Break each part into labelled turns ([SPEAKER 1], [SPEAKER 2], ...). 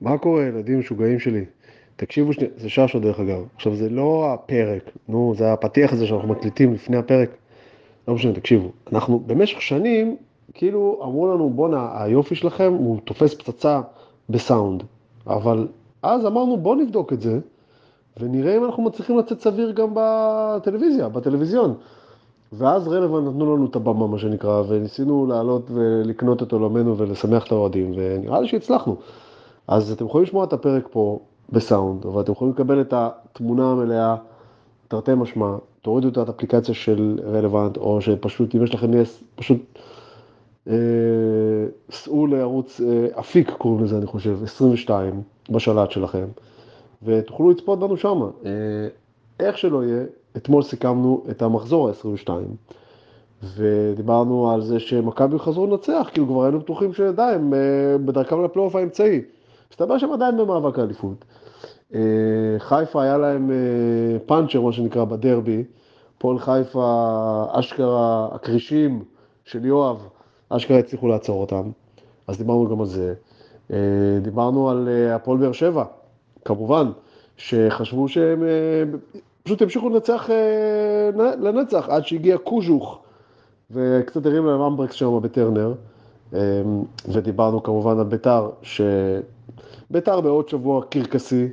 [SPEAKER 1] מה קורה, ילדים משוגעים שלי? תקשיבו שנייה, זה ששו דרך אגב. עכשיו, זה לא הפרק, נו, זה הפתיח הזה שאנחנו מקליטים לפני הפרק. לא משנה, תקשיבו. אנחנו במשך שנים, כאילו, אמרו לנו, בואנה, היופי שלכם הוא תופס פצצה בסאונד. אבל אז אמרנו, בוא נבדוק את זה, ונראה אם אנחנו מצליחים לצאת סביר גם בטלוויזיה, בטלוויזיון. ואז רלוונט נתנו לנו את הבמה, מה שנקרא, וניסינו לעלות ולקנות את עולמנו ולשמח את האוהדים, ונראה לי שהצלחנו. אז אתם יכולים לשמוע את הפרק פה בסאונד, אבל אתם יכולים לקבל את התמונה המלאה, תרתי משמע, תורידו את האפליקציה של רלוונט, או שפשוט, אם יש לכם נס, פשוט אה, סעו לערוץ אה, אפיק, קוראים לזה, אני חושב, 22, בשלט שלכם, ותוכלו לצפות בנו שמה. אה, איך שלא יהיה, אתמול סיכמנו את המחזור ה-22, ודיברנו על זה שמכבי חזרו לנצח, כאילו כבר היינו בטוחים שדי, הם אה, בדרכם לפלייאוף האמצעי. מסתבר שהם עדיין במאבק האליפות. אה, חיפה היה להם אה, פאנצ'ר, מה שנקרא, בדרבי. פועל חיפה, אשכרה, הכרישים של יואב, אשכרה הצליחו לעצור אותם. אז דיברנו גם על זה. אה, דיברנו על אה, הפועל באר שבע, כמובן, שחשבו שהם אה, פשוט המשיכו לנצח אה, נ- לנצח, עד שהגיע קוז'וך, וקצת הרים להם אמברקס שם בטרנר. אה, ודיברנו כמובן על ביתר, ש... ביתר בעוד שבוע קרקסי,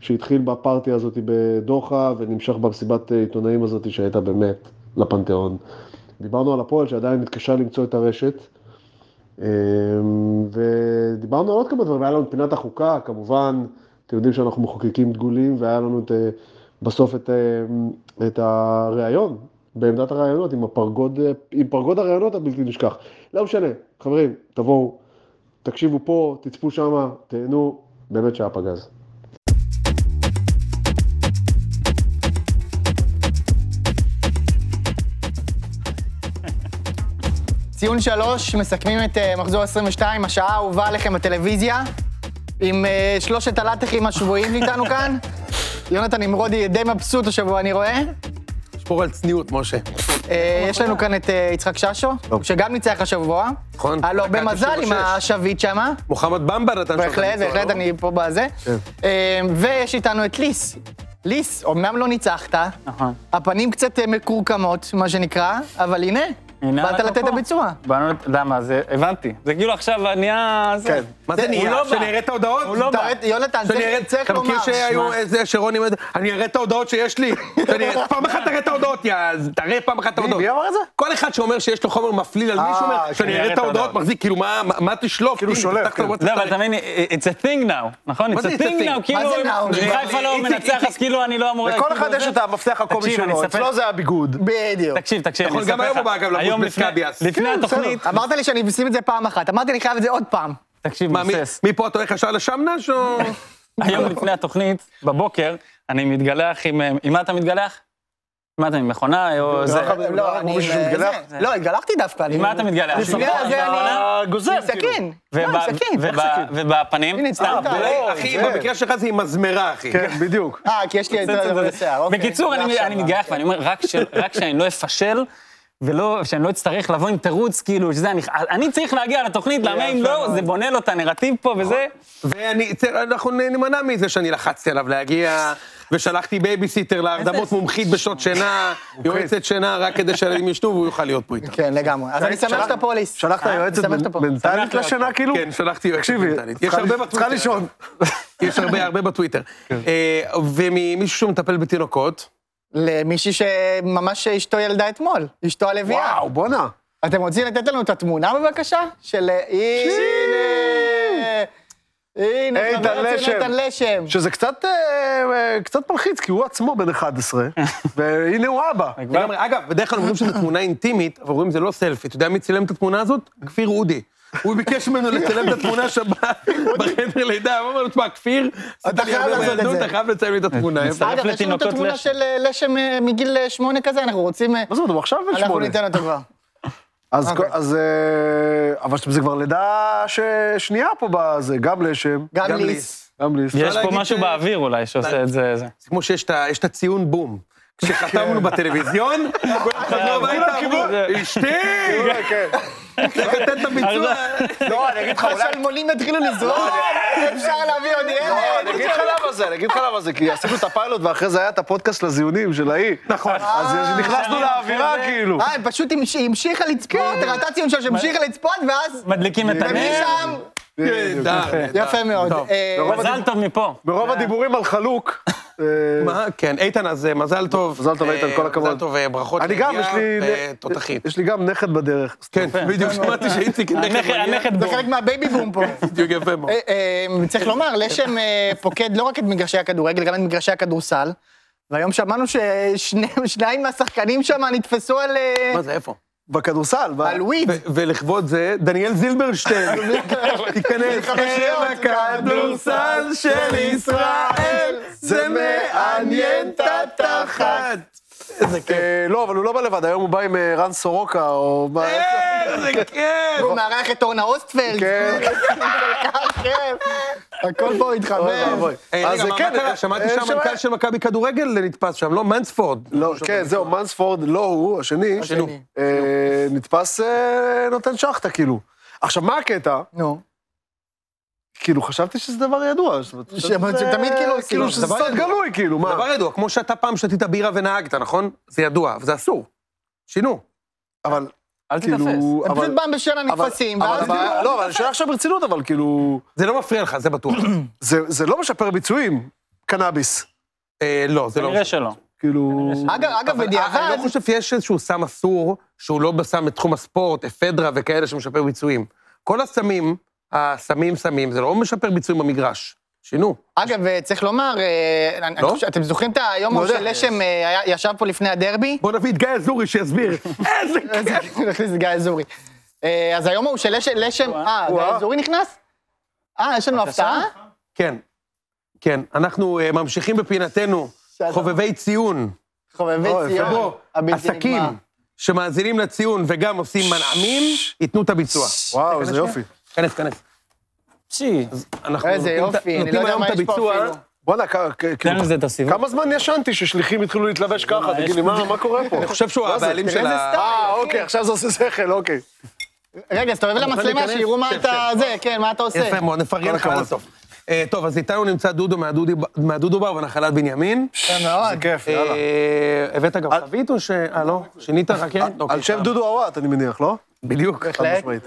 [SPEAKER 1] שהתחיל בפארטי הזאת בדוחה ונמשך במסיבת אה, עיתונאים הזאת שהייתה באמת לפנתיאון. דיברנו על הפועל שעדיין מתקשה למצוא את הרשת, אמ, ודיברנו על עוד כמה דברים, היה לנו את פינת החוקה, כמובן, אתם יודעים שאנחנו מחוקקים דגולים, והיה לנו את, אה, בסוף את, אה, את הראיון, בעמדת הראיונות, עם, הפרגוד, אה, עם פרגוד הראיונות הבלתי נשכח. לא משנה, חברים, תבואו, תקשיבו פה, תצפו שמה, תהנו, באמת שהיה פגז.
[SPEAKER 2] ציון שלוש, מסכמים את אה, מחזור 22, השעה האהובה עליכם בטלוויזיה, עם אה, שלושת הלטחים השבויים איתנו כאן. יונתן נמרודי די מבסוט השבוע, אני רואה.
[SPEAKER 3] שמור על צניעות, משה.
[SPEAKER 2] אה, יש לנו כאן את אה, יצחק ששו,
[SPEAKER 3] טוב.
[SPEAKER 2] שגם ניצח השבוע.
[SPEAKER 3] נכון.
[SPEAKER 2] היה לו הרבה
[SPEAKER 3] דקה
[SPEAKER 2] מזל עם
[SPEAKER 3] 96.
[SPEAKER 2] השביט שמה.
[SPEAKER 3] מוחמד במבה נתן שם את
[SPEAKER 2] בהחלט,
[SPEAKER 3] הביצוע,
[SPEAKER 2] בהחלט,
[SPEAKER 3] לא?
[SPEAKER 2] אני פה בזה. אה, ויש איתנו את ליס. ליס, אמנם לא ניצחת,
[SPEAKER 4] נכון.
[SPEAKER 2] הפנים קצת אה, מקורקמות, מה שנקרא, אבל הנה,
[SPEAKER 4] הנה
[SPEAKER 2] באת
[SPEAKER 4] אנחנו
[SPEAKER 2] לתת את
[SPEAKER 4] פה.
[SPEAKER 2] הביצוע.
[SPEAKER 4] באנו, למה, זה, הבנתי. זה כאילו עכשיו נהיה... זה.
[SPEAKER 3] כן. מה זה
[SPEAKER 2] הוא
[SPEAKER 3] נהיה?
[SPEAKER 2] לא בא.
[SPEAKER 3] שנראה את ההודעות?
[SPEAKER 4] הוא לא
[SPEAKER 2] אתה
[SPEAKER 4] בא.
[SPEAKER 2] רואה, יונתן,
[SPEAKER 3] שאני
[SPEAKER 2] צריך-
[SPEAKER 3] אראה-
[SPEAKER 2] צריך
[SPEAKER 3] אתה מכיר
[SPEAKER 2] לומר.
[SPEAKER 3] שהיו
[SPEAKER 4] שמע.
[SPEAKER 3] איזה שרוני עומד, אני אראה את ההודעות שיש לי. שאני אראה- פעם אחת תראה את ההודעות, יא, אז תראה פעם אחת את ההודעות.
[SPEAKER 4] לא.
[SPEAKER 5] מי אמר את זה?
[SPEAKER 3] כל אחד שאומר שיש לו חומר מפליל על מישהו, אומר, שאני אראה את ההודעות, מחזיק, כאילו, מה- מה מה תשלוף? כאילו
[SPEAKER 5] שולף, כן.
[SPEAKER 4] לא, אבל אתה מבין, it's a thing now, נכון?
[SPEAKER 3] מה
[SPEAKER 4] It's
[SPEAKER 3] זה
[SPEAKER 4] a
[SPEAKER 3] it's a
[SPEAKER 4] thing
[SPEAKER 3] thing?
[SPEAKER 4] now, כאילו,
[SPEAKER 2] מה זה now?
[SPEAKER 4] אם
[SPEAKER 2] זה
[SPEAKER 4] חיפה לא
[SPEAKER 3] איציק,
[SPEAKER 4] מנצח,
[SPEAKER 3] איציק.
[SPEAKER 4] אז כאילו אני לא אמור...
[SPEAKER 5] לכל
[SPEAKER 4] כאילו
[SPEAKER 5] אחד יש
[SPEAKER 4] זה.
[SPEAKER 5] את המפתח הקומי
[SPEAKER 4] תקשיב, אני
[SPEAKER 5] שלו,
[SPEAKER 4] אספר-
[SPEAKER 5] אצלו זה הביגוד.
[SPEAKER 2] בדיוק.
[SPEAKER 4] תקשיב, תקשיב, אני
[SPEAKER 3] נכון,
[SPEAKER 4] אספר
[SPEAKER 3] גם
[SPEAKER 4] לך.
[SPEAKER 3] היום הוא בא, אגב, לחוץ
[SPEAKER 4] היום לפני-
[SPEAKER 3] מכבי, אז-
[SPEAKER 4] לפני
[SPEAKER 3] כן,
[SPEAKER 4] התוכנית,
[SPEAKER 3] בסדר.
[SPEAKER 2] אמרת לי שאני אשים את זה פעם אחת, אמרתי אני חייב את זה עוד פעם.
[SPEAKER 4] תקשיב,
[SPEAKER 3] מה, מי-
[SPEAKER 4] מוסס.
[SPEAKER 3] מפה אתה הולך ישר לשם נש, או...
[SPEAKER 4] היום לפני התוכנית, בבוקר, אני מתגלח עם... אה, עם מה אתה מתגלח? עם מה אתה, עם מכונה או זה?
[SPEAKER 5] לא, לא,
[SPEAKER 2] לא,
[SPEAKER 5] רק
[SPEAKER 2] אני...
[SPEAKER 5] מישהו שמתגלח?
[SPEAKER 2] זה- לא, התגלחתי דווקא. אני-
[SPEAKER 4] עם מה אתה מתגלח?
[SPEAKER 2] לפני הזה אני...
[SPEAKER 5] הגוזם,
[SPEAKER 2] עם
[SPEAKER 5] כאילו.
[SPEAKER 2] סכין. לא, עם
[SPEAKER 4] וב-
[SPEAKER 2] סכין.
[SPEAKER 4] וב- ובפנים?
[SPEAKER 2] הנה, הצטערת.
[SPEAKER 4] אה,
[SPEAKER 2] אולי-
[SPEAKER 4] ברור.
[SPEAKER 3] אחי,
[SPEAKER 5] זה.
[SPEAKER 3] במקרה שלך זה עם מזמרה, אחי.
[SPEAKER 5] כן, בדיוק.
[SPEAKER 2] אה, כי יש לי את זה בשיער, אוקיי.
[SPEAKER 4] בקיצור,
[SPEAKER 2] זה
[SPEAKER 4] אני,
[SPEAKER 2] עכשיו,
[SPEAKER 4] אני
[SPEAKER 2] אה.
[SPEAKER 4] מתגייח ואני אומר, רק, של, רק שאני לא אפשל. ולא, שאני לא אצטרך לבוא עם תירוץ, כאילו, שזה, אני, אני צריך להגיע לתוכנית, למה אם לא, זה בונה לו את הנרטיב פה וזה.
[SPEAKER 3] ואני, אנחנו נימנע מזה שאני לחצתי עליו להגיע, ושלחתי בייביסיטר להרדמות מומחית בשעות שינה,
[SPEAKER 2] אוקיי.
[SPEAKER 3] יועצת שינה, רק כדי שהילדים ישנו והוא יוכל להיות פה איתם.
[SPEAKER 2] כן, לגמרי. אז אני שמח שאתה פה, ליס.
[SPEAKER 5] שלחת
[SPEAKER 2] אה, אני
[SPEAKER 5] יועצת
[SPEAKER 2] שמח שאתה פה.
[SPEAKER 5] מנטלית לשינה, כאילו?
[SPEAKER 3] כן, שלחתי יועצת
[SPEAKER 5] תקשיבי,
[SPEAKER 3] מנטלית. יש
[SPEAKER 5] צריכה-
[SPEAKER 3] הרבה בטוויטר.
[SPEAKER 5] צריכה לישון.
[SPEAKER 3] יש הרבה, הרבה בטוויטר.
[SPEAKER 2] כן.
[SPEAKER 3] אה, וממישהו שמטפל בתינוקות,
[SPEAKER 2] למישהי שממש אשתו ילדה אתמול, אשתו הלוויה.
[SPEAKER 5] וואו, בואנה.
[SPEAKER 2] אתם רוצים לתת לנו את התמונה בבקשה? של... הנה! הנה,
[SPEAKER 5] איתן
[SPEAKER 2] חבר אצל
[SPEAKER 5] לשם.
[SPEAKER 2] כן. איתן לשם.
[SPEAKER 5] שזה קצת אה, אה, קצת מלחיץ, כי הוא עצמו בן 11, והנה הוא אבא.
[SPEAKER 3] לגמרי, אגב, בדרך כלל אומרים שזו תמונה אינטימית, אבל אומרים זה לא סלפי. אתה יודע מי צילם את התמונה הזאת? כפיר אודי. הוא ביקש ממנו לצלם את התמונה שבאה בחדר לידה, אמר לו, תשמע, כפיר,
[SPEAKER 2] אתה חייב
[SPEAKER 3] הרבה
[SPEAKER 2] לעשות את
[SPEAKER 3] ילדות,
[SPEAKER 2] זה."
[SPEAKER 3] אתה חייב לצלם לי את התמונה. איפה-
[SPEAKER 4] מצטרף
[SPEAKER 2] אגב, יש לנו את
[SPEAKER 4] לתינוקות
[SPEAKER 2] התמונה
[SPEAKER 4] לשם.
[SPEAKER 2] של אה, לשם אה, מגיל אה, שמונה כזה, אנחנו רוצים... אה,
[SPEAKER 5] מה זאת אומרת, הוא עכשיו בן
[SPEAKER 2] אנחנו
[SPEAKER 5] שמונה.
[SPEAKER 2] ניתן אוקיי. אותו כבר.
[SPEAKER 5] אז כל- אז... אה, אבל זה כבר לידה ששנייה פה בזה, גם לשם,
[SPEAKER 2] גם
[SPEAKER 3] גם
[SPEAKER 2] ליס.
[SPEAKER 3] ליס.
[SPEAKER 5] גם ליס.
[SPEAKER 4] יש פה
[SPEAKER 3] להגיד
[SPEAKER 4] משהו
[SPEAKER 3] ש-
[SPEAKER 4] באוויר אולי שעושה את זה. זה.
[SPEAKER 3] זה כמו שיש את ה- יש את הציון בום. כשחתמנו בטלוויזיון, כולם חזרו הביתה, אמרו, אשתי!
[SPEAKER 5] כן.
[SPEAKER 3] צריך לתת את הביצוע. כן,
[SPEAKER 5] לא, אני אגיד לך, אולי...
[SPEAKER 2] השלמונים יתחילו לזרום, אפשר להביא עוד
[SPEAKER 5] לא,
[SPEAKER 2] ילד.
[SPEAKER 5] אני אגיד לך למה זה, אני אגיד לך למה זה, כי עשינו את הפיילוט ואחרי זה היה את הפודקאסט לזיונים של האי.
[SPEAKER 3] נכון.
[SPEAKER 5] אז נכנסנו לאווירה כאילו.
[SPEAKER 2] אה, פשוט המש- היא המשיכה לצפות, ראתה ציון שם שהמשיכה לצפות, ואז...
[SPEAKER 4] מדליקים את הנר.
[SPEAKER 2] ומשם...
[SPEAKER 3] אה,
[SPEAKER 5] בדיוק.
[SPEAKER 2] יפה מאוד. אה,
[SPEAKER 4] מזל כן. טוב מפה.
[SPEAKER 5] מרוב הדיבורים על חלוק, אה,
[SPEAKER 3] אה. מה? כן, איתן, אז אה, מזל טוב.
[SPEAKER 5] מזל טוב, איתן,
[SPEAKER 3] אה,
[SPEAKER 5] כל הכבוד.
[SPEAKER 3] מזל טוב, אה, ברכות.
[SPEAKER 5] אני גם, יש
[SPEAKER 3] לידיעה,
[SPEAKER 5] לי...
[SPEAKER 3] אה, תותחית.
[SPEAKER 5] יש לי גם נכד בדרך.
[SPEAKER 3] כן, בדיוק שמעתי שאיציק
[SPEAKER 4] הנכד-
[SPEAKER 3] מגיע.
[SPEAKER 4] הנכד
[SPEAKER 2] זה
[SPEAKER 4] בום.
[SPEAKER 2] חלק מהבייבי בום פה.
[SPEAKER 3] בדיוק יפה מאוד.
[SPEAKER 2] אה, אה, צריך לומר, לשם אה, פוקד לא רק את מגרשי הכדורגל, גם את מגרשי הכדורסל. והיום שמענו ששניים מהשחקנים שם נתפסו על... אה,
[SPEAKER 3] מה זה, איפה?
[SPEAKER 5] בכדורסל, ב-
[SPEAKER 2] על וויד.
[SPEAKER 3] ו- ולכבוד זה, דניאל זילברשטיין, תיכנס, ערב הכדורסל של ישראל, זה מעניין את התחת. איזה כיף.
[SPEAKER 5] אה, לא, אבל הוא לא בא לבד, היום הוא בא עם אה, רן סורוקה, או... מה-
[SPEAKER 3] אה! איזה כיף.
[SPEAKER 2] הוא מארח את אורנה אוסטפלד.
[SPEAKER 5] כן.
[SPEAKER 2] כל כך כיף. הכל פה
[SPEAKER 5] אוי
[SPEAKER 2] התחבר.
[SPEAKER 5] ואבוי.
[SPEAKER 3] אה,
[SPEAKER 5] אז
[SPEAKER 3] רגע,
[SPEAKER 5] כן,
[SPEAKER 3] מה קרה?
[SPEAKER 5] אה,
[SPEAKER 3] שמעתי
[SPEAKER 5] אה,
[SPEAKER 3] שהמנכ"ל
[SPEAKER 5] שמע-
[SPEAKER 3] של מכבי כדורגל נתפס שם, לא? מנספורד.
[SPEAKER 5] לא, כן, זהו, מנספורד לא הוא, השני,
[SPEAKER 3] השני.
[SPEAKER 5] אה, נתפס אה, נותן שחטה, כאילו. עכשיו, מה הקטע?
[SPEAKER 2] נו.
[SPEAKER 5] כאילו, חשבתי שזה דבר ידוע. זאת אומרת,
[SPEAKER 2] ש- אבל זה תמיד כאילו,
[SPEAKER 5] כאילו,
[SPEAKER 2] כאילו,
[SPEAKER 5] שזה
[SPEAKER 3] דבר
[SPEAKER 5] סוד
[SPEAKER 3] ידוע.
[SPEAKER 5] גלוי, כאילו, מה?
[SPEAKER 3] דבר ידוע, כמו שאתה פעם שתית בירה ונהגת, נכון? זה ידוע, אבל זה אסור. שינו.
[SPEAKER 5] אבל,
[SPEAKER 4] אל תתאפס.
[SPEAKER 5] כאילו...
[SPEAKER 2] הם
[SPEAKER 5] אבל-
[SPEAKER 2] פשוט פעם בשנה
[SPEAKER 5] אבל-
[SPEAKER 2] נתפסים,
[SPEAKER 5] אבל
[SPEAKER 2] ואז
[SPEAKER 5] הבעיה-
[SPEAKER 2] כאילו...
[SPEAKER 5] לא, אבל אני שואל עכשיו ברצינות, אבל כאילו...
[SPEAKER 3] זה לא מפריע לך, זה בטוח.
[SPEAKER 5] זה זה לא משפר ביצועים, קנאביס.
[SPEAKER 3] אה, לא, זה לא...
[SPEAKER 4] כנראה שלא.
[SPEAKER 5] כאילו...
[SPEAKER 2] אגב, אגב,
[SPEAKER 3] אבל אני
[SPEAKER 2] בדיעבד,
[SPEAKER 3] לא חושב שיש איזשהו סם אסור, שהוא לא בסם בתחום הספורט, אפדרה וכאלה שמשפר ביצועים. כל הסמים, הסמים סמים, זה לא משפר ביצועים במגרש. שינו.
[SPEAKER 2] אגב, אה, צריך לומר, אה, אני- אני
[SPEAKER 3] לא?
[SPEAKER 2] חושב- אתם זוכרים את היום ההוא של לשם אה, היה- ישב פה לפני הדרבי?
[SPEAKER 3] בוא נביא את גיא אזורי שיסביר. איזה
[SPEAKER 2] אז נכניס את גיא אזורי. אה, אז היום ההוא של לש- לשם, אה, גיא אזורי נכנס? אה, יש לנו הפתעה?
[SPEAKER 3] כן, כן. אנחנו אה, ממשיכים בפינתנו,
[SPEAKER 2] שלום.
[SPEAKER 3] חובבי ציון.
[SPEAKER 2] חובבי ציון.
[SPEAKER 3] שבו
[SPEAKER 2] הבלתי
[SPEAKER 3] לא, עסקים
[SPEAKER 2] נגמר.
[SPEAKER 3] שמאזינים לציון וגם עושים מנעמים, ייתנו את הביצוע.
[SPEAKER 5] וואו, איזה יופי.
[SPEAKER 3] כנס, כנס.
[SPEAKER 4] שי,
[SPEAKER 3] אנחנו
[SPEAKER 2] איזה
[SPEAKER 3] נותנים את-
[SPEAKER 2] יופי, אני לא
[SPEAKER 3] נותנים
[SPEAKER 2] יודע
[SPEAKER 3] היום
[SPEAKER 2] מה
[SPEAKER 3] את
[SPEAKER 2] יש פה
[SPEAKER 3] הביצוע.
[SPEAKER 2] אפילו.
[SPEAKER 5] וואלה, כ- כ-
[SPEAKER 4] תן
[SPEAKER 5] כאילו...
[SPEAKER 4] לזה את הסיבוב.
[SPEAKER 5] כמה זמן ישנתי ששליחים התחילו להתלבש ככה? תגיד לי, מה מה קורה פה?
[SPEAKER 3] לא, אני חושב שהוא הבעלים של
[SPEAKER 2] איזה
[SPEAKER 3] ה...
[SPEAKER 2] סטייל.
[SPEAKER 5] אה, אוקיי, עכשיו זה עושה שכל, אוקיי.
[SPEAKER 2] רגע, אז תסתובב למצלמה,
[SPEAKER 3] להיכנס?
[SPEAKER 2] שיראו מה
[SPEAKER 3] שב,
[SPEAKER 2] אתה...
[SPEAKER 3] שב.
[SPEAKER 2] זה, כן, מה אתה עושה.
[SPEAKER 3] יפה מאוד, נפרגן לך עד הסוף. אה, טוב, אז איתנו נמצא דודו מהדודי- מהדודו בר ונחלת בנימין.
[SPEAKER 2] יפה מאוד.
[SPEAKER 5] זה כיף, יאללה.
[SPEAKER 3] אה, הבאת גם
[SPEAKER 5] על-
[SPEAKER 3] חבית או ש... אה, לא? שינית רק כן? אוקיי,
[SPEAKER 5] על שם
[SPEAKER 3] סבבה.
[SPEAKER 5] דודו עוואט, אני מניח, לא?
[SPEAKER 3] בדיוק.
[SPEAKER 5] חד משמעית.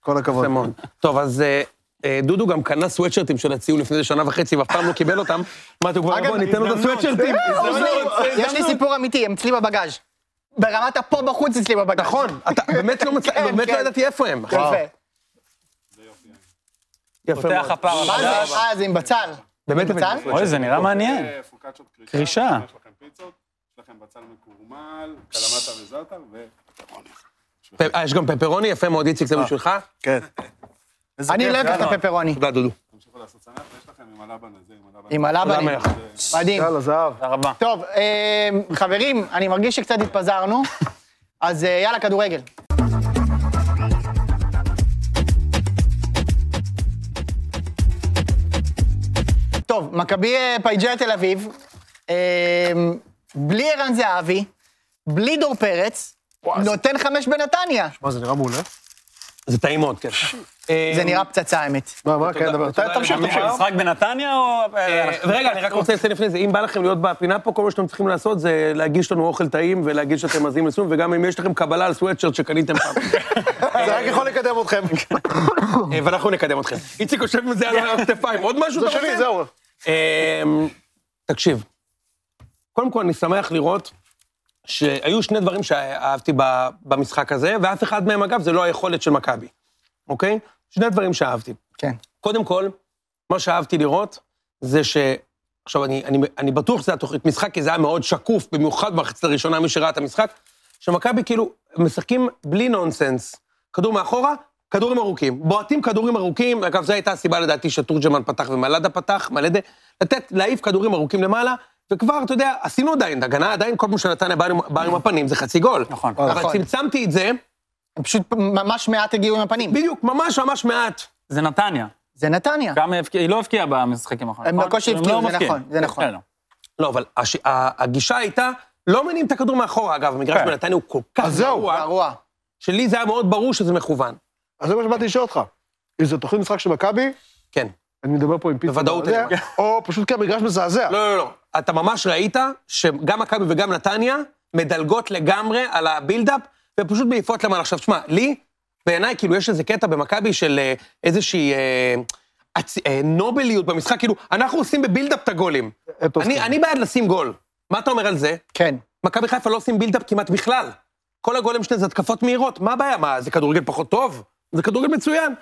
[SPEAKER 5] כל הכבוד.
[SPEAKER 3] יפה מאוד. טוב, אז אה, אה, דודו גם קנה סוואטשרטים של הציון לפני איזה שנה וחצי, ואף פעם לא קיבל אותם. מה, אתם כבר...
[SPEAKER 2] אגב,
[SPEAKER 3] בוא, ניתן לו את הסוואטשרטים.
[SPEAKER 2] אה,
[SPEAKER 3] לא-
[SPEAKER 2] יש לי סיפור אמיתי, הם אצלי בבגאז'. ברמת הפה בחוץ אצלי בבגאז'.
[SPEAKER 3] נכון, אתה באמת לא מצא...
[SPEAKER 2] כן,
[SPEAKER 3] באמת לא
[SPEAKER 2] כן.
[SPEAKER 3] ידעתי איפה הם.
[SPEAKER 2] יפה.
[SPEAKER 3] יפה
[SPEAKER 4] פותח
[SPEAKER 3] מאוד.
[SPEAKER 4] הפעם.
[SPEAKER 2] מה זה? אה, זה עם בצל.
[SPEAKER 3] באמת
[SPEAKER 2] בצל?
[SPEAKER 3] הבאתי.
[SPEAKER 4] אוי, זה נראה מעניין.
[SPEAKER 6] אה, פוקאצ'ות קרישה.
[SPEAKER 4] קרישה.
[SPEAKER 6] יש לכם פיצות, יש לכם בצל מקורמל, קלמטה וזאטה, ו...
[SPEAKER 3] פ- אה, יש גם פפרוני, יפה מאוד, איציק, זה בשבילך.
[SPEAKER 5] כן.
[SPEAKER 2] אני לא אקח את הפפרוני.
[SPEAKER 3] תודה, דודו.
[SPEAKER 6] תמשיכו לעשות שמח, ויש לכם עם הלבן הזה, עם הלבן
[SPEAKER 2] עם הלבנים.
[SPEAKER 3] תודה, מלך.
[SPEAKER 2] מדהים.
[SPEAKER 5] יאללה, זהב.
[SPEAKER 4] תודה רבה.
[SPEAKER 2] טוב, אה, חברים, אני מרגיש שקצת התפזרנו, אז אה, יאללה, כדורגל. טוב, מכבי אה, פייג'ה תל אביב, אה, בלי ערן זהבי, בלי דור פרץ, נותן חמש בנתניה.
[SPEAKER 5] מה, זה נראה מעולה?
[SPEAKER 3] זה טעים מאוד, כן.
[SPEAKER 2] זה נראה פצצה, האמת.
[SPEAKER 5] מה, מה, כן, דבר.
[SPEAKER 3] תודה
[SPEAKER 5] תמשיך,
[SPEAKER 3] לך.
[SPEAKER 5] תמשיך.
[SPEAKER 4] המשחק בנתניה או...
[SPEAKER 3] אה, ורגע, אני רק רוצה לציין לפני זה, אם בא לכם להיות בפינה פה, כל מה שאתם צריכים לעשות זה להגיש לנו אוכל טעים ולהגיד שאתם מאזינים לסום, וגם אם יש לכם קבלה על סוואטשרט שקניתם פעם.
[SPEAKER 5] זה רק יכול לקדם אתכם.
[SPEAKER 3] אה, ואנחנו נקדם אתכם. איציק יושב עם זה על הכתפיים, עוד משהו
[SPEAKER 5] זה
[SPEAKER 3] אתה
[SPEAKER 5] שלי,
[SPEAKER 3] רוצה?
[SPEAKER 5] זהו.
[SPEAKER 3] אה, תקשיב, קודם כל אני שמח לראות שהיו שני דברים שאהבתי ב- במשחק הזה, ואף אחד מהם, אגב, זה לא היכולת של מכבי, אוקיי? שני דברים שאהבתי.
[SPEAKER 2] כן.
[SPEAKER 3] קודם כל, מה שאהבתי לראות זה ש... עכשיו, אני, אני, אני בטוח שזה התוכנית משחק, כי זה היה מאוד שקוף, במיוחד במחצית הראשונה, מי שראה את המשחק, שמכבי כאילו משחקים בלי נונסנס. כדור מאחורה, כדורים ארוכים. בועטים כדורים ארוכים, אגב, זו הייתה הסיבה לדעתי שתורג'מן פתח ומלאדה פתח, מלאדה, לתת, להעיף כדורים ארוכים למעלה, וכבר, אתה יודע, עשינו עדיין, הגנה עדיין, כל פעם שנתניה באה עם- באה עם הפנים, זה חצי גול.
[SPEAKER 4] נכון.
[SPEAKER 2] נכון.
[SPEAKER 3] אבל צמצמתי את זה,
[SPEAKER 2] הם פשוט ממש מעט הגיעו עם הפנים.
[SPEAKER 3] בדיוק, ממש ממש מעט.
[SPEAKER 4] זה נתניה.
[SPEAKER 2] זה נתניה.
[SPEAKER 4] גם הבק- היא לא הבקיעה במשחקים האחרונים.
[SPEAKER 2] הם
[SPEAKER 4] נכון?
[SPEAKER 2] בקושי
[SPEAKER 4] לא
[SPEAKER 2] הבקיעו, זה
[SPEAKER 4] מבקיעים.
[SPEAKER 2] נכון, זה נכון.
[SPEAKER 4] בסדר.
[SPEAKER 3] לא, אבל הש... ה- הגישה הייתה, לא מניעים את הכדור מאחורה, אגב, המגרש
[SPEAKER 5] כן.
[SPEAKER 3] בנתניה הוא כל כך
[SPEAKER 5] אז זהו,
[SPEAKER 3] גרוע,
[SPEAKER 2] גרוע.
[SPEAKER 3] שלי זה היה מאוד ברור שזה מכוון.
[SPEAKER 5] אז זה מה שבאתי לשאול אותך. אם זו תוכנית משחק של מכבי,
[SPEAKER 3] כן.
[SPEAKER 5] אני מדבר פה עם פיצה.
[SPEAKER 3] בוודאות
[SPEAKER 5] אתה יודע,
[SPEAKER 3] אני
[SPEAKER 5] או פשוט כי המגרש מזעזע.
[SPEAKER 3] לא, לא, לא. אתה ממש ראית שגם מכבי וגם נתניה מדלגות לגמרי על הבילדאפ, ופשוט מעיפות למעלה. עכשיו, תשמע, לי, בעיניי, כאילו, יש איזה קטע במכבי של אה, איזושהי אה, עצ... אה, נובליות במשחק, כאילו, אנחנו עושים בבילדאפ את הגולים.
[SPEAKER 5] אתוס כן.
[SPEAKER 3] אני,
[SPEAKER 5] כזה.
[SPEAKER 3] אני בעד לשים גול. מה אתה אומר על זה?
[SPEAKER 2] כן.
[SPEAKER 3] מכבי חיפה לא עושים בילדאפ כמעט בכלל. כל הגולים שלהם זה התקפות מהירות, מה הבעיה? מה, זה כדורגל פחות טוב? זה כדורגל מצוין.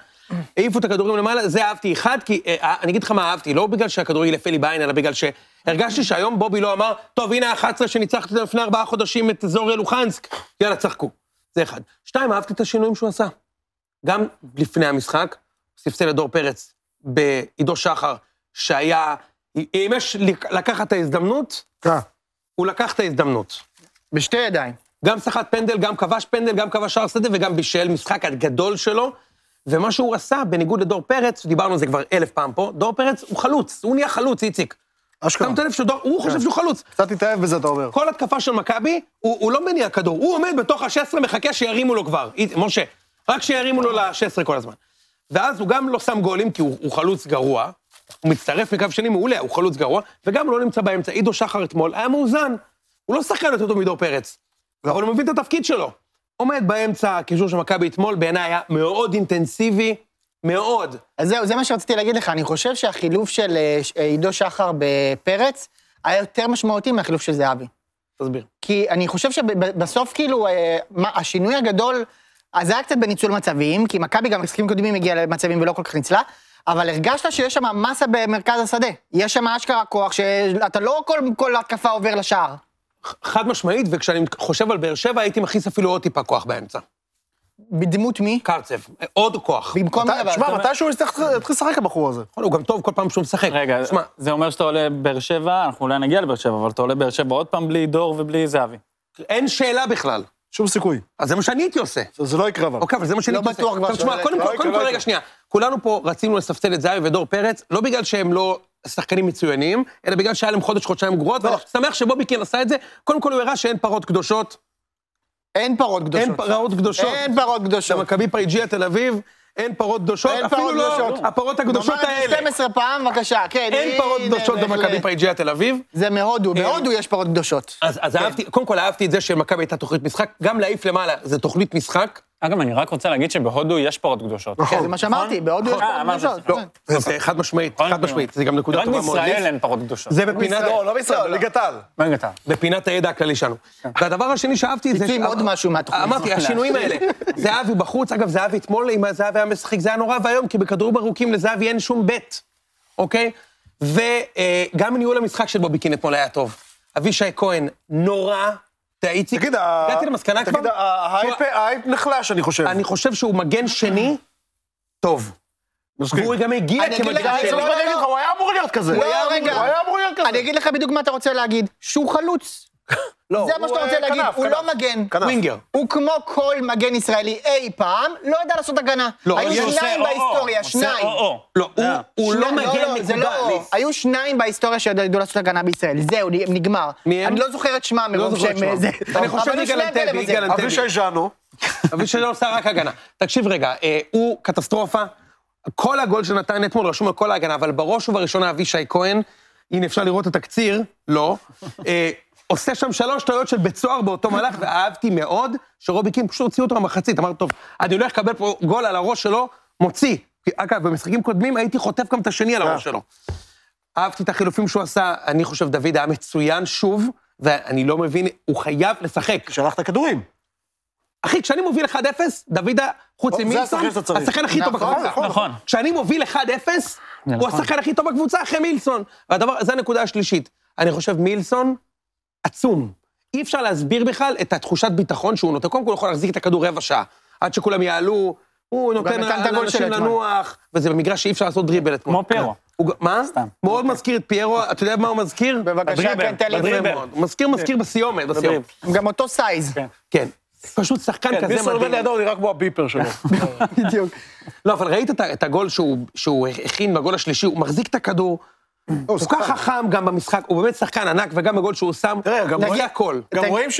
[SPEAKER 3] העיפו את הכדורים למעלה, זה אהבתי. אחד, כי, אה, אני אגיד לך מה אהבתי, לא בגלל שהכדורגל יפה לי בעין, אלא בגלל שהרגשתי שהיום בובי לא אמר, טוב, הנה ה-11 שניצחתי אותם לפני ארבעה חודשים את זוריה לוחנסק, יאללה, צחקו. זה אחד. שתיים, אהבתי את השינויים שהוא עשה. גם לפני המשחק, ספסל לדור פרץ בעידו שחר, שהיה, אם יש לקחת את ההזדמנות,
[SPEAKER 5] אה,
[SPEAKER 3] הוא לקח את ההזדמנות.
[SPEAKER 2] בשתי ידיים.
[SPEAKER 3] גם סחט פנדל, גם כבש פנדל, גם כבש שער שדה וגם בישל משחק הגדול שלו. ומה שהוא עשה, בניגוד לדור פרץ, דיברנו על זה כבר אלף פעם פה, דור פרץ הוא חלוץ, הוא נהיה חלוץ, איציק.
[SPEAKER 5] אשכרה.
[SPEAKER 3] שמת לב שדור, הוא חושב שהוא חלוץ.
[SPEAKER 5] קצת התאהב בזה, אתה אומר.
[SPEAKER 3] כל התקפה של מכבי, הוא, הוא לא מניע כדור, הוא עומד בתוך ה-16, מחכה שירימו לו כבר. אית- משה, רק שירימו לו ל-16 כל הזמן. ואז הוא גם לא שם גולים, כי הוא, הוא חלוץ גרוע, הוא מצטרף מקו שני מעולה, הוא חלוץ גרוע, וגם לא נמצא באמצע. עידו שחר אתמול היה מאוזן, הוא לא שחקן יותר טוב מדור פרץ, אבל הוא מבין את התפקיד שלו. עומד באמצע הקישור של מכבי אתמול, בעיניי היה מאוד אינטנסיבי, מאוד.
[SPEAKER 2] אז זהו, זה מה שרציתי להגיד לך. אני חושב שהחילוף של אה, ש- אה, עידו שחר בפרץ היה יותר משמעותי מהחילוף של זהבי.
[SPEAKER 3] תסביר.
[SPEAKER 2] כי אני חושב שבסוף, כאילו, אה, מה- השינוי הגדול, אז זה היה קצת בניצול מצבים, כי מכבי גם במשחקים קודמים הגיעה למצבים ולא כל כך ניצלה, אבל הרגשת שיש שם מסה במרכז השדה. יש שם אשכרה כוח, שאתה לא כל, כל התקפה עובר לשער.
[SPEAKER 3] חד משמעית, וכשאני חושב על באר שבע, הייתי מכניס אפילו עוד טיפה כוח באמצע.
[SPEAKER 2] בדמות מי?
[SPEAKER 3] קרצב, עוד כוח.
[SPEAKER 2] במקום...
[SPEAKER 5] אתה-
[SPEAKER 2] אבל-
[SPEAKER 5] תשמע, מתישהו הוא יצטרך יתחיל לשחק הבחור הזה.
[SPEAKER 3] הוא גם טוב כל פעם שהוא משחק.
[SPEAKER 4] רגע,
[SPEAKER 3] תשמע,
[SPEAKER 4] זה אומר שאתה עולה באר שבע, אנחנו אולי נגיע לבאר שבע, אבל אתה עולה באר שבע עוד פעם בלי דור ובלי זהבי.
[SPEAKER 3] אין שאלה בכלל.
[SPEAKER 5] שום סיכוי.
[SPEAKER 3] אז זה מה שאני הייתי עושה.
[SPEAKER 5] זה- זה לא יקרה אבל.
[SPEAKER 3] אוקיי, אבל זה מה שאני
[SPEAKER 2] לא
[SPEAKER 3] הייתי עושה.
[SPEAKER 2] בטוח כבר
[SPEAKER 3] עכשיו, תשמע,
[SPEAKER 2] שזה-
[SPEAKER 3] קודם
[SPEAKER 5] לא
[SPEAKER 3] כל,
[SPEAKER 5] יקרה,
[SPEAKER 3] קודם
[SPEAKER 5] לא
[SPEAKER 3] כל, רגע,
[SPEAKER 5] יקרה.
[SPEAKER 3] שנייה. כולנו פה רצינו לספסל את זהבי ודור פרץ, לא בגלל שהם לא שחקנים מצוינים, אלא בגלל שהיה להם חודש, חודשיים גרועות,
[SPEAKER 2] לא.
[SPEAKER 3] ואני שמח שבובי כן עשה את זה. קודם כל, הוא הראה שאין פרות קדושות.
[SPEAKER 2] אין פרות קדושות.
[SPEAKER 3] אין פרות קדושות.
[SPEAKER 2] אין פרות קדושות.
[SPEAKER 3] למכבי פריג'יה תל אביב, אין פרות קדושות.
[SPEAKER 2] אין
[SPEAKER 3] אפילו
[SPEAKER 2] פרות
[SPEAKER 3] לא
[SPEAKER 2] קדושות.
[SPEAKER 3] הפרות הקדושות
[SPEAKER 2] נאמר את זה
[SPEAKER 3] האלה.
[SPEAKER 2] 12 פעם, בבקשה, כן.
[SPEAKER 3] אין פרות
[SPEAKER 2] הנה,
[SPEAKER 3] קדושות במכבי
[SPEAKER 2] בהחלט.
[SPEAKER 3] פריג'יה תל אביב.
[SPEAKER 2] זה מהודו, בהודו יש פרות קדושות. כן,
[SPEAKER 3] אז, אז אהבתי, קודם כל אהבתי את זה שמכבי הייתה תוכנית משחק, גם להעיף למעלה זה תוכנית משחק.
[SPEAKER 4] אגב, אני רק רוצה להגיד שבהודו יש פרות קדושות.
[SPEAKER 3] נכון.
[SPEAKER 2] כן, זה מה שאמרתי, בהודו יש
[SPEAKER 4] נכון. אה,
[SPEAKER 2] פרות
[SPEAKER 4] אמרת,
[SPEAKER 2] קדושות.
[SPEAKER 3] לא,
[SPEAKER 2] כן.
[SPEAKER 3] זה חד משמעית,
[SPEAKER 4] נכון,
[SPEAKER 3] חד משמעית, זה גם נקודה
[SPEAKER 4] רק
[SPEAKER 3] טובה מאוד.
[SPEAKER 4] בישראל אין פרות קדושות.
[SPEAKER 3] זה בפינת,
[SPEAKER 5] לא, לא בישראל, בליגת העל.
[SPEAKER 4] רגע, אתה.
[SPEAKER 3] בפינת הידע הכללי שלנו. והדבר השני שאהבתי זה...
[SPEAKER 2] הקים
[SPEAKER 3] ש-
[SPEAKER 2] כן. עוד משהו מהתוכנית.
[SPEAKER 3] אמרתי, השינויים האלה. זהבי בחוץ, אגב, זהבי אתמול, אם זהבי היה משחק, זה היה נורא ואיום, כי בכדורים ארוכים לזהבי אין שום בית, אוקיי? וגם ניהול המשחק של בוביקין אתמול היה טוב. אבישי כהן, נורא, אתה איציק,
[SPEAKER 5] תגיד, ה-
[SPEAKER 3] הגעתי למסקנה כבר?
[SPEAKER 5] תגיד, ה- ההייפ
[SPEAKER 3] שהוא-
[SPEAKER 5] ההייפ נחלש, אני חושב.
[SPEAKER 3] אני חושב שהוא מגן שני טוב.
[SPEAKER 5] כן.
[SPEAKER 3] והוא גם הגיע
[SPEAKER 2] אני אגיד לך,
[SPEAKER 3] כמגן
[SPEAKER 2] אני
[SPEAKER 3] שני.
[SPEAKER 5] לא,
[SPEAKER 2] לא,
[SPEAKER 5] אני אגיד
[SPEAKER 2] לא.
[SPEAKER 5] לך, הוא היה אמור להיות כזה.
[SPEAKER 2] לא, רגע.
[SPEAKER 5] הוא היה אמור להיות כזה.
[SPEAKER 2] אני אגיד לך בדיוק מה אתה רוצה להגיד, שהוא חלוץ.
[SPEAKER 3] לא,
[SPEAKER 2] זה מה שאתה
[SPEAKER 5] אה,
[SPEAKER 2] רוצה להגיד,
[SPEAKER 5] כנף,
[SPEAKER 2] הוא
[SPEAKER 5] כנף.
[SPEAKER 2] לא מגן.
[SPEAKER 3] ווינגר.
[SPEAKER 2] הוא כמו כל מגן ישראלי אי פעם, לא ידע לעשות הגנה.
[SPEAKER 3] לא,
[SPEAKER 2] היו
[SPEAKER 3] יש-
[SPEAKER 4] הוא עושה
[SPEAKER 2] שניים
[SPEAKER 4] או-או,
[SPEAKER 2] בהיסטוריה,
[SPEAKER 4] עושה
[SPEAKER 2] שניים.
[SPEAKER 4] או-או.
[SPEAKER 3] לא, הוא-
[SPEAKER 4] אה.
[SPEAKER 3] הוא לא
[SPEAKER 2] שני-
[SPEAKER 3] מגן
[SPEAKER 2] לא, זה
[SPEAKER 3] נקודה.
[SPEAKER 2] לא-
[SPEAKER 3] ליס.
[SPEAKER 2] היו שניים בהיסטוריה שידעו לעשות הגנה בישראל, זהו, נגמר.
[SPEAKER 3] מי הם?
[SPEAKER 2] אני לא זוכר את שמם
[SPEAKER 3] לא
[SPEAKER 2] מרוב
[SPEAKER 3] זוכר את
[SPEAKER 2] שהם...
[SPEAKER 3] שמם.
[SPEAKER 2] זה-
[SPEAKER 3] אני חושב
[SPEAKER 2] אבל יש
[SPEAKER 3] יגאל
[SPEAKER 2] שני
[SPEAKER 3] אנטבי,
[SPEAKER 2] הגלם הזה.
[SPEAKER 3] יגאל אנטבי.
[SPEAKER 5] אבישי ז'אנו.
[SPEAKER 3] אבישי לא עושה רק הגנה. תקשיב רגע, אה, הוא קטסטרופה. כל הגול שנתן אתמול רשום על כל ההגנה, אבל בראש ובראשונה אבישי כהן, הנה אפשר לראות את התקציר, לא, אה, עושה שם שלוש טעויות של בית סוהר באותו מהלך, ואהבתי מאוד שרובי קין פשוט הוציא אותו במחצית, אמר, טוב, אני הולך לקבל פה גול על הראש שלו, מוציא. כי, אגב, במשחקים קודמים הייתי חוטף גם את השני על הראש שלו. אהבתי את החילופים שהוא עשה, אני חושב דוד היה מצוין שוב, ואני לא מבין, הוא חייב לשחק.
[SPEAKER 5] שלח את הכדורים.
[SPEAKER 3] אחי, כשאני מוביל 1-0, דוידה, חוץ
[SPEAKER 5] לא, זה
[SPEAKER 3] ממילסון,
[SPEAKER 5] השחקן שאתה צריך.
[SPEAKER 3] השחקן הכי טוב
[SPEAKER 2] נכון,
[SPEAKER 3] בקבוצה.
[SPEAKER 5] נכון.
[SPEAKER 4] נכון.
[SPEAKER 3] כשאני מוביל 1-0, הוא
[SPEAKER 4] נכון.
[SPEAKER 3] השחקן הכי טוב בקבוצה אחרי מילסון. והדבר, זו הנקודה השלישית. אני חושב מילסון עצום. אי אפשר להסביר בכלל את התחושת ביטחון שהוא נותן. קודם כל, הוא יכול להחזיק את הכדור רבע שעה, עד שכולם יעלו, הוא נותן
[SPEAKER 2] נתן את הגול
[SPEAKER 3] לאנשים
[SPEAKER 2] שלו אתמול.
[SPEAKER 3] לנוח, וזה במגרש שאי אפשר לעשות דריבל אתמול. כן.
[SPEAKER 4] כמו פיירו.
[SPEAKER 3] הוא ג- מה?
[SPEAKER 4] סתם.
[SPEAKER 3] מאוד מזכיר את פיירו, אתה יודע מה הוא מזכיר?
[SPEAKER 2] בבקשה,
[SPEAKER 4] בדריבל,
[SPEAKER 2] כן, תן לי...
[SPEAKER 4] בדריבל.
[SPEAKER 3] מאוד. הוא מזכיר, מזכיר בסיומת, בסיומת.
[SPEAKER 2] גם אותו סייז.
[SPEAKER 3] כן. פשוט שחקן כזה
[SPEAKER 5] ביסון עומד
[SPEAKER 3] מדהים.
[SPEAKER 5] לידו, הוא נראה כמו הביפר שלו.
[SPEAKER 2] בדיוק.
[SPEAKER 3] לא, אבל ראית את, ה- את הגול שהוא, שהוא הכין בגול השלישי, הוא מחזיק את הכדור, הוא כל כך חכם גם במשחק, הוא באמת שחקן ענק, וגם בגול שהוא שם,
[SPEAKER 5] תראה, גם
[SPEAKER 3] הוא
[SPEAKER 5] רואים-
[SPEAKER 3] עושה הכל.
[SPEAKER 5] גם
[SPEAKER 2] תגיד-
[SPEAKER 5] רואים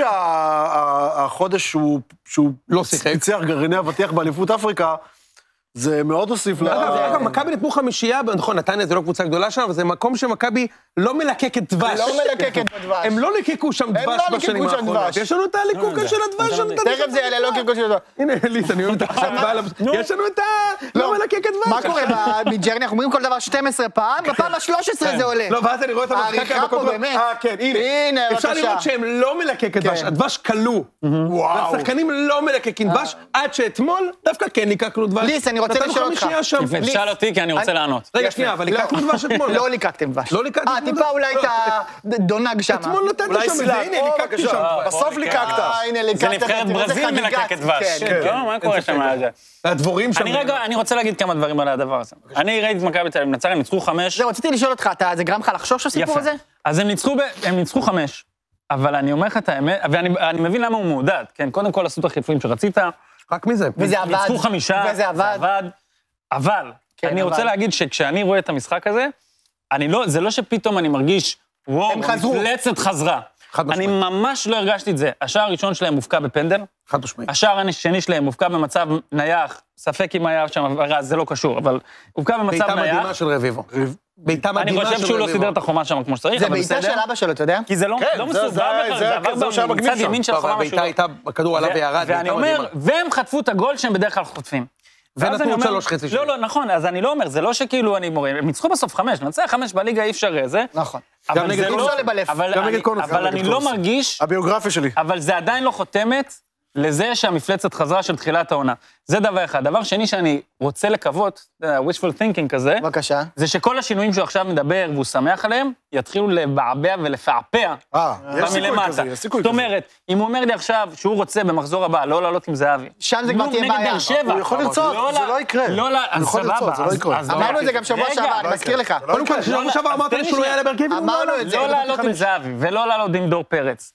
[SPEAKER 5] שהחודש שהוא שהוא
[SPEAKER 3] לא שיחק.
[SPEAKER 5] ניצח גרעיני אבטיח באליפות אפריקה, זה מאוד הוסיף ל...
[SPEAKER 3] אגב,
[SPEAKER 2] אה.
[SPEAKER 3] אגב, מכבי נתנו חמישייה, נכון, נתניה זה לא קבוצה גדולה שם, אבל זה מקום שמכבי לא מלקקת דבש.
[SPEAKER 2] לא מלקקת בדבש.
[SPEAKER 3] הם לא ליקקו שם
[SPEAKER 2] הם לא
[SPEAKER 3] דבש
[SPEAKER 2] ליקקו
[SPEAKER 3] בשנים
[SPEAKER 2] שם
[SPEAKER 3] האחרונות.
[SPEAKER 2] דבש.
[SPEAKER 3] יש לנו את הליקוקה של הדבש, יש לנו את הדבש.
[SPEAKER 2] תכף זה יעלה, לא קרקוש של דבר.
[SPEAKER 3] הנה, אליס, אני אוהב את עכשיו בעל... המ- יש לנו את ה... לא מלקקת דבש.
[SPEAKER 2] מה קורה ב- בג'רני? אנחנו אומרים כל דבר 12 פעם, בפעם ה-13 זה עולה.
[SPEAKER 3] לא, ואז אני רואה את המשחק
[SPEAKER 2] העריכה פה
[SPEAKER 3] בקונטרול.
[SPEAKER 2] באמת.
[SPEAKER 3] אה, כן, הנה.
[SPEAKER 2] הנה,
[SPEAKER 3] אפשר
[SPEAKER 2] בבקשה.
[SPEAKER 3] לראות שהם לא מלקק דבש,
[SPEAKER 2] כן.
[SPEAKER 3] הדבש כלוא. וואו. והשחקנים לא מלקקים דבש, עד שאתמול דווקא כן ליקקנו דבש.
[SPEAKER 2] אה. ליס, אני רוצה לשאול אותך.
[SPEAKER 3] נתנו חמישייה שם.
[SPEAKER 4] יפה, שאל אותי, כי אני רוצה
[SPEAKER 2] אני-
[SPEAKER 4] לענות.
[SPEAKER 3] רגע,
[SPEAKER 2] יפה.
[SPEAKER 3] שנייה, אבל
[SPEAKER 2] לא.
[SPEAKER 3] ליקקנו דבש אתמול.
[SPEAKER 2] לא ליקקתם דבש.
[SPEAKER 3] לא ליקקנו
[SPEAKER 2] אה,
[SPEAKER 3] דבש.
[SPEAKER 2] טיפה אולי
[SPEAKER 3] לא.
[SPEAKER 2] את הדונג שם.
[SPEAKER 3] אתמול נתת
[SPEAKER 5] אולי
[SPEAKER 3] שם,
[SPEAKER 5] סילק.
[SPEAKER 3] והנה,
[SPEAKER 5] או,
[SPEAKER 3] ליקקתי
[SPEAKER 5] בבקשה.
[SPEAKER 3] שם. דבש.
[SPEAKER 5] בסוף ליקקת.
[SPEAKER 2] אה, הנה, ליקקת.
[SPEAKER 4] כן. זה
[SPEAKER 2] תראה,
[SPEAKER 4] נבחרת
[SPEAKER 2] זה
[SPEAKER 4] ברזיל
[SPEAKER 2] חגיגת.
[SPEAKER 4] מלקקת דבש.
[SPEAKER 2] כן,
[SPEAKER 4] לא, מה קורה שם?
[SPEAKER 3] והדבורים שם.
[SPEAKER 4] אני רגע, אני רוצה להגיד כמה דברים על הדבר הזה. אני ראיתי את מכבי תל אביב נצחת, הם ניצחו חמש.
[SPEAKER 2] זהו, רציתי לשאול אותך, אתה- זה גרם לך לחשוש הסיפור הזה?
[SPEAKER 4] אז הם ניצחו, ב- הם ניצחו חמש, אבל אני אומר לך את האמת, ואני אני מבין למה הוא מעודד, כן? קודם כל עשו את החילופים שרצית,
[SPEAKER 3] רק מי זה?
[SPEAKER 2] וזה עבד.
[SPEAKER 4] ניצחו חמישה,
[SPEAKER 2] וזה עבד.
[SPEAKER 4] אבל,
[SPEAKER 2] כן,
[SPEAKER 4] אני
[SPEAKER 2] אבל.
[SPEAKER 4] רוצה להגיד שכשאני רואה את המשחק הזה, אני לא, זה לא שפתאום אני מרגיש, וואו,
[SPEAKER 2] הם חזרו."
[SPEAKER 4] המפלצת חזרה.
[SPEAKER 3] חד
[SPEAKER 4] אני
[SPEAKER 3] משמעית.
[SPEAKER 4] ממש לא הרגשתי את זה. השער הראשון שלהם הופקע בפנדל,
[SPEAKER 3] חד משמעית.
[SPEAKER 4] השער השני שלהם הופקע במצב נייח, ספק אם היה שם עבירה, זה לא קשור, אבל הופקע במצב
[SPEAKER 3] בעיטה
[SPEAKER 4] נייח.
[SPEAKER 3] מדהימה של רביבו. בעיטה מדהימה של
[SPEAKER 4] אני
[SPEAKER 3] רביבו.
[SPEAKER 4] חושב שהוא לא סידר את החומה שם כמו שצריך,
[SPEAKER 2] זה
[SPEAKER 4] אבל
[SPEAKER 2] בעיטה
[SPEAKER 4] בסדר.
[SPEAKER 2] של אבא שלו, אתה יודע?
[SPEAKER 4] כי זה לא,
[SPEAKER 5] כן,
[SPEAKER 4] לא
[SPEAKER 5] זה-
[SPEAKER 4] מסובב
[SPEAKER 5] זה-
[SPEAKER 4] בכלל,
[SPEAKER 5] זה-
[SPEAKER 4] זה
[SPEAKER 5] זה מה שהיה
[SPEAKER 4] עבר
[SPEAKER 5] מגניב
[SPEAKER 4] מצד
[SPEAKER 5] שם.
[SPEAKER 4] ימין של
[SPEAKER 3] לא,
[SPEAKER 4] החומה
[SPEAKER 3] אבל
[SPEAKER 4] משהו.
[SPEAKER 3] הבעיטה הייתה, הכדור עלה וירד,
[SPEAKER 4] ואני
[SPEAKER 3] בעיטה
[SPEAKER 4] אומר,
[SPEAKER 3] מדהימה.
[SPEAKER 4] והם חטפו את הגול שהם בדרך כלל חוטפים. ואז
[SPEAKER 3] ונתנו
[SPEAKER 4] אני
[SPEAKER 3] עוד
[SPEAKER 4] אומר-
[SPEAKER 3] שלוש חצי שנים.
[SPEAKER 4] לא, לא, נכון, אז אני לא אומר, זה לא שכאילו אני מורה, הם ניצחו בסוף חמש, לנצח חמש בליגה אי אפשר אה, זה.
[SPEAKER 2] נכון.
[SPEAKER 4] אבל
[SPEAKER 3] גם
[SPEAKER 4] זה
[SPEAKER 3] נגד
[SPEAKER 4] לא-
[SPEAKER 3] קורנפלד.
[SPEAKER 2] לבלף.
[SPEAKER 4] אבל
[SPEAKER 3] גם
[SPEAKER 4] אני-
[SPEAKER 3] נגד קורנפלד, גם
[SPEAKER 4] אבל
[SPEAKER 3] נגד
[SPEAKER 4] אני לא
[SPEAKER 3] קורנפלד.
[SPEAKER 4] מרגיש,
[SPEAKER 5] הביוגרפיה שלי.
[SPEAKER 4] אבל זה עדיין לא חותמת לזה שהמפלצת חזרה של תחילת העונה. זה דבר אחד. דבר שני שאני רוצה לקוות, אתה יודע, wishful thinking כזה,
[SPEAKER 2] בבקשה.
[SPEAKER 4] זה שכל השינויים שהוא עכשיו מדבר והוא שמח עליהם, יתחילו לבעבע ולפעפע
[SPEAKER 5] אה, יש סיכוי
[SPEAKER 4] במלמטה.
[SPEAKER 5] כזה, יש סיכוי
[SPEAKER 4] זאת
[SPEAKER 5] כזה.
[SPEAKER 4] אומרת, אם הוא אומר לי עכשיו שהוא רוצה במחזור הבא לא לעלות עם זהבי.
[SPEAKER 2] שם זה כבר
[SPEAKER 4] נו,
[SPEAKER 2] תהיה בעיה.
[SPEAKER 4] נגד באר שבע.
[SPEAKER 5] הוא יכול לרצות,
[SPEAKER 4] לא
[SPEAKER 5] זה
[SPEAKER 4] ל-
[SPEAKER 5] לא יקרה.
[SPEAKER 4] לא, ל-
[SPEAKER 5] הוא
[SPEAKER 4] אז
[SPEAKER 5] יכול
[SPEAKER 4] סבבה.
[SPEAKER 5] לרצות, זה לא
[SPEAKER 4] אז-
[SPEAKER 5] יקרה.
[SPEAKER 4] אז
[SPEAKER 2] אמרנו את זה
[SPEAKER 4] אוקיי.
[SPEAKER 2] גם שבוע
[SPEAKER 4] רגע,
[SPEAKER 2] שעבר,
[SPEAKER 4] לא
[SPEAKER 2] אני מזכיר לך.
[SPEAKER 3] קודם כל, שבוע שעבר אמרת
[SPEAKER 4] תן
[SPEAKER 3] לי
[SPEAKER 4] לי
[SPEAKER 3] שהוא לא
[SPEAKER 4] שנייה.
[SPEAKER 3] יעלה בהרכב. והוא לא
[SPEAKER 2] אמרנו
[SPEAKER 3] עלה.
[SPEAKER 2] את זה.
[SPEAKER 4] לא לעלות עם זהבי ולא לעלות עם דור פרץ.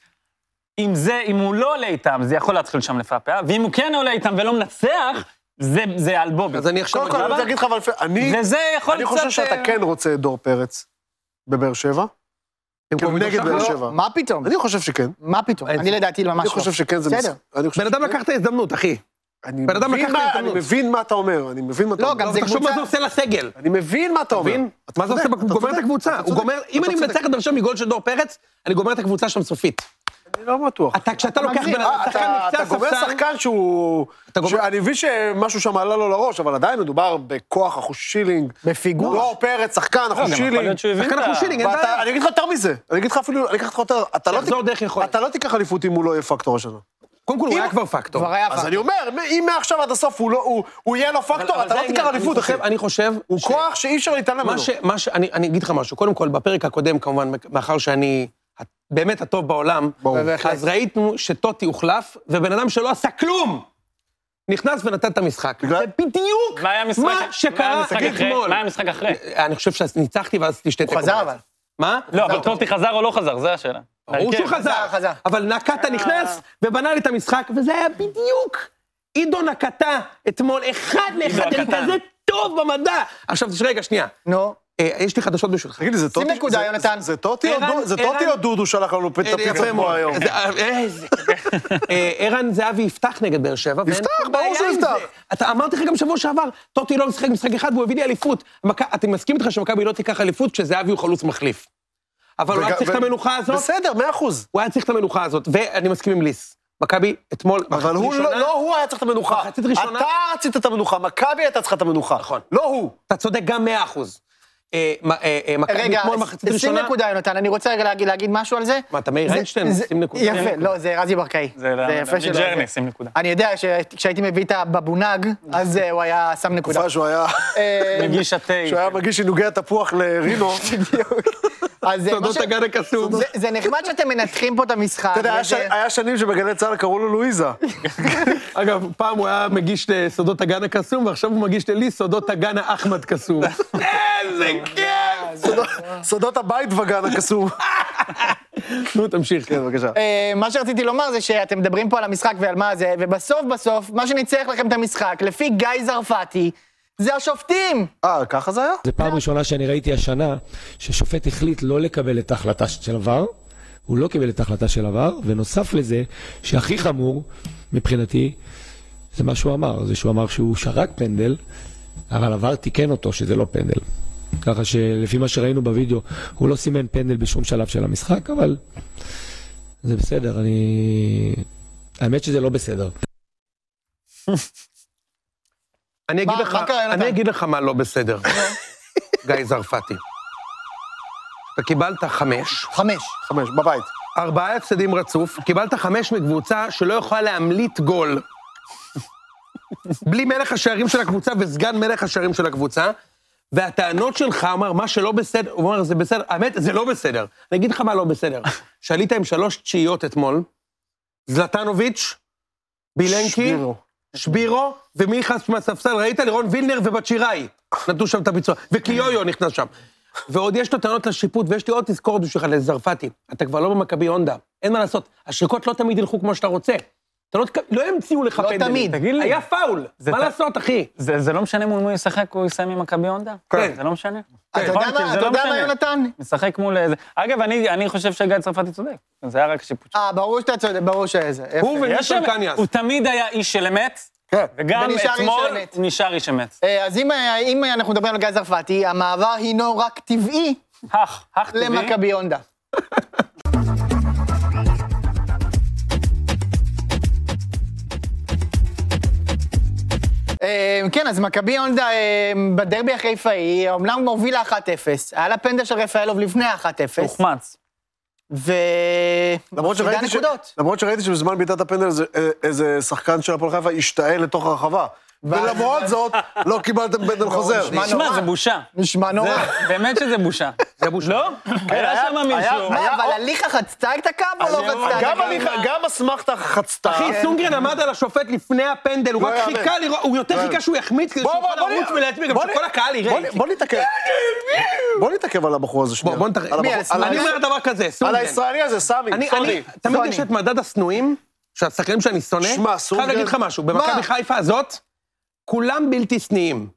[SPEAKER 4] אם זה, אם הוא לא עולה איתם, זה יכול להתחיל שם לפעפע, ואם הוא כן עולה איתם ולא מנצח, זה- זה על בובי.
[SPEAKER 3] אז אני עכשיו...
[SPEAKER 5] קודם כל, אני רוצה להגיד לך, אבל לפ- אני
[SPEAKER 4] וזה יכול
[SPEAKER 5] אני
[SPEAKER 4] קצת...
[SPEAKER 5] חושב שאתה
[SPEAKER 4] אה,
[SPEAKER 5] כן רוצה את דור פרץ בבאר שבע. כאילו, נגד
[SPEAKER 3] לא.
[SPEAKER 5] באר שבע.
[SPEAKER 2] מה פתאום?
[SPEAKER 5] אני חושב שכן.
[SPEAKER 2] מה פתאום? אני לדעתי ממש לא.
[SPEAKER 5] אני חושב שכן זה...
[SPEAKER 2] בסדר.
[SPEAKER 5] מס- אני חושב
[SPEAKER 3] בן אדם
[SPEAKER 5] שכן.
[SPEAKER 3] לקח את ההזדמנות, אחי.
[SPEAKER 5] אני
[SPEAKER 3] בן אדם
[SPEAKER 5] מבין
[SPEAKER 3] לקח את
[SPEAKER 5] מה-
[SPEAKER 3] ההזדמנות.
[SPEAKER 5] אני מבין מה אתה אומר, אני מבין מה אתה
[SPEAKER 2] לא,
[SPEAKER 5] אומר.
[SPEAKER 2] גם זה
[SPEAKER 3] תחשוב מה זה
[SPEAKER 2] קבוצה...
[SPEAKER 3] עושה לסגל.
[SPEAKER 5] אני מבין מה אתה אומר.
[SPEAKER 3] מבין?
[SPEAKER 5] אתה
[SPEAKER 3] מה זה עושה?
[SPEAKER 5] צודק, אתה
[SPEAKER 3] הוא גומר את
[SPEAKER 5] צודק,
[SPEAKER 3] הקבוצה.
[SPEAKER 5] אתה
[SPEAKER 3] הוא
[SPEAKER 5] צודק,
[SPEAKER 3] גומר, אם
[SPEAKER 5] אתה
[SPEAKER 3] אני
[SPEAKER 5] צודק.
[SPEAKER 3] מנצח את באר שבע מגול של דור פרץ, אני גומר את הקבוצה שם סופית.
[SPEAKER 5] אני לא בטוח.
[SPEAKER 3] אתה, כשאתה לוקח בן אדם,
[SPEAKER 5] אה, אתה-
[SPEAKER 3] שחקן מקצה
[SPEAKER 5] אתה גומר
[SPEAKER 3] הספסל,
[SPEAKER 5] שחקן שהוא...
[SPEAKER 3] אתה גומר-
[SPEAKER 5] שאני מבין שמשהו שם עלה לו לראש, אבל עדיין מדובר בכוח אחושילינג.
[SPEAKER 2] בפיגור.
[SPEAKER 5] דור פרץ, שחקן
[SPEAKER 4] לא, גם יכול
[SPEAKER 5] אחושילינג.
[SPEAKER 4] להיות שהוא הבין
[SPEAKER 3] שחקן
[SPEAKER 4] את ה-
[SPEAKER 3] אחושילינג, אין
[SPEAKER 5] ואתה-
[SPEAKER 3] בעיה.
[SPEAKER 5] אני אגיד לך יותר מזה, אני אגיד לך אפילו, אני אגיד לך יותר, אתה לא
[SPEAKER 3] תחזור
[SPEAKER 5] תיק-
[SPEAKER 3] דרך יכולת.
[SPEAKER 5] אתה לא תיקח אליפות אם הוא לא יהיה פקטור השנה.
[SPEAKER 3] קודם כל, הוא
[SPEAKER 5] אם-
[SPEAKER 3] היה כבר פקטור.
[SPEAKER 2] כבר היה
[SPEAKER 5] אז
[SPEAKER 2] פעם.
[SPEAKER 5] אני אומר, אם מעכשיו עד הסוף הוא לא- הוא- הוא יהיה לו
[SPEAKER 3] אבל-
[SPEAKER 5] פקטור,
[SPEAKER 3] אבל
[SPEAKER 5] אתה
[SPEAKER 3] זה
[SPEAKER 5] לא תיקח
[SPEAKER 3] העניין,
[SPEAKER 5] אליפות,
[SPEAKER 3] אני
[SPEAKER 5] אחי.
[SPEAKER 3] חושב- אני חושב...
[SPEAKER 5] הוא
[SPEAKER 3] ש-
[SPEAKER 5] כוח שאי אפשר להתעלם
[SPEAKER 3] מה
[SPEAKER 5] ממנו.
[SPEAKER 3] ש... מה ש... אני, אני אגיד לך משהו. קודם כל, בפרק הקודם, כמובן, מאחר שאני ה- באמת הטוב בעולם,
[SPEAKER 5] ברור.
[SPEAKER 3] אז ראיתנו שטוטי הוחלף, ובן אדם שלא עשה כלום, נכנס ונתן את המשחק.
[SPEAKER 5] בגלל-
[SPEAKER 3] זה בדיוק
[SPEAKER 4] מה היה המשחק- מה היה
[SPEAKER 3] מה שקרה
[SPEAKER 4] המשחק אחרי?
[SPEAKER 3] אתמול.
[SPEAKER 4] מה היה המשחק אחרי?
[SPEAKER 3] אני חושב שניצחתי ואז תשתה תיקו.
[SPEAKER 2] הוא חזר אבל.
[SPEAKER 3] מה?
[SPEAKER 5] אה,
[SPEAKER 4] לא, אבל טוטי חזר או לא חזר, זו השאלה.
[SPEAKER 3] ברור שהוא
[SPEAKER 4] כן.
[SPEAKER 3] חזר,
[SPEAKER 2] חזר, חזר.
[SPEAKER 3] אבל נקטה נכנס ובנה לי את המשחק, וזה היה בדיוק עידו נקטה אתמול, אחד לאחד, אני
[SPEAKER 4] הקטן.
[SPEAKER 3] כזה טוב במדע. עכשיו, תשמע, רגע, שנייה,
[SPEAKER 2] נו.
[SPEAKER 3] אה, יש לי חדשות בשבילך.
[SPEAKER 5] תגיד לי, זה טוטי?
[SPEAKER 2] נקודה,
[SPEAKER 5] זה-
[SPEAKER 2] יונתן.
[SPEAKER 5] זה טוטי או
[SPEAKER 3] ערן-
[SPEAKER 5] דו- זה
[SPEAKER 3] ערן-
[SPEAKER 5] טוטי או דודו שלח לנו את
[SPEAKER 3] אה,
[SPEAKER 5] הפיצה פה היום?
[SPEAKER 3] זה- אה, איזה- אה, ערן זהבי יפתח נגד באר שבע. ואין
[SPEAKER 5] יפתח,
[SPEAKER 3] שום
[SPEAKER 5] ברור
[SPEAKER 3] בעיה
[SPEAKER 5] שהוא
[SPEAKER 3] עם
[SPEAKER 5] יפתח.
[SPEAKER 3] זה. אתה אמרתי לך גם שבוע שעבר, טוטי לא משחק משחק אחד והוא הביא לי אליפות. מכ- אני מסכים איתך שמכבי לא תיקח אליפות כשזהבי הוא חלוץ מחליף. אבל הוא היה
[SPEAKER 5] וג-
[SPEAKER 3] צריך את
[SPEAKER 5] ו-
[SPEAKER 3] המנוחה הזאת,
[SPEAKER 5] בסדר, מאה אחוז.
[SPEAKER 3] הוא היה צריך את המנוחה הזאת, ואני מסכים עם ליס. מכבי אתמול,
[SPEAKER 5] אבל הוא, לא, לא הוא היה צריך את המנוחה.
[SPEAKER 3] מחצית ראשונה-
[SPEAKER 5] אתה רצית את המנוחה, מכבי הייתה צריכה את המנוחה.
[SPEAKER 3] נכון.
[SPEAKER 5] לא הוא.
[SPEAKER 3] אתה צודק גם 100 אחוז. אה, מה, אה, אה, מכבי
[SPEAKER 2] רגע,
[SPEAKER 3] אתמול מחצית
[SPEAKER 2] 20
[SPEAKER 3] ראשונה...
[SPEAKER 2] נקודה, יונתן, אני רוצה רגע להגיד- להגיד משהו על זה.
[SPEAKER 3] מה, אתה מאיר
[SPEAKER 2] זה-
[SPEAKER 3] איינשטיין?
[SPEAKER 2] זה-
[SPEAKER 3] 20 נקודה.
[SPEAKER 2] יפה, לא, זה רזי ברקאי.
[SPEAKER 4] זה
[SPEAKER 2] יפה שלא...
[SPEAKER 4] ג'רני, שים נקודה.
[SPEAKER 2] אני יודע שכשהייתי מביא את הבבונג, אז אה, הוא היה שם נקודה.
[SPEAKER 5] תקופה שהוא היה,
[SPEAKER 2] אה,
[SPEAKER 4] מגיש התה.
[SPEAKER 5] שהוא היה מגיש עינוגי התפוח לרינו.
[SPEAKER 2] אז אה, מה
[SPEAKER 3] תודות
[SPEAKER 2] ש-
[SPEAKER 3] הגן הקסום.
[SPEAKER 2] זה- זה נחמד שאתם מנתחים פה את המשחק.
[SPEAKER 5] אתה יודע, היה
[SPEAKER 2] וזה-
[SPEAKER 5] ש- היה שנים שבגלי צה"ל קראו לו לואיזה.
[SPEAKER 3] אגב, פעם הוא היה מגיש לסודות הגן הקסום, ועכשיו הוא מגיש לי סודות הגן האחמד קסום. איזה כיף!
[SPEAKER 5] סודות- סודות הבית וגן הקסום.
[SPEAKER 3] נו, תמשיך.
[SPEAKER 5] כן, בבקשה.
[SPEAKER 2] אה, מה שרציתי לומר זה שאתם מדברים פה על המשחק ועל מה זה, ובסוף בסוף, מה שניצח לכם את המשחק, לפי גיא זרפתי, זה השופטים!
[SPEAKER 5] אה, ככה זה היה?
[SPEAKER 7] זו פעם ראשונה שאני ראיתי השנה ששופט החליט לא לקבל את ההחלטה של עבר, הוא לא קיבל את ההחלטה של עבר, ונוסף לזה, שהכי חמור מבחינתי, זה מה שהוא אמר, זה שהוא אמר שהוא שרק פנדל, אבל עבר תיקן אותו שזה לא פנדל. ככה שלפי מה שראינו בווידאו, הוא לא סימן פנדל בשום שלב של המשחק, אבל זה בסדר, אני... האמת שזה לא בסדר.
[SPEAKER 3] אני אגיד
[SPEAKER 2] מה-
[SPEAKER 3] לך,
[SPEAKER 2] מה קרה, יונתן?
[SPEAKER 3] אני אגיד לך מה לא בסדר, גיא זרפתי. אתה קיבלת חמש,
[SPEAKER 2] חמש.
[SPEAKER 5] חמש, בבית.
[SPEAKER 3] ארבעה הפסדים רצוף, קיבלת חמש מקבוצה שלא יכולה להמליט גול. בלי מלך השערים של הקבוצה וסגן מלך השערים של הקבוצה. והטענות שלך, אמר, מה שלא בסדר, הוא אמר, זה בסדר, האמת, זה לא בסדר. אני אגיד לך מה לא בסדר. שעלית עם שלוש תשיעיות אתמול, זלטנוביץ', בילנקי,
[SPEAKER 5] שבירו.
[SPEAKER 3] שבירו, ומי נכנס מהספסל? ראית? לירון וילנר ובת שיראי. נתנו שם את הביצוע. וקיויו נכנס שם. ועוד יש לו טענות לשיפוט, ויש לי עוד תזכורת בשבילך לזרפתי. אתה כבר לא במכבי הונדה, אין מה לעשות. השריקות לא תמיד ילכו כמו שאתה רוצה. אתה לא, תק- לא המציאו לך
[SPEAKER 2] לא
[SPEAKER 3] פנדלים.
[SPEAKER 2] תמיד.
[SPEAKER 4] תגיד לי.
[SPEAKER 3] היה פאול,
[SPEAKER 4] זה
[SPEAKER 3] מה
[SPEAKER 4] ת-
[SPEAKER 3] לעשות, אחי?
[SPEAKER 4] זה זה לא משנה מול מי הוא ישחק, הוא יסיים עם מכבי הונדה?
[SPEAKER 3] כן.
[SPEAKER 4] זה לא משנה.
[SPEAKER 2] אתה יודע
[SPEAKER 4] נכון, כי
[SPEAKER 2] מה,
[SPEAKER 4] זה
[SPEAKER 2] אתה
[SPEAKER 4] לא
[SPEAKER 2] יודע מה,
[SPEAKER 4] משנה.
[SPEAKER 2] יונתן?
[SPEAKER 4] משחק מול איזה... אגב, אני אני חושב שגיא צרפתי צודק. זה היה רק שיפוט.
[SPEAKER 2] אה, ברור שאתה צודק, ברור שזה. יפה.
[SPEAKER 3] הוא
[SPEAKER 4] יש שם-
[SPEAKER 3] וניסן קניאס.
[SPEAKER 4] הוא תמיד היה איש של אמת,
[SPEAKER 5] כן.
[SPEAKER 4] וגם
[SPEAKER 2] ונשאר איש
[SPEAKER 4] אתמול
[SPEAKER 2] של אמת.
[SPEAKER 4] הוא נשאר איש אמת.
[SPEAKER 2] אה, אז אם, אה, אם אנחנו מדברים על גיא זרפתי, המעבר הינו רק טבעי
[SPEAKER 4] הך, הך טבעי.
[SPEAKER 2] למכבי הונדה. אה, כן, אז מכבי הונדה אה, בדרבי החיפאי, אומנם הובילה 1-0, היה לה פנדל של רפאלוב לפני ה-1-0,
[SPEAKER 4] הוחמץ.
[SPEAKER 2] ו...
[SPEAKER 5] למרות שראיתי, ש...
[SPEAKER 2] נקודות.
[SPEAKER 5] למרות שראיתי שבזמן בעיטת הפנדל איזה, איזה שחקן של הפועל חיפה השתעל לתוך הרחבה. ולמרות זאת, לא קיבלתם פנדל חוזר.
[SPEAKER 2] נשמע
[SPEAKER 4] שמע,
[SPEAKER 2] נורא.
[SPEAKER 4] זה בושה.
[SPEAKER 2] נשמע נורא. כן,
[SPEAKER 4] זה- באמת שזה בושה.
[SPEAKER 3] זה בושה.
[SPEAKER 4] לא? היה שם מישהו.
[SPEAKER 2] מה, אבל הליכה חצתה את הקו או לא חצתה את הקו?
[SPEAKER 5] גם אני- גם אסמכתה חצתה.
[SPEAKER 3] אחי, סונגרן עמד על השופט לפני הפנדל, הוא
[SPEAKER 5] לא
[SPEAKER 3] רק
[SPEAKER 5] יאמן. לא
[SPEAKER 3] חיכה לראות, הוא יותר חיכה שהוא יחמיץ כדי שהוא
[SPEAKER 5] בוא,
[SPEAKER 3] יוכל
[SPEAKER 5] בוא, בוא
[SPEAKER 3] לרוץ
[SPEAKER 5] נ-
[SPEAKER 3] ולהצביע, גם
[SPEAKER 5] בוא נ-
[SPEAKER 3] שכל הקהל יראה.
[SPEAKER 5] בוא- בוא נתעכב. בוא נתעכב על הבחור הזה שנייה.
[SPEAKER 3] בוא, בוא נתראה.
[SPEAKER 5] על
[SPEAKER 2] מי,
[SPEAKER 5] הבחור-
[SPEAKER 2] על
[SPEAKER 5] על
[SPEAKER 2] סמי?
[SPEAKER 3] אני
[SPEAKER 5] ה-
[SPEAKER 3] אומר דבר כזה,
[SPEAKER 5] על
[SPEAKER 3] סונגרן.
[SPEAKER 5] הישראלי הזה, סמי,
[SPEAKER 3] אני,
[SPEAKER 5] סוני.
[SPEAKER 3] אני, תמיד יש
[SPEAKER 2] סוני.
[SPEAKER 3] את מדד השנואים, שהשחקנים שאני שונא,
[SPEAKER 5] שמע, סונגרן-
[SPEAKER 3] חייב להגיד לך משהו, במכבי חיפה הזאת, כולם בלתי שנאים.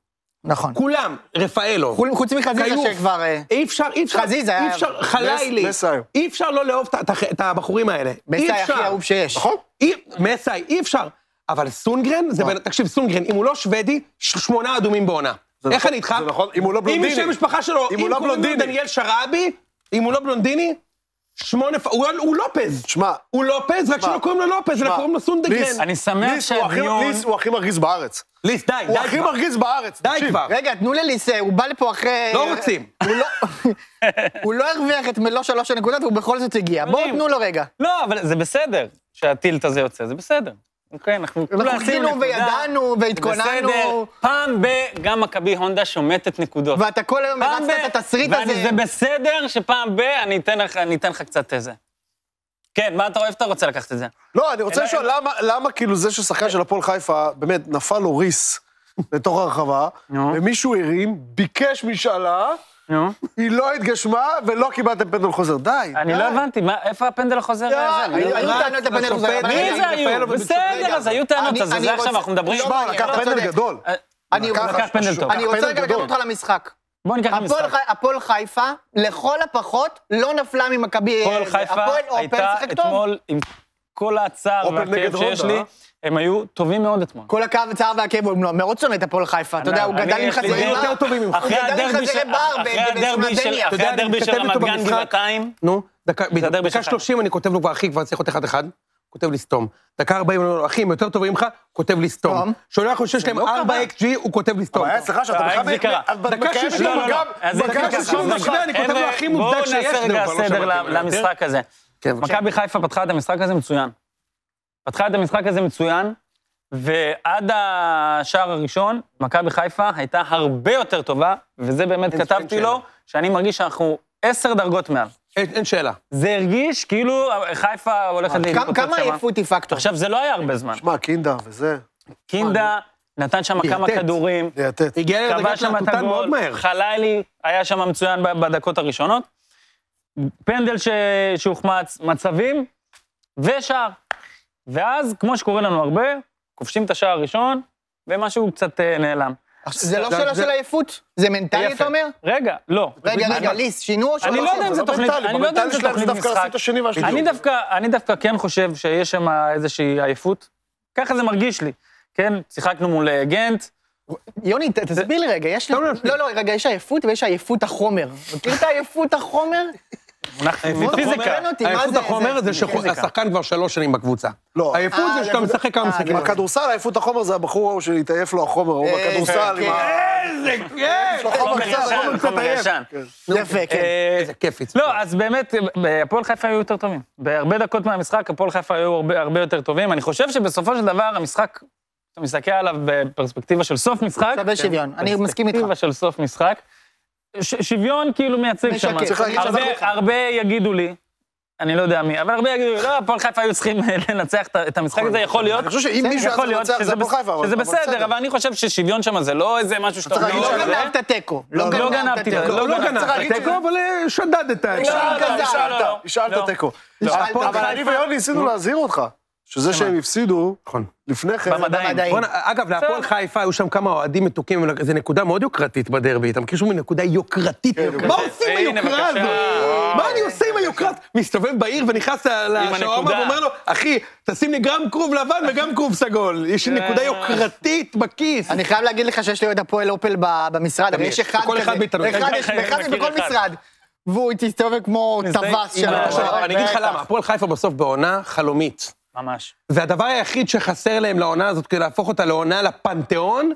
[SPEAKER 2] נכון.
[SPEAKER 3] כולם, רפאלו.
[SPEAKER 2] חול- חוץ מחזיזה
[SPEAKER 3] כיוף.
[SPEAKER 2] שכבר... אה,
[SPEAKER 3] אי אפשר, אי אפשר,
[SPEAKER 2] חזיזה
[SPEAKER 3] אי
[SPEAKER 2] היה-
[SPEAKER 3] אפשר, חלילי,
[SPEAKER 5] מסאי.
[SPEAKER 3] אי אפשר לא לאהוב את- את הח- את הבחורים האלה. אי
[SPEAKER 2] מסי הכי
[SPEAKER 3] אפשר.
[SPEAKER 2] אהוב שיש.
[SPEAKER 5] נכון?
[SPEAKER 3] אי- מסאי, אי אפשר. אבל סונגרן, זה בן- תקשיב, סונגרן, אם הוא לא שוודי, ש- שמונה אדומים בעונה.
[SPEAKER 5] זה
[SPEAKER 3] איך
[SPEAKER 5] נכון,
[SPEAKER 3] אני איתך?
[SPEAKER 5] זה נכון, אם הוא לא
[SPEAKER 3] אם
[SPEAKER 5] בלונדיני.
[SPEAKER 3] שם המשפחה שלו,
[SPEAKER 5] אם הוא
[SPEAKER 3] אם
[SPEAKER 5] לא
[SPEAKER 3] קוראים לו
[SPEAKER 5] בלונדיני.
[SPEAKER 3] דניאל שרעבי, אם הוא לא בלונדיני, שמונה, פ- הוא- הוא לופז.
[SPEAKER 5] שמע,
[SPEAKER 3] הוא לופז, רק שלא קוראים לו לופז, אלא
[SPEAKER 5] שמע,
[SPEAKER 3] קוראים לו סונדגרן.
[SPEAKER 5] ליס,
[SPEAKER 4] אני שמח
[SPEAKER 5] ליס הוא הכי-
[SPEAKER 4] שהדיון...
[SPEAKER 5] ליס הוא הכי מרגיז בארץ.
[SPEAKER 3] ליס, די,
[SPEAKER 5] הוא
[SPEAKER 3] די
[SPEAKER 5] הכי
[SPEAKER 3] כבר.
[SPEAKER 5] מרגיז בארץ.
[SPEAKER 3] די
[SPEAKER 5] תקשיב.
[SPEAKER 3] כבר.
[SPEAKER 2] רגע, תנו לליס, אה, הוא בא לפה אחרי...
[SPEAKER 3] לא רוצים.
[SPEAKER 2] הוא לא- הוא לא הרוויח את מלוא שלוש הנקודות, והוא בכל זאת הגיע. בואו
[SPEAKER 4] מדהים.
[SPEAKER 2] תנו לו רגע.
[SPEAKER 4] לא, אבל זה בסדר שהטילט הזה יוצא, זה בסדר. אוקיי, אנחנו כולה
[SPEAKER 2] אנחנו חיכינו
[SPEAKER 4] עשינו נקודה.
[SPEAKER 2] וידענו
[SPEAKER 4] בסדר,
[SPEAKER 2] והתכוננו,
[SPEAKER 4] פעם ב... גם מכבי הונדה שומטת נקודות.
[SPEAKER 2] ואתה כל היום
[SPEAKER 4] פעם
[SPEAKER 2] הרצת את התסריט
[SPEAKER 4] ואני-
[SPEAKER 2] הזה.
[SPEAKER 4] זה בסדר שפעם ב... אני אתן לך, אני אתן לך קצת איזה. כן, מה אתה אוהב, אתה רוצה לקחת את זה?
[SPEAKER 5] לא, אני רוצה
[SPEAKER 4] אלא-
[SPEAKER 5] לשאול, למה- למה כאילו זה ששחקן של הפועל חיפה, באמת, נפל לו ריס לתוך הרחבה,
[SPEAKER 4] נו.
[SPEAKER 5] ומישהו הרים, ביקש משאלה,
[SPEAKER 4] נו.
[SPEAKER 5] היא לא התגשמה, ולא קיבלתם פנדל חוזר. די.
[SPEAKER 4] אני
[SPEAKER 2] אה.
[SPEAKER 4] לא הבנתי, מה- איפה הפנדל החוזר
[SPEAKER 2] לא,
[SPEAKER 4] הזה?
[SPEAKER 2] היו
[SPEAKER 3] רץ
[SPEAKER 2] טענות לפנדל
[SPEAKER 3] לשופט,
[SPEAKER 2] חוזר, אבל
[SPEAKER 3] מי
[SPEAKER 2] רגע,
[SPEAKER 4] מי זה היו? בסדר, אז היו טענות,
[SPEAKER 2] אני-
[SPEAKER 4] אז
[SPEAKER 2] אני
[SPEAKER 4] זה עכשיו
[SPEAKER 2] רוצה-
[SPEAKER 4] אנחנו מדברים.
[SPEAKER 2] לא
[SPEAKER 5] שמע,
[SPEAKER 2] מעניין,
[SPEAKER 5] לקח
[SPEAKER 2] אתה
[SPEAKER 5] פנדל
[SPEAKER 2] צודק.
[SPEAKER 5] גדול.
[SPEAKER 4] אה,
[SPEAKER 2] אני
[SPEAKER 5] לקח
[SPEAKER 2] רוצה-
[SPEAKER 4] פנדל טוב.
[SPEAKER 2] אני רוצה
[SPEAKER 5] פנדל
[SPEAKER 2] רגע לקחת
[SPEAKER 5] גדול.
[SPEAKER 2] אותך למשחק.
[SPEAKER 4] בואו ניקח את
[SPEAKER 2] הפועל
[SPEAKER 4] המשחק.
[SPEAKER 2] חי- הפועל חיפה, לכל הפחות, לא נפלה ממכבי...
[SPEAKER 4] הפועל חיפה
[SPEAKER 2] אה, הפועל או הפועל
[SPEAKER 4] הייתה
[SPEAKER 2] שיחק טוב.
[SPEAKER 4] אתמול עם כל הצער
[SPEAKER 5] אופל
[SPEAKER 4] והכאב
[SPEAKER 5] נגד
[SPEAKER 4] שיש
[SPEAKER 5] הונדה,
[SPEAKER 4] לי,
[SPEAKER 5] אה?
[SPEAKER 4] הם היו טובים מאוד אתמול.
[SPEAKER 2] כל הקו הצער והכאב, הוא מאוד שונא את הפועל חיפה, אתה יודע, הוא
[SPEAKER 4] אני-
[SPEAKER 2] גדל עם
[SPEAKER 4] יש לי
[SPEAKER 2] חזירי
[SPEAKER 4] דעות
[SPEAKER 2] בר.
[SPEAKER 4] יותר
[SPEAKER 3] טובים ממך.
[SPEAKER 2] הוא
[SPEAKER 4] אחרי
[SPEAKER 2] גדל עם
[SPEAKER 4] הדרבי
[SPEAKER 2] חזירי
[SPEAKER 4] של-
[SPEAKER 2] בר
[SPEAKER 4] אחרי
[SPEAKER 2] ב-
[SPEAKER 4] הדרבי של-
[SPEAKER 2] בסמדניה.
[SPEAKER 4] אחרי
[SPEAKER 3] יודע, אני
[SPEAKER 4] הדרבי של
[SPEAKER 3] כתב איתו
[SPEAKER 4] רמת גן
[SPEAKER 3] במשחק.
[SPEAKER 4] גבעתיים,
[SPEAKER 3] נו, דקה, בדיוק,
[SPEAKER 4] הדרבי
[SPEAKER 3] דקה
[SPEAKER 4] שלך.
[SPEAKER 3] 30 אני כותב לו כבר, אחי, כבר צריך להיות 1-1, כותב לסתום. דקה 40, אני אומר לו, אחי, הם יותר טובים ממך, כותב לסתום.
[SPEAKER 2] טום.
[SPEAKER 3] שולח לו שיש להם 4 XG, הוא כותב לסתום.
[SPEAKER 5] הבעיה אצלך שאתה
[SPEAKER 4] אה,
[SPEAKER 5] בכלל...
[SPEAKER 4] איך זה קרה?
[SPEAKER 5] אתה
[SPEAKER 3] דקה
[SPEAKER 5] מקיים
[SPEAKER 3] שישים,
[SPEAKER 5] איתו
[SPEAKER 3] לא, לא, לא.
[SPEAKER 5] גם-
[SPEAKER 4] אז זה
[SPEAKER 5] בגלל
[SPEAKER 4] ככה,
[SPEAKER 5] שהוא
[SPEAKER 4] אז
[SPEAKER 5] משווה,
[SPEAKER 4] זה-
[SPEAKER 3] אני כותב לו,
[SPEAKER 4] חבר'ה,
[SPEAKER 3] הכי מוצדק שיש,
[SPEAKER 4] בואו
[SPEAKER 3] נו, כבר
[SPEAKER 4] נעשה
[SPEAKER 3] לא
[SPEAKER 4] רגע סדר
[SPEAKER 3] שמעתי
[SPEAKER 4] ל-
[SPEAKER 3] ממנו יותר.
[SPEAKER 4] למשחק הזה.
[SPEAKER 3] כן, בבקשה.
[SPEAKER 4] מכבי חיפה פתחה את המשחק הזה מצוין. פתחה את המשחק הזה מצוין, ועד השער הראשון, מכבי חיפה הייתה הרבה יותר טובה, וזה באמת
[SPEAKER 3] אין-
[SPEAKER 4] כתבתי
[SPEAKER 3] אין
[SPEAKER 4] לו, שאני מרגיש שאנחנו עשר דרגות מעל.
[SPEAKER 3] אין אין שאלה.
[SPEAKER 4] זה הרגיש כאילו חיפה הולכת
[SPEAKER 2] כמה-
[SPEAKER 4] להתפוצץ
[SPEAKER 2] כמה
[SPEAKER 4] שמה.
[SPEAKER 2] עייפות היא פקטור?
[SPEAKER 4] עכשיו, זה לא היה הרבה זמן.
[SPEAKER 5] שמע, קינדה וזה,
[SPEAKER 4] קינדה נתן שם כמה
[SPEAKER 3] לייטט.
[SPEAKER 4] כדורים,
[SPEAKER 5] לייטט.
[SPEAKER 3] הגיע
[SPEAKER 4] כבש
[SPEAKER 3] לדרגת
[SPEAKER 4] שם את
[SPEAKER 3] להטוטן מאוד
[SPEAKER 4] הגול,
[SPEAKER 3] מהר.
[SPEAKER 4] חלילי היה שם מצוין ב- בדקות הראשונות, פנדל ש... שהוחמץ, מצבים ושער. ואז, כמו שקורה לנו הרבה, כובשים את השער הראשון, ומשהו קצת אה, נעלם.
[SPEAKER 2] עכשיו, זה לא שאלה של עייפות? זה מנטלי,
[SPEAKER 4] יפה.
[SPEAKER 2] אתה אומר?
[SPEAKER 4] רגע, לא.
[SPEAKER 2] רגע,
[SPEAKER 4] מה-
[SPEAKER 2] רגע, ליס, שינו או שלא?
[SPEAKER 4] אני לא יודע אם זה תוכנית, אני לא יודע אם זה
[SPEAKER 5] במנטלי
[SPEAKER 4] תוכנית
[SPEAKER 5] שלהם זה דווקא
[SPEAKER 4] משחק.
[SPEAKER 5] לשים את השני והשלישי.
[SPEAKER 4] אני דווקא, אני דווקא כן חושב שיש שם איזושהי עייפות. ככה זה מרגיש לי. כן, שיחקנו מול אה, גנט,
[SPEAKER 2] יוני, ת- תסביר לי רגע, יש... לא, לא, רגע, יש עייפות ויש עייפות החומר. מכיר את עייפות החומר?
[SPEAKER 4] מונח
[SPEAKER 3] עייפות
[SPEAKER 4] פיזיקה.
[SPEAKER 2] מעניין אותי, מה
[SPEAKER 3] עייפות
[SPEAKER 2] זה-
[SPEAKER 3] החומר
[SPEAKER 2] זה-
[SPEAKER 3] זה שהשחקן כבר שלוש שנים בקבוצה.
[SPEAKER 5] לא.
[SPEAKER 3] עייפות
[SPEAKER 2] אה,
[SPEAKER 3] זה שאתה
[SPEAKER 2] זה-
[SPEAKER 3] משחק כמה
[SPEAKER 2] אה,
[SPEAKER 3] משחקים.
[SPEAKER 2] זה-
[SPEAKER 5] בכדורסל, עייפות החומר זה הבחור ההוא שהתעייף לו החומר, הוא
[SPEAKER 2] אה,
[SPEAKER 5] בכדורסל
[SPEAKER 2] כן.
[SPEAKER 5] עם ה...
[SPEAKER 3] איזה כיף!
[SPEAKER 4] חומר
[SPEAKER 5] קצת,
[SPEAKER 4] ישן, חומר ישן.
[SPEAKER 2] יפה, כן.
[SPEAKER 4] אה,
[SPEAKER 3] איזה כיף יצא.
[SPEAKER 4] לא, אז באמת, אה, הפועל חיפה היו יותר טובים. בהרבה דקות מהמשחק, הפועל חיפה היו הרבה, הרבה יותר טובים. אני חושב שבסופו של דבר, המשחק, אתה מסתכל עליו בפרספקטיבה של סוף משחק. כן,
[SPEAKER 2] שווה שוויון,
[SPEAKER 4] אה,
[SPEAKER 2] אני מסכים איתך.
[SPEAKER 4] פרספקטיבה של סוף משחק. ש- שוויון כאילו מייצג שם.
[SPEAKER 2] משקף. צריך להגיד
[SPEAKER 4] הרבה-
[SPEAKER 2] שאנחנו כאן.
[SPEAKER 4] הרבה יגידו לי, אני לא יודע מי, אבל הרבה יגידו לי, לא, הפועל חיפה היו צריכים לנצח את ה- את המשחק הזה, יכול להיות.
[SPEAKER 5] אני חושב שאם מישהו היה
[SPEAKER 4] יכול
[SPEAKER 5] צריך
[SPEAKER 4] להיות
[SPEAKER 5] לנצח
[SPEAKER 4] שזה
[SPEAKER 5] זה הפועל
[SPEAKER 4] בס-
[SPEAKER 5] חיפה, אבל...
[SPEAKER 4] שזה
[SPEAKER 5] אבל
[SPEAKER 4] בסדר, אבל אני חושב ששוויון שם זה לא איזה משהו שאתה...
[SPEAKER 5] צריך
[SPEAKER 4] אומר,
[SPEAKER 5] להגיד
[SPEAKER 2] לא
[SPEAKER 4] "אוקיי, זה-
[SPEAKER 2] גנבת תיקו.
[SPEAKER 4] לא גנבתי, לא
[SPEAKER 3] לא
[SPEAKER 4] גנבת.
[SPEAKER 3] גנבת
[SPEAKER 4] צריך
[SPEAKER 3] תיקו, אבל אה, שדדת.
[SPEAKER 2] לא, לא,
[SPEAKER 5] השאלת,
[SPEAKER 2] לא,
[SPEAKER 4] לא.
[SPEAKER 5] השאלת,
[SPEAKER 4] לא.
[SPEAKER 5] השאלת תיקו.
[SPEAKER 3] הפועל
[SPEAKER 5] אבל אני ויוני ניסינו להזהיר אותך, שזה שהם הפסידו
[SPEAKER 3] נכון.
[SPEAKER 5] לפני כן,
[SPEAKER 4] במדעים.
[SPEAKER 2] לא, במדעים.
[SPEAKER 3] בוא'נה, אגב, להפועל
[SPEAKER 4] בסדר.
[SPEAKER 3] חיפה היו שם כמה אוהדים מתוקים, אבל זו נקודה מאוד יוקרתית בדרבי. אתה מכיר שום נקודה יוקרתית?
[SPEAKER 2] כן,
[SPEAKER 3] מה עושים עם היוקרה
[SPEAKER 4] הנה, בבקשה.
[SPEAKER 3] הזאת? מה אני עושה עם היוקרת? מסתובב בעיר ונכנס לשווארמה
[SPEAKER 4] הנקודה.
[SPEAKER 3] ואומר לו, אחי, תשים לי גם כרוב לבן וגם כרוב סגול. יש לי
[SPEAKER 4] אה.
[SPEAKER 3] נקודה יוקרתית בכיס.
[SPEAKER 2] כן. אני חייב להגיד לך שיש לי אוהד הפועל אופל ב- במשרד, אבל
[SPEAKER 3] תמיד.
[SPEAKER 2] יש אחד כזה.
[SPEAKER 3] בכל אחד מאיתנו.
[SPEAKER 2] אחד
[SPEAKER 4] אני
[SPEAKER 2] יש
[SPEAKER 4] מכיר
[SPEAKER 2] אחד יש בכל
[SPEAKER 4] אחד.
[SPEAKER 2] משרד. והוא הסתובב כמו
[SPEAKER 4] מזדהה
[SPEAKER 2] טווס
[SPEAKER 4] עם
[SPEAKER 2] של...
[SPEAKER 4] ה-
[SPEAKER 2] השוער.
[SPEAKER 3] אבל אני אגיד לך
[SPEAKER 2] בטח.
[SPEAKER 3] למה, הפועל חיפה בסוף בעונה חלומית.
[SPEAKER 4] ממש.
[SPEAKER 3] והדבר היחיד שחסר להם לעונה הזאת כדי להפוך אותה לעונה לפנתיאון,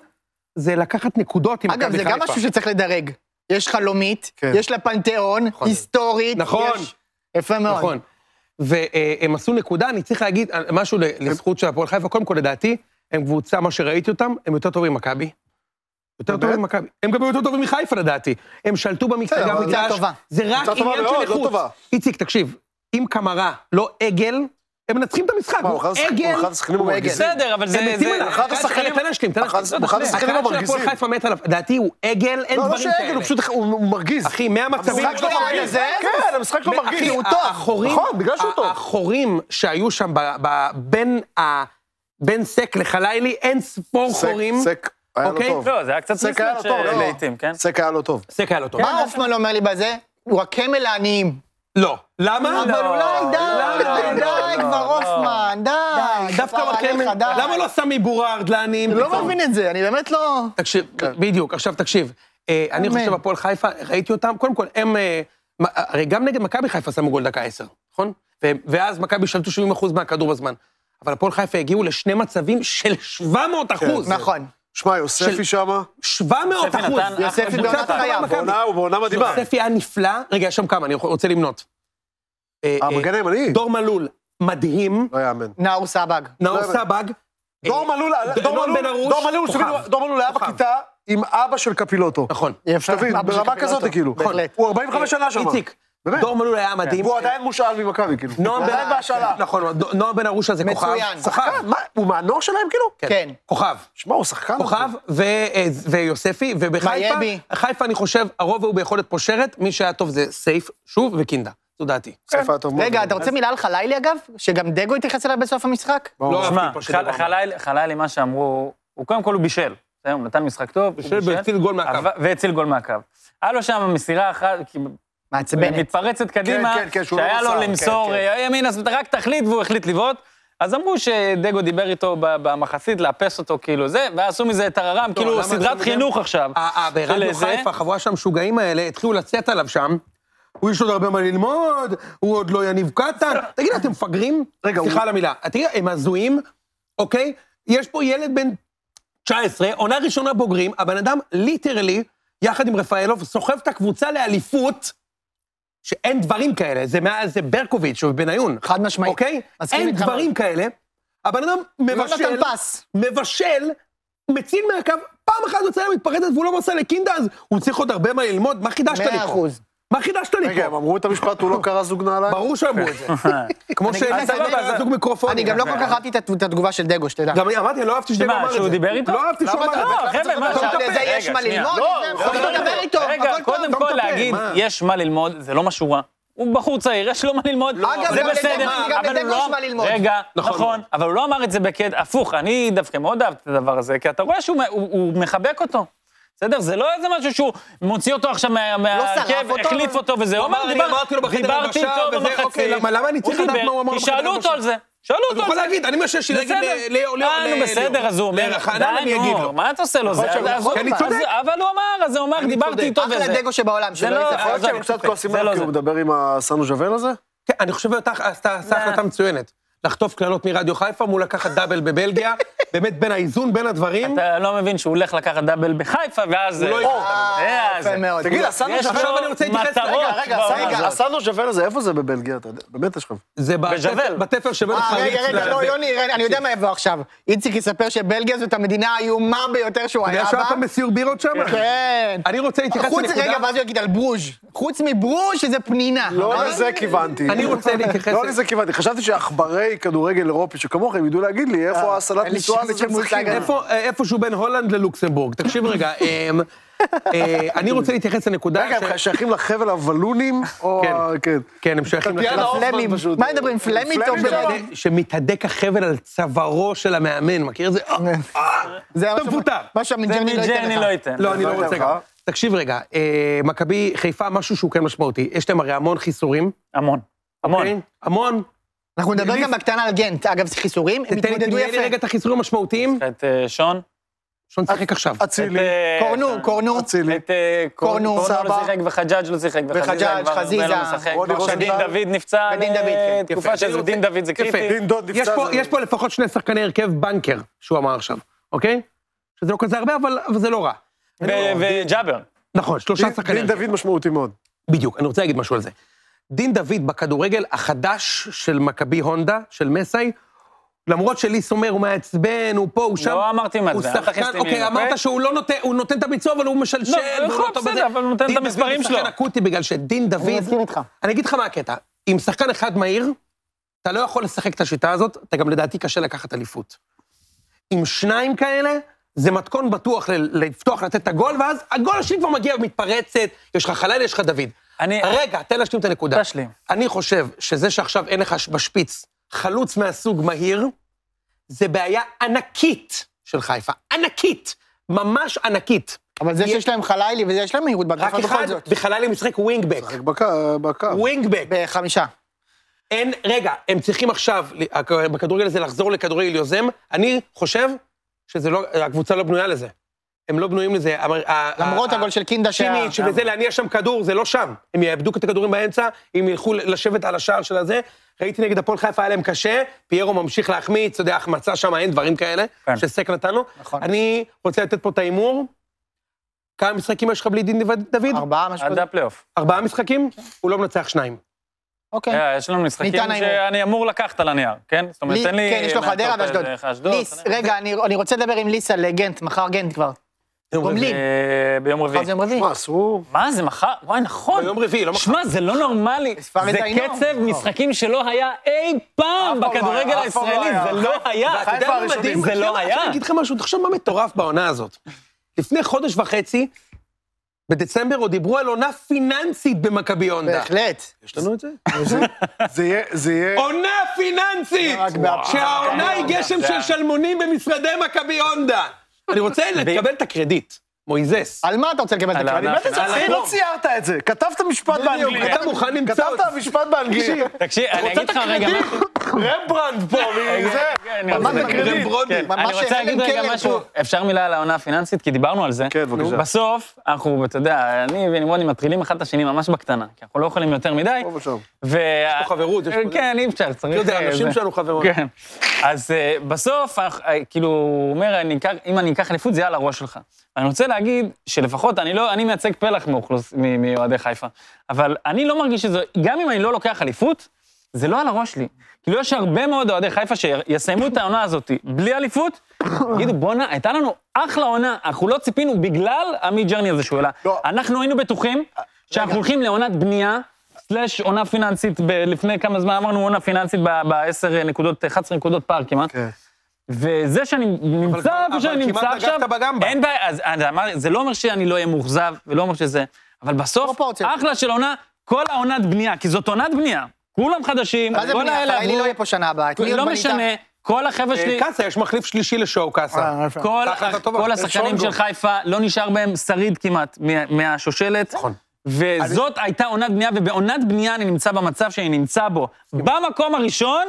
[SPEAKER 3] זה לקחת נקודות עם מכבי
[SPEAKER 2] אגב,
[SPEAKER 3] חיפה.
[SPEAKER 2] זה גם משהו שצריך לדרג. יש חלומית,
[SPEAKER 3] כן.
[SPEAKER 2] יש לה פנתיאון, היסטורית.
[SPEAKER 3] נכון.
[SPEAKER 2] יש- יפה מאוד.
[SPEAKER 3] נכון. והם עשו נקודה, אני צריך להגיד אה, משהו ל- לזכות של הפועל חיפה. קודם כל, לדעתי, הם קבוצה, מה שראיתי אותם, הם יותר טובים ממכבי. יותר טובים ממכבי. הם גם יותר טובים מחיפה, לדעתי. הם שלטו במצטגר
[SPEAKER 5] בסדר, אבל-
[SPEAKER 3] המגרש.
[SPEAKER 2] קבוצה טובה.
[SPEAKER 3] זה רק
[SPEAKER 5] קבוצה טובה
[SPEAKER 3] עניין
[SPEAKER 5] מאוד,
[SPEAKER 3] של
[SPEAKER 5] לא
[SPEAKER 3] איכות.
[SPEAKER 5] טובה.
[SPEAKER 3] איציק, תקשיב, אם קמרה לא עגל, הם מנצחים את המשחק.
[SPEAKER 5] מה,
[SPEAKER 3] הוא
[SPEAKER 5] הוא אחד השחק-
[SPEAKER 3] עגל,
[SPEAKER 5] הוא אחד השחקנים
[SPEAKER 3] הוא
[SPEAKER 5] המרגיזים.
[SPEAKER 3] עגל.
[SPEAKER 4] בסדר, אבל זה...
[SPEAKER 3] הם מתים
[SPEAKER 4] זה-
[SPEAKER 3] עליו.
[SPEAKER 5] אחד
[SPEAKER 3] הקהל-
[SPEAKER 5] השחקנים-
[SPEAKER 3] תן להשלים, תן
[SPEAKER 5] אחד-
[SPEAKER 3] להשלים.
[SPEAKER 5] הוא אחד השחקנים
[SPEAKER 3] הקהל של הפועל
[SPEAKER 5] המרגיזים.
[SPEAKER 3] חיפה מת עליו. לדעתי הוא עגל, אין
[SPEAKER 5] לא, לא
[SPEAKER 3] דברים
[SPEAKER 5] שעגל,
[SPEAKER 3] כאלה.
[SPEAKER 5] הוא פשוט הוא מרגיז.
[SPEAKER 3] אחי, מהמצבים...
[SPEAKER 5] המשחק שלו
[SPEAKER 2] הוא
[SPEAKER 5] מרגיז.
[SPEAKER 2] זה?
[SPEAKER 5] כן, המשחק שלו
[SPEAKER 3] אחי,
[SPEAKER 5] מרגיז, הוא
[SPEAKER 3] ה-
[SPEAKER 5] טוב.
[SPEAKER 3] החורים,
[SPEAKER 5] נכון, בגלל שהוא
[SPEAKER 3] ה-
[SPEAKER 5] טוב.
[SPEAKER 3] החורים שהיו שם ב, ב, בין, ה, בין סק לחלילי, אין ספור
[SPEAKER 5] סק-
[SPEAKER 3] חורים.
[SPEAKER 5] סק היה לו
[SPEAKER 3] אוקיי?
[SPEAKER 5] טוב.
[SPEAKER 4] לא, זה היה קצת
[SPEAKER 5] סק היה לו
[SPEAKER 4] מיסטר
[SPEAKER 5] טוב,
[SPEAKER 3] אה,
[SPEAKER 5] לא.
[SPEAKER 4] לעיתים, כן?
[SPEAKER 5] סק היה לו טוב.
[SPEAKER 3] סק היה לו טוב.
[SPEAKER 2] מה הופמן אומר לי בזה? הוא הקמל העניים.
[SPEAKER 3] לא. למה?
[SPEAKER 2] אבל אולי
[SPEAKER 3] למה?
[SPEAKER 4] לא?
[SPEAKER 2] די, לא? די כבר הופמן, די.
[SPEAKER 3] דווקא
[SPEAKER 2] כפרה
[SPEAKER 3] בקמל,
[SPEAKER 2] עליך, די.
[SPEAKER 3] למה לא סמי בורארד לעניים?
[SPEAKER 2] אני לא
[SPEAKER 3] פתאום?
[SPEAKER 2] מבין את זה, אני באמת לא...
[SPEAKER 3] תקשיב,
[SPEAKER 5] כן.
[SPEAKER 3] בדיוק, עכשיו תקשיב. אה, אני
[SPEAKER 2] אמן.
[SPEAKER 3] חושב הפועל חיפה, ראיתי אותם, קודם כל, הם... אה, מה- הרי גם נגד מכבי חיפה שמו גול דקה עשר, נכון? ו- ואז מכבי שלטו 70 אחוז מהכדור בזמן. אבל הפועל חיפה הגיעו לשני מצבים של 700
[SPEAKER 5] כן,
[SPEAKER 3] אחוז.
[SPEAKER 2] נכון.
[SPEAKER 5] שמע,
[SPEAKER 3] של-
[SPEAKER 5] יוספי שמה,
[SPEAKER 3] 700
[SPEAKER 4] יוספי
[SPEAKER 3] אחוז.
[SPEAKER 4] נתן אחלה
[SPEAKER 2] יוספי
[SPEAKER 3] קבוצה
[SPEAKER 2] בעונת
[SPEAKER 3] טובה
[SPEAKER 2] חייו.
[SPEAKER 3] במכבי.
[SPEAKER 5] בעונה הוא בעונה מדהימה.
[SPEAKER 3] יוספי היה נפלא. רגע, יש שם כמה, אני רוצה למנות. אה, אה,
[SPEAKER 5] המגן הימני?
[SPEAKER 3] דור מלול, מדהים.
[SPEAKER 5] לא יאמן.
[SPEAKER 2] נאור סבג.
[SPEAKER 3] נאור
[SPEAKER 5] לא
[SPEAKER 3] סבג.
[SPEAKER 5] דור
[SPEAKER 3] אה,
[SPEAKER 5] מלול,
[SPEAKER 3] דורון
[SPEAKER 5] דור מלול,
[SPEAKER 3] בן ארוש, כוכב.
[SPEAKER 5] דור מלול, שתבינו, דור מלול היה
[SPEAKER 3] כוכב.
[SPEAKER 5] בכיתה עם אבא של קפילוטו.
[SPEAKER 3] נכון.
[SPEAKER 2] יפה.
[SPEAKER 5] תבין,
[SPEAKER 2] אבא של
[SPEAKER 5] ברמה
[SPEAKER 2] קפילוטו.
[SPEAKER 5] כזאת כאילו.
[SPEAKER 2] בהחלט.
[SPEAKER 5] הוא 45 שנה שם.
[SPEAKER 3] אה, איציק,
[SPEAKER 5] באמת.
[SPEAKER 3] דור מלול היה מדהים.
[SPEAKER 5] והוא עדיין מושאל ממכבי, כאילו.
[SPEAKER 3] נועם
[SPEAKER 5] הוא
[SPEAKER 3] בן-
[SPEAKER 5] עדיין בהשאלה.
[SPEAKER 3] נכון, ד- נועם בן ארושה זה כוכב.
[SPEAKER 2] מצוין.
[SPEAKER 3] כוכב.
[SPEAKER 5] מה, הוא מהנוער שלהם כאילו?
[SPEAKER 2] כן.
[SPEAKER 3] כוכב.
[SPEAKER 5] שמע, הוא שחקן.
[SPEAKER 3] כוכב ו- אה, ויוספי, ובחיפה,
[SPEAKER 2] מיאמי.
[SPEAKER 3] חיפה אני חושב, הרוב הוא ביכולת פושרת, מי שהיה טוב זה סייף, שוב, וקינדה. זו דעתי.
[SPEAKER 5] סייפה היה טוב מאוד.
[SPEAKER 2] רגע, אתה רוצה מילה על חלילי אגב? שגם דגו התייחס אליו בסוף המשחק?
[SPEAKER 3] לא
[SPEAKER 4] תשמע,
[SPEAKER 3] אהבתי פה שדבר
[SPEAKER 4] חל-
[SPEAKER 3] אמר.
[SPEAKER 4] חלילי- חלילי, מה שאמרו, הוא קודם כל הוא בישל. בסדר, הוא נתן משחק טוב, הוא
[SPEAKER 3] בישל והציל גול מהקו.
[SPEAKER 4] אבל- והציל גול מהקו. היה לו שם מסירה אחת, כי-
[SPEAKER 2] מעצבנת.
[SPEAKER 4] מתפרצת קדימה,
[SPEAKER 5] כן, כן, שהוא לא
[SPEAKER 4] שהיה לו
[SPEAKER 5] מסר, כן,
[SPEAKER 4] למסור
[SPEAKER 5] כן.
[SPEAKER 4] אה, ימינה, אז רק תחליט והוא החליט לבעוט. אז אמרו שדגו דיבר איתו ב- במחצית, לאפס אותו כאילו זה, ועשו מזה את
[SPEAKER 5] לא,
[SPEAKER 4] הררם, כאילו
[SPEAKER 3] למה
[SPEAKER 4] סדרת
[SPEAKER 3] עשו מזה?
[SPEAKER 4] חינוך עכשיו.
[SPEAKER 3] אה, אה,
[SPEAKER 4] של
[SPEAKER 3] ברדיו
[SPEAKER 4] זה.
[SPEAKER 3] חיפה, החבורה של המשוגעים האלה, התחילו לצאת עליו שם. הוא יש עוד הרבה מה ללמוד, הוא עוד לא יניב קטן. תגיד, אתם מפגרים? רגע, סליחה על המילה. תגיד, הם הזויים, אוקיי? יש פה ילד בן 19, עונה ראשונה בוגרים, הבן אדם ליטרלי, יחד עם רפאלוב, סוחב את הקבוצה לאליפות, שאין דברים כאלה, זה מאז זה ברקוביץ' ובניון.
[SPEAKER 2] חד משמעית.
[SPEAKER 3] אוקיי?
[SPEAKER 2] מסכים
[SPEAKER 3] אין
[SPEAKER 2] איתך מאוד.
[SPEAKER 3] דברים כאלה. הבן אדם
[SPEAKER 2] לא
[SPEAKER 3] מבשל,
[SPEAKER 2] נתן פס.
[SPEAKER 3] מבשל, מציל מהקו, פעם אחת יוצא לה מתפרצת והוא לא מסר לקינדה, אז הוא צריך עוד הרבה מה ללמוד, מה חידשת לי
[SPEAKER 2] מאה
[SPEAKER 3] פה?
[SPEAKER 2] אחוז.
[SPEAKER 3] מה חידשת לי
[SPEAKER 5] רגע, הם
[SPEAKER 3] פה?
[SPEAKER 5] אמרו את המשפט, הוא לא קרא זוג נעליים?
[SPEAKER 3] ברור שאמרו את זה. כמו
[SPEAKER 2] אני-
[SPEAKER 3] שאלה
[SPEAKER 2] אז סבבה,
[SPEAKER 3] סבבה,
[SPEAKER 2] אז-
[SPEAKER 3] זוג מיקרופונים.
[SPEAKER 2] אני גם לא כל כך אהבתי את הת- את התגובה של דגו, שתדע.
[SPEAKER 3] גם אמרתי, לא אהבתי שדגו
[SPEAKER 4] שמה,
[SPEAKER 3] אמר את זה.
[SPEAKER 4] שהוא דיבר איתו?
[SPEAKER 3] לא אהבתי שהוא
[SPEAKER 4] למה
[SPEAKER 3] אמר
[SPEAKER 4] אתה-
[SPEAKER 3] את זה.
[SPEAKER 4] לא, חבר'ה, מה
[SPEAKER 2] עכשיו,
[SPEAKER 4] אתה-
[SPEAKER 2] לזה
[SPEAKER 4] רגע,
[SPEAKER 2] יש מה
[SPEAKER 4] שנייה.
[SPEAKER 2] ללמוד,
[SPEAKER 4] לא,
[SPEAKER 2] זה-
[SPEAKER 4] לא,
[SPEAKER 2] יכולים
[SPEAKER 4] לא,
[SPEAKER 2] לדבר
[SPEAKER 4] לא.
[SPEAKER 2] איתו,
[SPEAKER 4] רגע,
[SPEAKER 2] הכל טוב,
[SPEAKER 4] קודם
[SPEAKER 2] לא
[SPEAKER 4] כל
[SPEAKER 2] מטפל.
[SPEAKER 4] להגיד,
[SPEAKER 3] מה?
[SPEAKER 4] יש מה ללמוד, זה לא משהו רע. הוא בחור צעיר, יש לו מה ללמוד,
[SPEAKER 2] אגב,
[SPEAKER 4] זה
[SPEAKER 2] גם לדגו-
[SPEAKER 4] בסדר,
[SPEAKER 2] גם
[SPEAKER 4] אבל
[SPEAKER 2] לדגו
[SPEAKER 4] הוא לא...
[SPEAKER 2] יש מה ללמוד.
[SPEAKER 4] רגע,
[SPEAKER 3] נכון מאוד.
[SPEAKER 4] לא. נכון, אבל הוא לא אמר את זה בקטע, הפוך, אני דווקא מאוד אהבתי את הדבר הזה, כי אתה רואה שהוא מ- הוא- הוא מחבק אותו. בסדר? זה לא איזה משהו שהוא מוציא אותו עכשיו מה-
[SPEAKER 3] לא
[SPEAKER 4] מהרכב,
[SPEAKER 2] אותו,
[SPEAKER 4] החליף
[SPEAKER 2] אבל-
[SPEAKER 4] אותו וזה. הוא
[SPEAKER 3] הוא
[SPEAKER 4] אמר,
[SPEAKER 3] אמר, אני
[SPEAKER 4] דיבר-
[SPEAKER 3] אמרתי לו בחדר
[SPEAKER 4] דיברתי
[SPEAKER 3] הלבשה,
[SPEAKER 4] איתו
[SPEAKER 3] וזה,
[SPEAKER 4] במחצית.
[SPEAKER 3] אוקיי, למה- למה אני צריך לדעת
[SPEAKER 4] דיבר,
[SPEAKER 3] מה הוא אמר בחדר
[SPEAKER 4] תשאלו אותו
[SPEAKER 3] הלבשה?
[SPEAKER 4] על זה. שאלו
[SPEAKER 3] אז
[SPEAKER 4] אותו
[SPEAKER 3] הוא
[SPEAKER 4] על
[SPEAKER 3] יכול
[SPEAKER 4] זה.
[SPEAKER 3] להגיד, אני מה שיש לי להגיד
[SPEAKER 4] בסדר.
[SPEAKER 3] לליאור,
[SPEAKER 4] אה, נו, בסדר, אז הוא אומר,
[SPEAKER 3] חנן אני אגיד לו.
[SPEAKER 4] מה אתה עושה לו? זה-
[SPEAKER 3] שהוא-
[SPEAKER 4] אז-
[SPEAKER 3] יכול להיות,
[SPEAKER 4] אז-
[SPEAKER 3] אני צודק.
[SPEAKER 4] אבל הוא אמר, אז הוא אמר,
[SPEAKER 3] אני צודק.
[SPEAKER 4] דיברתי איתו וזה.
[SPEAKER 2] אחלה דגו שבעולם,
[SPEAKER 4] זה
[SPEAKER 2] שלא
[SPEAKER 4] לא-
[SPEAKER 2] יצא.
[SPEAKER 5] יכול להיות
[SPEAKER 4] עזוב,
[SPEAKER 5] שהם קצת
[SPEAKER 4] זה
[SPEAKER 5] כועסים
[SPEAKER 4] לא
[SPEAKER 5] עליו כי
[SPEAKER 4] זה.
[SPEAKER 5] הוא מדבר עם הסנו ג'וול הזה?
[SPEAKER 3] כן, אני חושב שאותה עשתה עשתה החלטה מצוינת. לחטוף קללות מרדיו חיפה מול לקחת דאבל בבלגיה, באמת בין האיזון בין הדברים.
[SPEAKER 4] אתה לא מבין שהוא הולך לקחת דאבל בחיפה, ואז...
[SPEAKER 3] הוא לא
[SPEAKER 4] אה,
[SPEAKER 3] יפתח.
[SPEAKER 4] אה,
[SPEAKER 2] אה,
[SPEAKER 4] זה-
[SPEAKER 2] יפה מאוד.
[SPEAKER 5] תגיד, הסנו
[SPEAKER 4] יש
[SPEAKER 5] ג'וול...
[SPEAKER 3] עכשיו אני
[SPEAKER 4] לו
[SPEAKER 3] רוצה להתייחס- רגע,
[SPEAKER 4] מטרות
[SPEAKER 2] רגע,
[SPEAKER 4] בעונה
[SPEAKER 2] רגע,
[SPEAKER 4] הזאת.
[SPEAKER 5] רגע, הסנו ג'וול הזה, איפה זה בבלגיה? אתה יודע, באמת יש לך... לא,
[SPEAKER 3] זה בתפר-
[SPEAKER 4] בז'בל.
[SPEAKER 3] בתפר שבין
[SPEAKER 2] אה,
[SPEAKER 3] החריץ
[SPEAKER 2] רגע, רגע,
[SPEAKER 3] לזה.
[SPEAKER 2] לא, יוני, רגע, אני יודע מה יבוא עכשיו. איציק יספר שבלגיה זאת המדינה האיומה ביותר שהוא היה
[SPEAKER 3] ישבת
[SPEAKER 2] בה.
[SPEAKER 3] בסיור בירות שם?
[SPEAKER 2] אה, כן.
[SPEAKER 3] אני רוצה להתייחס
[SPEAKER 2] חוץ,
[SPEAKER 3] לנקודה-
[SPEAKER 2] רגע, ואז הוא יגיד על ברוז'. חוץ מברוז' שזה פנינה.
[SPEAKER 5] לא
[SPEAKER 2] אבל-
[SPEAKER 5] לזה כיוונתי.
[SPEAKER 3] אני רוצה להתייחס-
[SPEAKER 5] לא לזה כיוונתי. חשבתי שעכברי כדורגל אירופי שכמוכם ידעו להגיד לי איפה הסלט
[SPEAKER 2] אין לי
[SPEAKER 5] נישואה
[SPEAKER 2] שום
[SPEAKER 5] הזאת שהם
[SPEAKER 2] מושג,
[SPEAKER 5] צריכים.
[SPEAKER 2] אגב.
[SPEAKER 3] איפה- אה, איפשהו בין הולנד ללוקסמבורג. תקשיב רגע, אמ, אה, אני רוצה להתייחס לנקודה...
[SPEAKER 5] רגע,
[SPEAKER 3] ש-
[SPEAKER 5] הם שייכים לחבל הוולונים? או...
[SPEAKER 3] כן.
[SPEAKER 5] ה- כן.
[SPEAKER 3] כן, הם שייכים
[SPEAKER 5] טטיאנה
[SPEAKER 3] לחלק-
[SPEAKER 5] הופמן
[SPEAKER 2] פלמים.
[SPEAKER 5] פשוט.
[SPEAKER 2] מה מדברים, פלמית או
[SPEAKER 5] פלמית,
[SPEAKER 2] בלגיה?
[SPEAKER 3] שמתהדק- שמתהדק החבל על צווארו של המאמן, מכיר את זה? אה, אה,
[SPEAKER 2] זה
[SPEAKER 3] אתה
[SPEAKER 2] משהו-
[SPEAKER 3] מפוטר.
[SPEAKER 2] מה שהמינג'רני לא ייתן
[SPEAKER 4] מג'רני לא
[SPEAKER 2] לך.
[SPEAKER 4] ייתן.
[SPEAKER 3] לא, אני לא
[SPEAKER 5] לא
[SPEAKER 3] רוצה
[SPEAKER 5] יודע
[SPEAKER 3] גם.
[SPEAKER 5] לך.
[SPEAKER 3] תקשיב רגע, אה, מכבי חיפה, משהו שהוא כן משמעותי. יש להם הרי המון חיסורים.
[SPEAKER 4] המון. המון.
[SPEAKER 3] אוקיי? המון.
[SPEAKER 2] אנחנו נדבר
[SPEAKER 3] בלי-
[SPEAKER 2] גם בקטנה על גנט. אגב, זה חיסורים, הם
[SPEAKER 3] תן לי- תן
[SPEAKER 2] התמודדו
[SPEAKER 3] לי רגע
[SPEAKER 2] יפה.
[SPEAKER 3] את החיסורים המשמעותיים.
[SPEAKER 4] את אה, שון.
[SPEAKER 3] שון שיחק עכשיו.
[SPEAKER 5] אצילי,
[SPEAKER 4] את, אה,
[SPEAKER 2] קורנו, קורנו.
[SPEAKER 5] אצילי.
[SPEAKER 4] את אה,
[SPEAKER 2] קורנו,
[SPEAKER 4] קורנו
[SPEAKER 2] סבא.
[SPEAKER 4] לא שיחק וחג'אג' לא שיחק.
[SPEAKER 2] וחג'אג',
[SPEAKER 4] כבר-
[SPEAKER 2] חזיזה,
[SPEAKER 4] ואין לו משחק.
[SPEAKER 5] רוני
[SPEAKER 4] כבר שדין
[SPEAKER 5] רוזנטל.
[SPEAKER 4] דוד נפצע
[SPEAKER 2] ודין דוד, כן.
[SPEAKER 4] לתקופה
[SPEAKER 3] יפה.
[SPEAKER 4] שזה
[SPEAKER 3] אני
[SPEAKER 4] דין
[SPEAKER 3] רוצה-
[SPEAKER 4] דוד זה
[SPEAKER 3] יפה.
[SPEAKER 4] קריטי.
[SPEAKER 5] דין כן, דוד
[SPEAKER 3] יש
[SPEAKER 5] נפצע.
[SPEAKER 3] פה-
[SPEAKER 5] זה-
[SPEAKER 3] יש פה לפחות שני שחקני הרכב בנקר, שהוא אמר עכשיו, אוקיי? שזה לא כזה הרבה, אבל אבל זה לא רע.
[SPEAKER 4] ו- וג'אבר.
[SPEAKER 3] נכון, שלושה
[SPEAKER 5] דין-
[SPEAKER 3] שחקני
[SPEAKER 5] דין
[SPEAKER 3] הרכב.
[SPEAKER 5] דוד משמעותי מאוד.
[SPEAKER 3] בדיוק, אני רוצה להגיד משהו על זה. דין דוד בכדורגל החדש של מכבי הונדה, של מסאי, למרות שליס אומר, הוא מעצבן, הוא פה, הוא שם.
[SPEAKER 4] לא אמרתי מה
[SPEAKER 3] הוא
[SPEAKER 4] זה, אל תכניס
[SPEAKER 3] שחקן,
[SPEAKER 4] אותי
[SPEAKER 3] אוקיי,
[SPEAKER 4] מילים,
[SPEAKER 3] אמרת
[SPEAKER 4] אוקיי?
[SPEAKER 3] שהוא לא נותן, הוא נותן את הביצוע, אבל הוא משלשל.
[SPEAKER 4] לא,
[SPEAKER 3] והוא
[SPEAKER 4] יכול,
[SPEAKER 3] טוב
[SPEAKER 4] בסדר,
[SPEAKER 3] בזה.
[SPEAKER 4] אבל הוא נותן את
[SPEAKER 3] דין דוד
[SPEAKER 4] המספרים
[SPEAKER 3] הוא שחקן
[SPEAKER 4] שלו.
[SPEAKER 3] אקוטי בגלל שדין דוד...
[SPEAKER 2] אני מסכים איתך.
[SPEAKER 3] אני אגיד לך מה הקטע. עם שחקן אחד מהיר, אתה לא יכול לשחק את השיטה הזאת, אתה גם לדעתי קשה לקחת אליפות. עם שניים כאלה, זה מתכון בטוח ל- לפתוח, לתת את הגול, ואז הגול השני כבר מגיע מתפרצת, יש לך חלל, יש לך דוד.
[SPEAKER 4] אני...
[SPEAKER 3] רגע, תן להשלים את הנקודה.
[SPEAKER 4] תשלים.
[SPEAKER 3] אני חושב שזה שעכשיו אין לך בשפיץ חלוץ מהסוג מהיר, זה בעיה ענקית של חיפה. ענקית. ממש ענקית.
[SPEAKER 2] אבל זה שיש להם חלילי וזה יש להם מהירות
[SPEAKER 3] רק
[SPEAKER 2] בהתקפה
[SPEAKER 3] אחד,
[SPEAKER 2] בכל זאת.
[SPEAKER 3] וחללי משחק ווינגבק.
[SPEAKER 5] רק בק- בקו.
[SPEAKER 3] ווינגבק.
[SPEAKER 2] בחמישה.
[SPEAKER 3] אה, אין, רגע, הם צריכים עכשיו, ל- בכדורגל הזה, לחזור לכדורגל יוזם. אני חושב שזה לא, הקבוצה לא בנויה לזה. הם לא בנויים לזה. אמר- ה-
[SPEAKER 2] למרות
[SPEAKER 3] ה-
[SPEAKER 2] הגול של קינדה שהיה...
[SPEAKER 3] שימיץ' וזה, להניע שם כדור, זה לא שם. הם יאבדו את הכדורים באמצע, אם ילכו לשבת על השער של הזה. ראיתי נגד הפועל חיפה, היה להם קשה, פיירו ממשיך להחמיץ, אתה יודע, החמצה שם, אין דברים כאלה,
[SPEAKER 4] כן.
[SPEAKER 3] שסק נתן לו.
[SPEAKER 2] נכון.
[SPEAKER 3] אני רוצה לתת פה את ההימור. כמה משחקים יש לך בלי דין דוד? דוד?
[SPEAKER 2] ארבעה, משהו
[SPEAKER 4] עד
[SPEAKER 2] כזה.
[SPEAKER 4] הפלייאוף.
[SPEAKER 3] ארבעה משחקים?
[SPEAKER 4] כן.
[SPEAKER 3] הוא לא מנצח שניים.
[SPEAKER 2] אוקיי.
[SPEAKER 4] אה, יש לנו משחקים
[SPEAKER 2] ניתן ההימור.
[SPEAKER 4] שאני אמור לקחת על הנייר, כן? זאת אומרת,
[SPEAKER 2] לי-
[SPEAKER 4] תן לי...
[SPEAKER 2] כן, יש לו חדרה
[SPEAKER 4] מהטופ
[SPEAKER 2] ואשדוד.
[SPEAKER 4] הזה, אשדוד,
[SPEAKER 2] ליס,
[SPEAKER 4] אני-
[SPEAKER 2] רגע, אני אני רוצה לדבר עם ליס על אה, גנט, מחר גנט כבר. גומלין.
[SPEAKER 4] אה, ביום
[SPEAKER 2] מחר זה
[SPEAKER 4] רביעי.
[SPEAKER 2] יום רביעי.
[SPEAKER 5] מה, אסור?
[SPEAKER 4] מה, זה מחר? וואי, נכון.
[SPEAKER 3] ביום רביעי, לא מחר.
[SPEAKER 4] שמע, זה לא נורמלי.
[SPEAKER 2] ספרד
[SPEAKER 4] זה
[SPEAKER 2] היינו.
[SPEAKER 4] קצב משחקים שלא היה אי פעם
[SPEAKER 5] פעם לא
[SPEAKER 4] בכדורגל
[SPEAKER 5] היה, אף פעם לא
[SPEAKER 4] הישראלי,
[SPEAKER 5] היה.
[SPEAKER 4] זה לא היה.
[SPEAKER 3] אתה יודע מה מדהים?
[SPEAKER 4] זה לא היה.
[SPEAKER 3] אני אגיד לך משהו, תחשוב מה מטורף בעונה הזאת. לפני חודש וחצי, בדצמבר עוד דיברו על עונה פיננסית במכבי הונדה.
[SPEAKER 2] בהחלט.
[SPEAKER 3] יש לנו את זה?
[SPEAKER 5] זה יהיה, זה יהיה...
[SPEAKER 3] עונה פיננסית! שהעונה היא גשם של שלמונים במשרדי מכבי הונדה. אני רוצה לקבל את הקרדיט, מויזס.
[SPEAKER 2] על מה אתה רוצה לקבל את
[SPEAKER 4] על
[SPEAKER 2] הקרדיט?
[SPEAKER 4] הענף.
[SPEAKER 2] באמת?
[SPEAKER 5] אחי, לא ציירת את זה. כתבת משפט באנגלית.
[SPEAKER 3] אתה מוכן למצוא
[SPEAKER 5] כתבת
[SPEAKER 3] אותי.
[SPEAKER 5] משפט באנגלית.
[SPEAKER 4] תקשיב, אני אגיד לך רגע משהו.
[SPEAKER 5] רמברנד פה,
[SPEAKER 3] אה,
[SPEAKER 5] מי- זה...
[SPEAKER 4] רגע, אני רוצה-
[SPEAKER 2] ממש מקריא.
[SPEAKER 3] גרם ברודי.
[SPEAKER 4] כן,
[SPEAKER 2] ממש
[SPEAKER 4] אני רוצה
[SPEAKER 2] הלם
[SPEAKER 4] להגיד רגע
[SPEAKER 2] קלר
[SPEAKER 4] משהו, אפשר מילה על העונה הפיננסית? כי דיברנו על זה.
[SPEAKER 5] כן, בבקשה.
[SPEAKER 4] בסוף, אנחנו, אתה יודע, אני ונמרוני מטרילים אחד את השני ממש בקטנה, כי אנחנו לא יכולים יותר מדי.
[SPEAKER 5] פה ושם.
[SPEAKER 4] ו...
[SPEAKER 3] פה חברות, יש פה-
[SPEAKER 4] כן, אי אפשר, צריך...
[SPEAKER 3] אתה יודע,
[SPEAKER 4] אה,
[SPEAKER 3] האנשים
[SPEAKER 4] זה.
[SPEAKER 3] שלנו חברות.
[SPEAKER 4] כן. אז אה, בסוף, אה, אה, כאילו, הוא אומר, אני אקח- אם אני אקח אליפות, זה יהיה על הראש שלך. אני רוצה להגיד שלפחות, אני לא, אני מייצג פלח מאוכלוס- מ- מאוהדי חיפה, אבל אני לא מרגיש שזה, גם אם אני לא לוקח אליפות, זה לא על הראש שלי. כאילו, יש הרבה מאוד אוהדי חיפה שיסיימו את העונה הזאת בלי אליפות, יגידו, בואנה, הייתה לנו אחלה עונה, אנחנו לא ציפינו בגלל המידג'רני הזה שהוא העלה.
[SPEAKER 5] לא.
[SPEAKER 4] אנחנו היינו בטוחים שאנחנו הולכים לעונת בנייה, סלאש עונה פיננסית, ב- לפני כמה זמן אמרנו עונה פיננסית ב-10 נקודות, 11 נקודות פער כמעט.
[SPEAKER 5] כן.
[SPEAKER 4] וזה שאני
[SPEAKER 3] כבר-
[SPEAKER 4] נמצא
[SPEAKER 3] אוקיי. אבל
[SPEAKER 4] איפה שאני
[SPEAKER 3] כמעט
[SPEAKER 4] נמצא
[SPEAKER 3] נגעת
[SPEAKER 4] עכשיו,
[SPEAKER 3] בגמבה.
[SPEAKER 4] אין בעיה, אז אני אמר- זה לא אומר שאני לא אהיה מאוכזב, ולא אומר שזה, אבל בסוף,
[SPEAKER 2] פרופורציות.
[SPEAKER 4] אחלה של עונה, כל העונת בנייה, כי זאת עונת בנייה. כולם חדשים,
[SPEAKER 2] מה זה
[SPEAKER 4] כל
[SPEAKER 2] בנייה?
[SPEAKER 4] האלה
[SPEAKER 2] חלילי
[SPEAKER 4] עברו,
[SPEAKER 2] לא יהיה פה שנה הבאה. את מי עוד
[SPEAKER 4] לא
[SPEAKER 2] בנית?
[SPEAKER 4] משנה, כל החבר'ה
[SPEAKER 3] אה,
[SPEAKER 4] שלי...
[SPEAKER 3] קאסה, יש מחליף שלישי לשואו קאסה.
[SPEAKER 2] אה, יפה.
[SPEAKER 4] כל,
[SPEAKER 3] החלטה
[SPEAKER 4] הח-
[SPEAKER 3] טובה.
[SPEAKER 4] כל
[SPEAKER 3] שון
[SPEAKER 4] השחקנים של
[SPEAKER 2] אה,
[SPEAKER 3] גולד.
[SPEAKER 4] חיפה, לא נשאר בהם שריד כמעט מה, מהשושלת.
[SPEAKER 3] נכון.
[SPEAKER 4] וזאת הייתה עונת בנייה, ובעונת בנייה אני נמצא במצב שאני נמצא בו. במקום הראשון,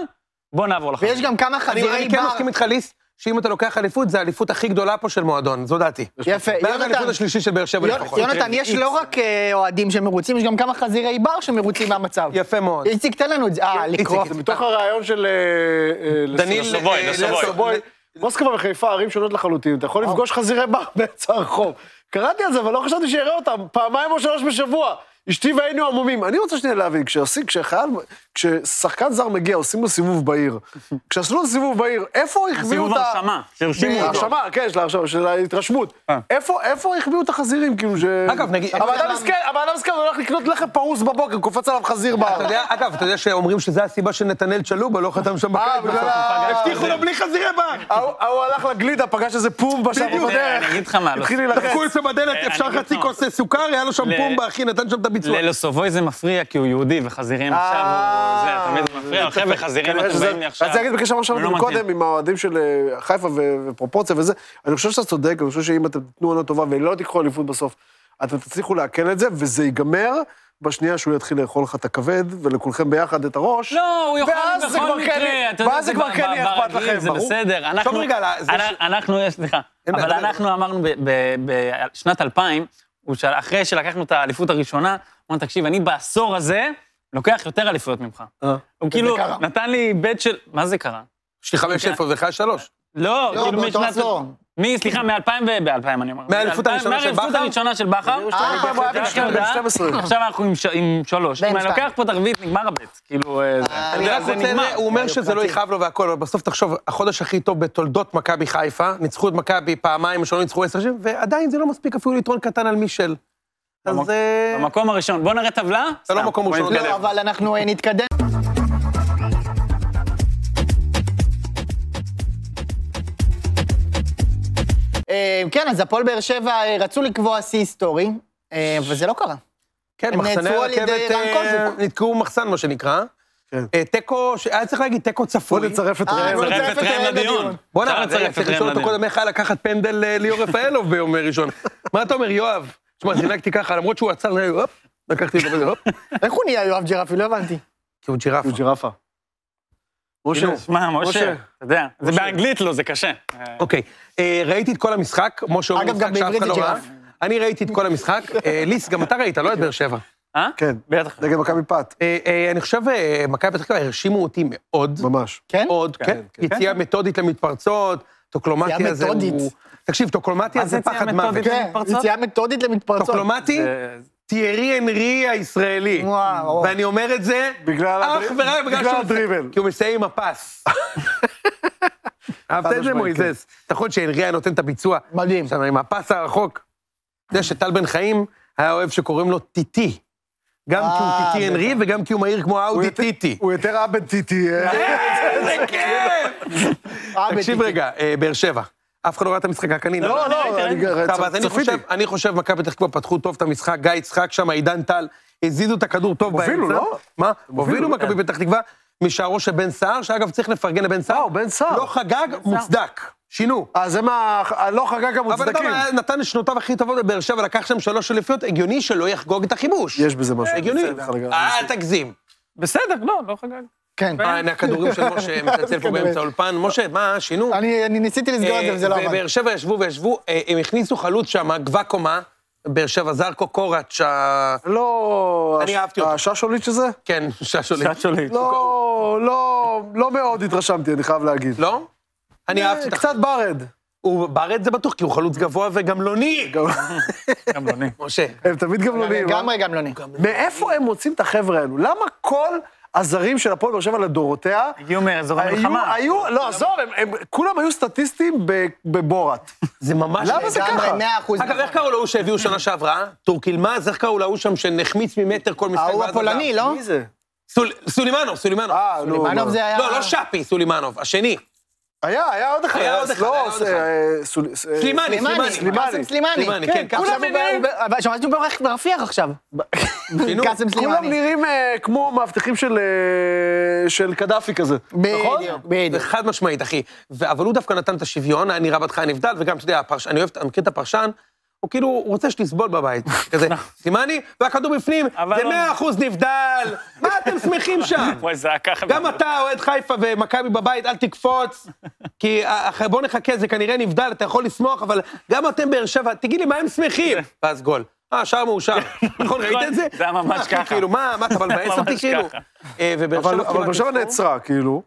[SPEAKER 4] בוא נעבור לחיים.
[SPEAKER 2] ויש גם כמה
[SPEAKER 3] אני
[SPEAKER 2] חזירי
[SPEAKER 3] אני כן
[SPEAKER 2] בר.
[SPEAKER 3] מסכים איתך, ליס, שאם אתה לוקח אליפות, זו האליפות הכי גדולה פה של מועדון, זו דעתי.
[SPEAKER 2] יפה,
[SPEAKER 3] בערך האליפות
[SPEAKER 2] יונתן.
[SPEAKER 3] השלישי של באר שבע
[SPEAKER 2] יונ-
[SPEAKER 3] לפחות.
[SPEAKER 2] יונתן, יש לא רק אה, אוהדים שמרוצים, יש גם כמה חזירי בר שמרוצים מהמצב.
[SPEAKER 3] יפה מאוד.
[SPEAKER 2] איציק, תן לנו את זה. אה,
[SPEAKER 3] איציק,
[SPEAKER 2] לקרוא.
[SPEAKER 3] איציק.
[SPEAKER 5] מתוך הרעיון של... אה, אה,
[SPEAKER 3] דניל
[SPEAKER 5] לס-
[SPEAKER 3] לסובוי,
[SPEAKER 5] אה,
[SPEAKER 3] לסובוי.
[SPEAKER 5] מוסקבה וחיפה ערים שונות לחלוטין, אתה יכול לפגוש חזירי בר באמצע הרחוב. קראתי על זה, אבל לא חשבתי שאראה אותם פעמיים או שלוש בשבוע. אשתי והיינו עמומים. אני רוצה שנייה להבין, כשעושים, כשחייל, כששחקן זר מגיע, עושים לו סיבוב בעיר. כשעשו לו סיבוב בעיר, איפה החביאו
[SPEAKER 4] סיבוב
[SPEAKER 5] את ה...
[SPEAKER 4] הרשמה,
[SPEAKER 2] אה,
[SPEAKER 4] שהרשימו אותו.
[SPEAKER 5] הרשמה, כן, של ההרשמה, של ההתרשמות. איפה, איפה החביאו את החזירים, כאילו ש...
[SPEAKER 3] אה. אגב, נגיד-
[SPEAKER 5] הבן אדם מסכן, הבן אדם מסכן, הוא הולך לקנות לחם פרוס בבוקר, קופץ עליו חזיר
[SPEAKER 3] אתה
[SPEAKER 5] בר.
[SPEAKER 3] יודע, אגב, אתה יודע שאומרים שזו הסיבה שנתנאל צ'לובה לא חתם שם
[SPEAKER 5] אה,
[SPEAKER 3] בקיץ
[SPEAKER 5] בגלל
[SPEAKER 3] בסוף.
[SPEAKER 5] ה...
[SPEAKER 3] הבטיחו לו בלי חזירי בר!
[SPEAKER 5] ההוא ההוא הלך לגלידה, פגש איזה פום בשער
[SPEAKER 4] בדיוק.
[SPEAKER 5] בדרך.
[SPEAKER 4] אה, אני אגיד לך מה, לא-
[SPEAKER 5] התחיל להילחץ.
[SPEAKER 3] דפקו אצלו בדלת,
[SPEAKER 4] אה,
[SPEAKER 3] אפשר
[SPEAKER 4] אני
[SPEAKER 3] חצי
[SPEAKER 4] לא.
[SPEAKER 3] כוס סוכר, היה לו שם
[SPEAKER 4] ל-
[SPEAKER 3] פומבה, אחי, נתן שם את הביצוע.
[SPEAKER 4] ללוסובוי זה לא, מפריע, כי הוא יהודי, וחזירים עכשיו, הוא זה, אתה מבין, זה מפריע, חבר'ה, חזירים
[SPEAKER 5] אה, כנראה שזה-
[SPEAKER 4] עצובים לי לא עכשיו.
[SPEAKER 5] רציתי להגיד בקשר למה
[SPEAKER 4] הם לא
[SPEAKER 5] שאמרנו
[SPEAKER 4] מתאים.
[SPEAKER 5] קודם, עם האוהדים של אה, חיפה ו- ופרופורציה וזה, אני חושב שאתה צודק, אני חושב שאם אתם תיתנו עונה טובה ולא תיקחו אליפות בסוף, אתם תצליחו לעכל את זה, וזה ייגמר בשנייה שהוא יתחיל לאכול לך את הכבד, ולכולכם ביחד את הראש.
[SPEAKER 4] לא, הוא יאכל
[SPEAKER 5] ואז זה
[SPEAKER 4] בכל
[SPEAKER 5] כבר כן
[SPEAKER 4] מקרה,
[SPEAKER 5] יהיה-
[SPEAKER 4] אתה יודע,
[SPEAKER 5] ואז זה כבר
[SPEAKER 4] ב-
[SPEAKER 5] כן
[SPEAKER 4] ב-
[SPEAKER 5] יהיה אכפת
[SPEAKER 4] ברגיל,
[SPEAKER 5] לכם,
[SPEAKER 4] זה
[SPEAKER 5] ברור.
[SPEAKER 4] בסדר. אנחנו-
[SPEAKER 3] רגע, לא, זה
[SPEAKER 4] אנ-
[SPEAKER 3] ש-
[SPEAKER 4] אנחנו, יש- סליחה,
[SPEAKER 3] אין
[SPEAKER 4] אבל
[SPEAKER 3] בעיה,
[SPEAKER 4] אנחנו אמרנו בשנת 2000, הוא שאל- אחרי שלקחנו את האליפות הראשונה, הוא אמר, תקשיב, אני בעשור הזה לוקח יותר אליפויות ממך.
[SPEAKER 5] אה.
[SPEAKER 4] הוא כאילו
[SPEAKER 2] קרה.
[SPEAKER 4] נתן לי היבט של, מה זה קרה?
[SPEAKER 3] יש לי חמש אפס ולך שלוש.
[SPEAKER 4] לא,
[SPEAKER 2] לא,
[SPEAKER 4] כאילו
[SPEAKER 2] באותו
[SPEAKER 4] משנת...
[SPEAKER 2] עשור.
[SPEAKER 4] מי, סליחה, מ-2000 ו... ב-2000 אני אומר.
[SPEAKER 3] מהאליפות
[SPEAKER 4] מ-
[SPEAKER 3] הראשונה של
[SPEAKER 4] מהאליפות
[SPEAKER 3] בכר?
[SPEAKER 4] הראשונה של בכר.
[SPEAKER 5] שתיים,
[SPEAKER 2] אה,
[SPEAKER 5] הוא היה בן
[SPEAKER 4] שלחתי
[SPEAKER 5] שניים, בן
[SPEAKER 4] הודעה,
[SPEAKER 5] 12.
[SPEAKER 4] עכשיו אנחנו עם ש- עם שלוש.
[SPEAKER 2] בן
[SPEAKER 4] אם אני
[SPEAKER 2] שתיים.
[SPEAKER 4] לוקח פה את הרביעית, נגמר הבט. כאילו, אה, זה- אתה
[SPEAKER 3] אני
[SPEAKER 4] יודע,
[SPEAKER 3] רק
[SPEAKER 4] זה
[SPEAKER 3] רוצה,
[SPEAKER 4] נגמר. אה,
[SPEAKER 3] ל- הוא אומר שזה לא יכאב לו והכל, אבל בסוף תחשוב, החודש הכי טוב בתולדות מכבי חיפה, ניצחו את מכבי פעמיים, שלא ניצחו עשר שנים, ועדיין זה לא מספיק אפילו יתרון קטן על מישל. אז אה,
[SPEAKER 4] במקום הראשון. בוא נראה טבלה.
[SPEAKER 3] זה לא
[SPEAKER 4] סתם,
[SPEAKER 3] מקום
[SPEAKER 4] בוא
[SPEAKER 3] ראשון.
[SPEAKER 4] נתקדם.
[SPEAKER 2] לא, אבל אנחנו אה, נתקדם. אה, כן, אז הפועל באר שבע אה, רצו לקבוע שיא היסטורי, אה, וזה לא קרה.
[SPEAKER 3] כן,
[SPEAKER 2] הם
[SPEAKER 3] מחסני
[SPEAKER 2] נעצרו על ידי
[SPEAKER 3] הרכבת
[SPEAKER 2] רן
[SPEAKER 3] אה,
[SPEAKER 2] קוז'וק.
[SPEAKER 3] נתקעו מחסן, מה שנקרא.
[SPEAKER 5] כן.
[SPEAKER 3] אה, תיקו, ש- היה צריך להגיד תיקו
[SPEAKER 5] בוא
[SPEAKER 3] צפוי.
[SPEAKER 5] נצרף את
[SPEAKER 2] אה,
[SPEAKER 5] ראם.
[SPEAKER 2] נו,
[SPEAKER 4] נצרף
[SPEAKER 2] נצרף
[SPEAKER 4] את אה,
[SPEAKER 2] את
[SPEAKER 4] ראם
[SPEAKER 2] ראם
[SPEAKER 4] לדיון.
[SPEAKER 2] לדיון.
[SPEAKER 3] בוא'נה,
[SPEAKER 4] אפשר
[SPEAKER 3] אבל זה היה
[SPEAKER 4] לצרף את
[SPEAKER 3] צריך
[SPEAKER 4] ראם
[SPEAKER 3] לשאול אותו
[SPEAKER 4] לדיון.
[SPEAKER 3] קודם איך היה לקחת פנדל אה, ליאור רפאלוב ביום ראשון. מה אתה אומר, יואב? תשמע, זינקתי ככה, למרות שהוא עצר, אה, הופ, לקחתי אותו, הופ,
[SPEAKER 2] איך הוא נהיה יואב ג'רפי? לא הבנתי.
[SPEAKER 3] כי הוא ג'ירפה.
[SPEAKER 5] הוא ג'ירפה. משה,
[SPEAKER 4] שמע, משה,
[SPEAKER 5] משה.
[SPEAKER 4] אתה יודע, זה באנגלית לא, זה קשה.
[SPEAKER 3] אוקיי, אה, ראיתי את כל המשחק, כמו שאומרים,
[SPEAKER 2] אגב, גם
[SPEAKER 3] משחק שאף
[SPEAKER 2] בעברית
[SPEAKER 3] אחד
[SPEAKER 2] זה
[SPEAKER 3] לא ראה.
[SPEAKER 2] ג'ירף.
[SPEAKER 3] אני ראיתי את כל המשחק. אה, ליס, גם אתה ראית, לא את באר שבע.
[SPEAKER 4] אה?
[SPEAKER 5] כן,
[SPEAKER 4] בטח.
[SPEAKER 5] נגד מכבי פת,
[SPEAKER 3] אה, אה, אני חושב, אה, מכבי פתח תקווה הרשימו אותי מאוד.
[SPEAKER 5] ממש.
[SPEAKER 2] כן?
[SPEAKER 3] מאוד, כן.
[SPEAKER 4] כן.
[SPEAKER 3] יציאה מתודית למתפרצות, טוקלומטיה
[SPEAKER 2] יציאה
[SPEAKER 3] זה...
[SPEAKER 2] מתודית.
[SPEAKER 3] הוא- תקשיב, טוקלומטיה
[SPEAKER 4] מה זה
[SPEAKER 3] זה
[SPEAKER 4] יציאה
[SPEAKER 3] פחד
[SPEAKER 4] מתודית?
[SPEAKER 3] מוות.
[SPEAKER 2] כן,
[SPEAKER 4] מתפרצות?
[SPEAKER 2] יציאה מתודית למתפרצות.
[SPEAKER 3] טוקלומטי,
[SPEAKER 4] זה-
[SPEAKER 3] תיארי אנרי הישראלי.
[SPEAKER 2] וואו.
[SPEAKER 3] ואני אומר את זה
[SPEAKER 5] בגלל
[SPEAKER 3] אך
[SPEAKER 5] הדריב-
[SPEAKER 3] ורק בגלל
[SPEAKER 5] בגלל
[SPEAKER 3] שהוא-
[SPEAKER 5] הדריבל.
[SPEAKER 3] כי הוא מסיים עם הפס. אהבת את זה,
[SPEAKER 5] משמעית,
[SPEAKER 3] מויזס? נכון שאנרי היה נותן את הביצוע.
[SPEAKER 2] מדהים.
[SPEAKER 3] שם עם הפס הרחוק. אתה יודע שטל בן חיים היה אוהב שקוראים לו טיטי. גם כי הוא
[SPEAKER 2] אה,
[SPEAKER 3] טיטי אנרי וגם כי הוא מהיר כמו האודי
[SPEAKER 5] יותר-
[SPEAKER 3] טיטי.
[SPEAKER 5] הוא יותר עבד טיטי. אה.
[SPEAKER 3] איזה כיף!
[SPEAKER 2] אה,
[SPEAKER 3] תקשיב
[SPEAKER 2] בטיטי.
[SPEAKER 3] רגע, אה, באר שבע. אף אחד לא ראה את המשחק, רק אני.
[SPEAKER 5] לא, לא, אני
[SPEAKER 3] טוב, אז אני
[SPEAKER 5] צפיתי.
[SPEAKER 3] חושב, אני חושב, מכבי פתח תקווה פתחו טוב את המשחק, גיא יצחק שם, עידן טל, הזיזו את הכדור טוב באמצע.
[SPEAKER 5] הובילו, לא?
[SPEAKER 3] מה?
[SPEAKER 5] הובילו,
[SPEAKER 3] הובילו מכבי פתח תקווה משערו של בן סער, שאגב, צריך לפרגן לבן סער.
[SPEAKER 5] וואו, בן סער.
[SPEAKER 3] לא חגג, מוצדק. שינו.
[SPEAKER 5] אז הם ה- הלא לא חגג
[SPEAKER 3] אבל
[SPEAKER 5] המוצדקים.
[SPEAKER 3] גם היה- נתן את שנותיו הכי טובות בבאר שבע, לקח שם שלוש אליפיות, הגיוני שלא יחגוג את החימוש.
[SPEAKER 5] יש בזה משהו.
[SPEAKER 3] הגיוני. אה,
[SPEAKER 5] בסדר.
[SPEAKER 3] אל תגזים.
[SPEAKER 4] בסדר, לא, לא חגג.
[SPEAKER 2] כן.
[SPEAKER 3] אה, הנה הכדורים של משה מצלצל פה באמצע האולפן. משה, מה, שינו?
[SPEAKER 5] אה,
[SPEAKER 2] אני אני ניסיתי לסגור את
[SPEAKER 3] אה,
[SPEAKER 2] זה וזה לא עבד.
[SPEAKER 3] ובאר שבע ישבו וישבו, אה, הם הכניסו חלוץ שם, גוואקומה, באר שבע זרקו קוראץ', ה-
[SPEAKER 5] לא...
[SPEAKER 3] אני
[SPEAKER 5] הש-
[SPEAKER 3] אהבתי אותו.
[SPEAKER 5] הששולית שזה?
[SPEAKER 3] כן, ששולית.
[SPEAKER 4] ששולית.
[SPEAKER 5] לא, לא, לא מאוד התרשמתי, אני חייב להגיד.
[SPEAKER 3] לא? אני אהבתי את
[SPEAKER 5] אה, קצת ברד.
[SPEAKER 3] הוא בארץ זה בטוח, כי הוא חלוץ גבוה וגמלוני.
[SPEAKER 4] גם לא, אני.
[SPEAKER 3] משה.
[SPEAKER 5] הם תמיד גמלונים. אה?
[SPEAKER 2] לגמרי לא גמלוני.
[SPEAKER 3] לא.
[SPEAKER 5] מאיפה הם מוצאים את החבר'ה האלו? למה כל הזרים של הפועל באר שבע לדורותיה...
[SPEAKER 4] הגיעו מאזור המלחמה.
[SPEAKER 5] היו, היו, לא, עזוב, הם, הם, כולם היו סטטיסטים ב- בבורת.
[SPEAKER 3] זה ממש...
[SPEAKER 5] למה זה
[SPEAKER 2] לגמרי,
[SPEAKER 5] ככה?
[SPEAKER 2] מאה אחוז. לא
[SPEAKER 3] אגב, איך קראו להוא שהביאו שנה שעברה? טורק אילמאז, איך קראו להוא שם שנחמיץ ממטר כל משחק?
[SPEAKER 2] ההוא
[SPEAKER 3] ואז עזב?
[SPEAKER 2] הפולני, לא?
[SPEAKER 5] מי זה?
[SPEAKER 3] סול- סולימנוב, סולימנוב.
[SPEAKER 5] אה, נו.
[SPEAKER 2] מנוב זה היה...
[SPEAKER 3] לא, לא שפי, סולימנוב, השני.
[SPEAKER 5] היה, היה עוד אחד.
[SPEAKER 3] היה עוד אחד, היה
[SPEAKER 5] לא,
[SPEAKER 3] עוד
[SPEAKER 5] זה,
[SPEAKER 3] אחד.
[SPEAKER 5] אה, סול- אה,
[SPEAKER 3] סלימני,
[SPEAKER 2] סלימני,
[SPEAKER 3] סלימני.
[SPEAKER 2] קאסם סלימני.
[SPEAKER 3] סלימני, כן, קאסם.
[SPEAKER 2] כולם נראים... אבל שמעתי בעורך ברפיח עכשיו.
[SPEAKER 3] שינו.
[SPEAKER 2] קאסם
[SPEAKER 5] כולם
[SPEAKER 2] סלימני.
[SPEAKER 5] נראים אה, כמו מאבטחים של, אה, של קדאפי כזה.
[SPEAKER 2] בדיוק,
[SPEAKER 3] זה
[SPEAKER 2] בדיוק.
[SPEAKER 3] חד משמעית, אחי. ו- אבל הוא דווקא נתן את השוויון, היה נראה בהתחלה נבדל, וגם, אתה יודע, הפרש- אני אוהב, אני מכיר את הפרשן, הוא כאילו הוא רוצה שתסבול בבית. כזה,
[SPEAKER 5] נכון.
[SPEAKER 3] סימני, והכדור בפנים,
[SPEAKER 4] אבל
[SPEAKER 3] זה
[SPEAKER 4] לא-
[SPEAKER 3] 100 אחוז נבדל, מה אתם שמחים שם?
[SPEAKER 4] וואי, זה היה ככה.
[SPEAKER 3] גם אתה, אוהד חיפה ומכבי בבית, אל תקפוץ, כי אה, אח- בוא נחכה, זה כנראה נבדל, אתה יכול לשמוח, אבל גם אתם באר שבע, תגיד לי, מה הם שמחים? ואז גול. אה, שער מאושר. נכון, ראית את זה?
[SPEAKER 4] זה היה ממש
[SPEAKER 3] מה, אחי,
[SPEAKER 4] ככה.
[SPEAKER 3] כאילו, מה, מה, אתה מבאס
[SPEAKER 4] ממש
[SPEAKER 3] אותי, כאילו?
[SPEAKER 4] ככה.
[SPEAKER 3] אה, ובאר
[SPEAKER 5] אבל
[SPEAKER 3] שבע
[SPEAKER 5] אבל באר שבע
[SPEAKER 3] כמעט ניצחו.
[SPEAKER 5] נעצרה, כאילו.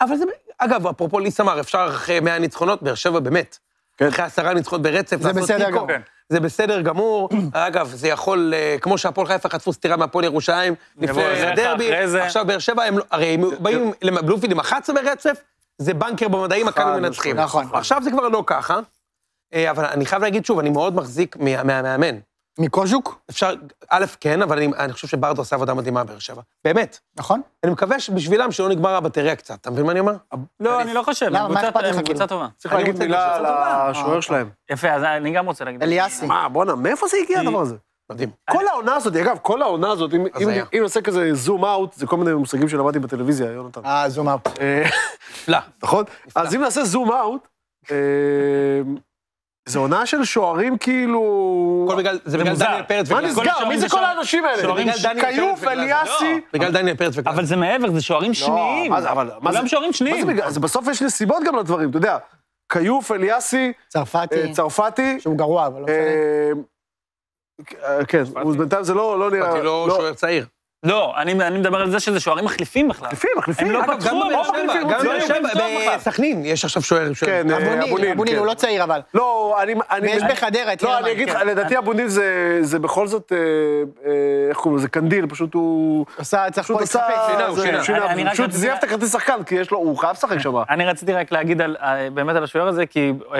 [SPEAKER 3] אבל זה, אגב, אפרופו ליס אמר, אפשר אחרי 100 ניצחונות, באר שבע באמת. כן. אחרי עשרה ניצחונות ברצף, לעשות
[SPEAKER 2] בסדר
[SPEAKER 3] תיקו.
[SPEAKER 2] גמור. כן.
[SPEAKER 3] זה בסדר גמור. אגב, זה יכול, אה, כמו שהפועל חיפה חטפו סטירה מהפועל ירושלים לפני
[SPEAKER 4] יבוא אליך,
[SPEAKER 3] הדרבי,
[SPEAKER 4] אחרי זה.
[SPEAKER 3] עכשיו באר שבע, הם, לא- הרי הם באים לבלומפילד עם 11 ברצף, זה בנקר במדעים, מכבי מנצחים.
[SPEAKER 2] נכון.
[SPEAKER 3] עכשיו זה כבר לא ככה, אה, אבל אני חייב להגיד שוב, אני מאוד מחזיק מה- מהמאמן.
[SPEAKER 2] מקוז'וק,
[SPEAKER 3] אפשר, א', כן, אבל אני, אני חושב שברדה עושה עבודה מדהימה בבאר שבע. באמת.
[SPEAKER 2] נכון?
[SPEAKER 3] אני מקווה שבשבילם שלא נגמר הבטריה קצת, אתה מבין מה אני אומר?
[SPEAKER 4] לא, אני לא חושב.
[SPEAKER 2] למה?
[SPEAKER 4] הם
[SPEAKER 2] מה
[SPEAKER 4] קבוצה-
[SPEAKER 2] אכפת לך,
[SPEAKER 4] הם
[SPEAKER 2] כאילו?
[SPEAKER 4] קבוצה טובה.
[SPEAKER 5] צריך להגיד
[SPEAKER 3] רוצה
[SPEAKER 5] מילה על
[SPEAKER 3] לעשות טובה.
[SPEAKER 5] השוער שלהם.
[SPEAKER 4] יפה, אז אני גם רוצה להגיד.
[SPEAKER 2] אליאסי.
[SPEAKER 5] מה, בואנה, מאיפה זה הגיע הדבר הזה?
[SPEAKER 3] מדהים.
[SPEAKER 5] כל העונה הזאת, אגב, כל העונה הזאת, אם- אם-
[SPEAKER 3] הזיה.
[SPEAKER 5] אם נעשה כזה זום אאוט, זה כל מיני מושגים שלמדתי בטלוויזיה, יונתן.
[SPEAKER 2] אה, זום אפ.
[SPEAKER 5] אה,
[SPEAKER 3] נפלא.
[SPEAKER 5] נכון? אז אם נעשה זום אאוט, אה, זו עונה של שוערים כאילו...
[SPEAKER 3] הכל בגלל, לא. זה בגלל
[SPEAKER 4] מוזר.
[SPEAKER 3] דניאל פרץ
[SPEAKER 5] מה
[SPEAKER 3] וגלאזר.
[SPEAKER 5] נסגר? מי זה כל האנשים האלה?
[SPEAKER 4] שוערים
[SPEAKER 3] בגלל דניאל
[SPEAKER 5] כיוף,
[SPEAKER 3] פרץ וגלאזר.
[SPEAKER 5] אליאסי.
[SPEAKER 3] בגלל דניאל פרץ וגלאזר.
[SPEAKER 4] אבל זה מעבר, זה שוערים שניים.
[SPEAKER 5] לא, מה זה- אבל- מה
[SPEAKER 4] כולם
[SPEAKER 5] זה-
[SPEAKER 4] שוערים
[SPEAKER 5] מה
[SPEAKER 4] שניים.
[SPEAKER 5] זה בגלל? אז בסוף יש נסיבות גם לדברים, אתה יודע. כיוף, אליאסי, אה,
[SPEAKER 2] צרפתי,
[SPEAKER 5] צרפתי.
[SPEAKER 2] שהוא גרוע, אבל לא משנה.
[SPEAKER 5] אה, אה, כן, הוא- בינתיים זה לא לא נראה...
[SPEAKER 3] אמרתי לו שוער צעיר.
[SPEAKER 4] לא, אני אני מדבר על זה שזה שוערים מחליפים בכלל.
[SPEAKER 5] מחליפים, מחליפים.
[SPEAKER 4] הם לא
[SPEAKER 5] אגב,
[SPEAKER 3] אגב, גם
[SPEAKER 4] פתחו,
[SPEAKER 3] בבאר
[SPEAKER 4] לא
[SPEAKER 3] שבע,
[SPEAKER 4] מחליפים,
[SPEAKER 3] גם
[SPEAKER 4] לא
[SPEAKER 3] בבאר
[SPEAKER 4] היו
[SPEAKER 3] שבע,
[SPEAKER 4] בטוח בכלל.
[SPEAKER 3] בסכנין, יש עכשיו שוער. שוער.
[SPEAKER 5] כן, אה,
[SPEAKER 2] אבוניל,
[SPEAKER 5] אבוניל,
[SPEAKER 2] אבוניל,
[SPEAKER 5] כן.
[SPEAKER 2] הוא לא צעיר אבל.
[SPEAKER 5] לא, אני... אני-
[SPEAKER 2] ויש
[SPEAKER 5] אני-
[SPEAKER 2] בחדרה את
[SPEAKER 5] לא,
[SPEAKER 2] ירמן,
[SPEAKER 5] אני אגיד לך,
[SPEAKER 2] כן.
[SPEAKER 5] לדעתי אבוניל זה- זה בכל זאת, אה, אה, איך קוראים לזה? קנדיל, פשוט הוא...
[SPEAKER 2] עושה, צריך
[SPEAKER 5] פשוט
[SPEAKER 2] פה
[SPEAKER 5] עשה...
[SPEAKER 2] להתחפש.
[SPEAKER 3] שינה, הוא
[SPEAKER 5] זה-
[SPEAKER 3] שינה.
[SPEAKER 4] אני- אני רק
[SPEAKER 5] פשוט
[SPEAKER 4] רציתי-
[SPEAKER 5] זייף את הכרטיס שחקן, כי יש לו... הוא חייב לשחק שם.
[SPEAKER 4] אני רציתי רק להגיד על, אה, באמת על השוער הזה, כי... אה,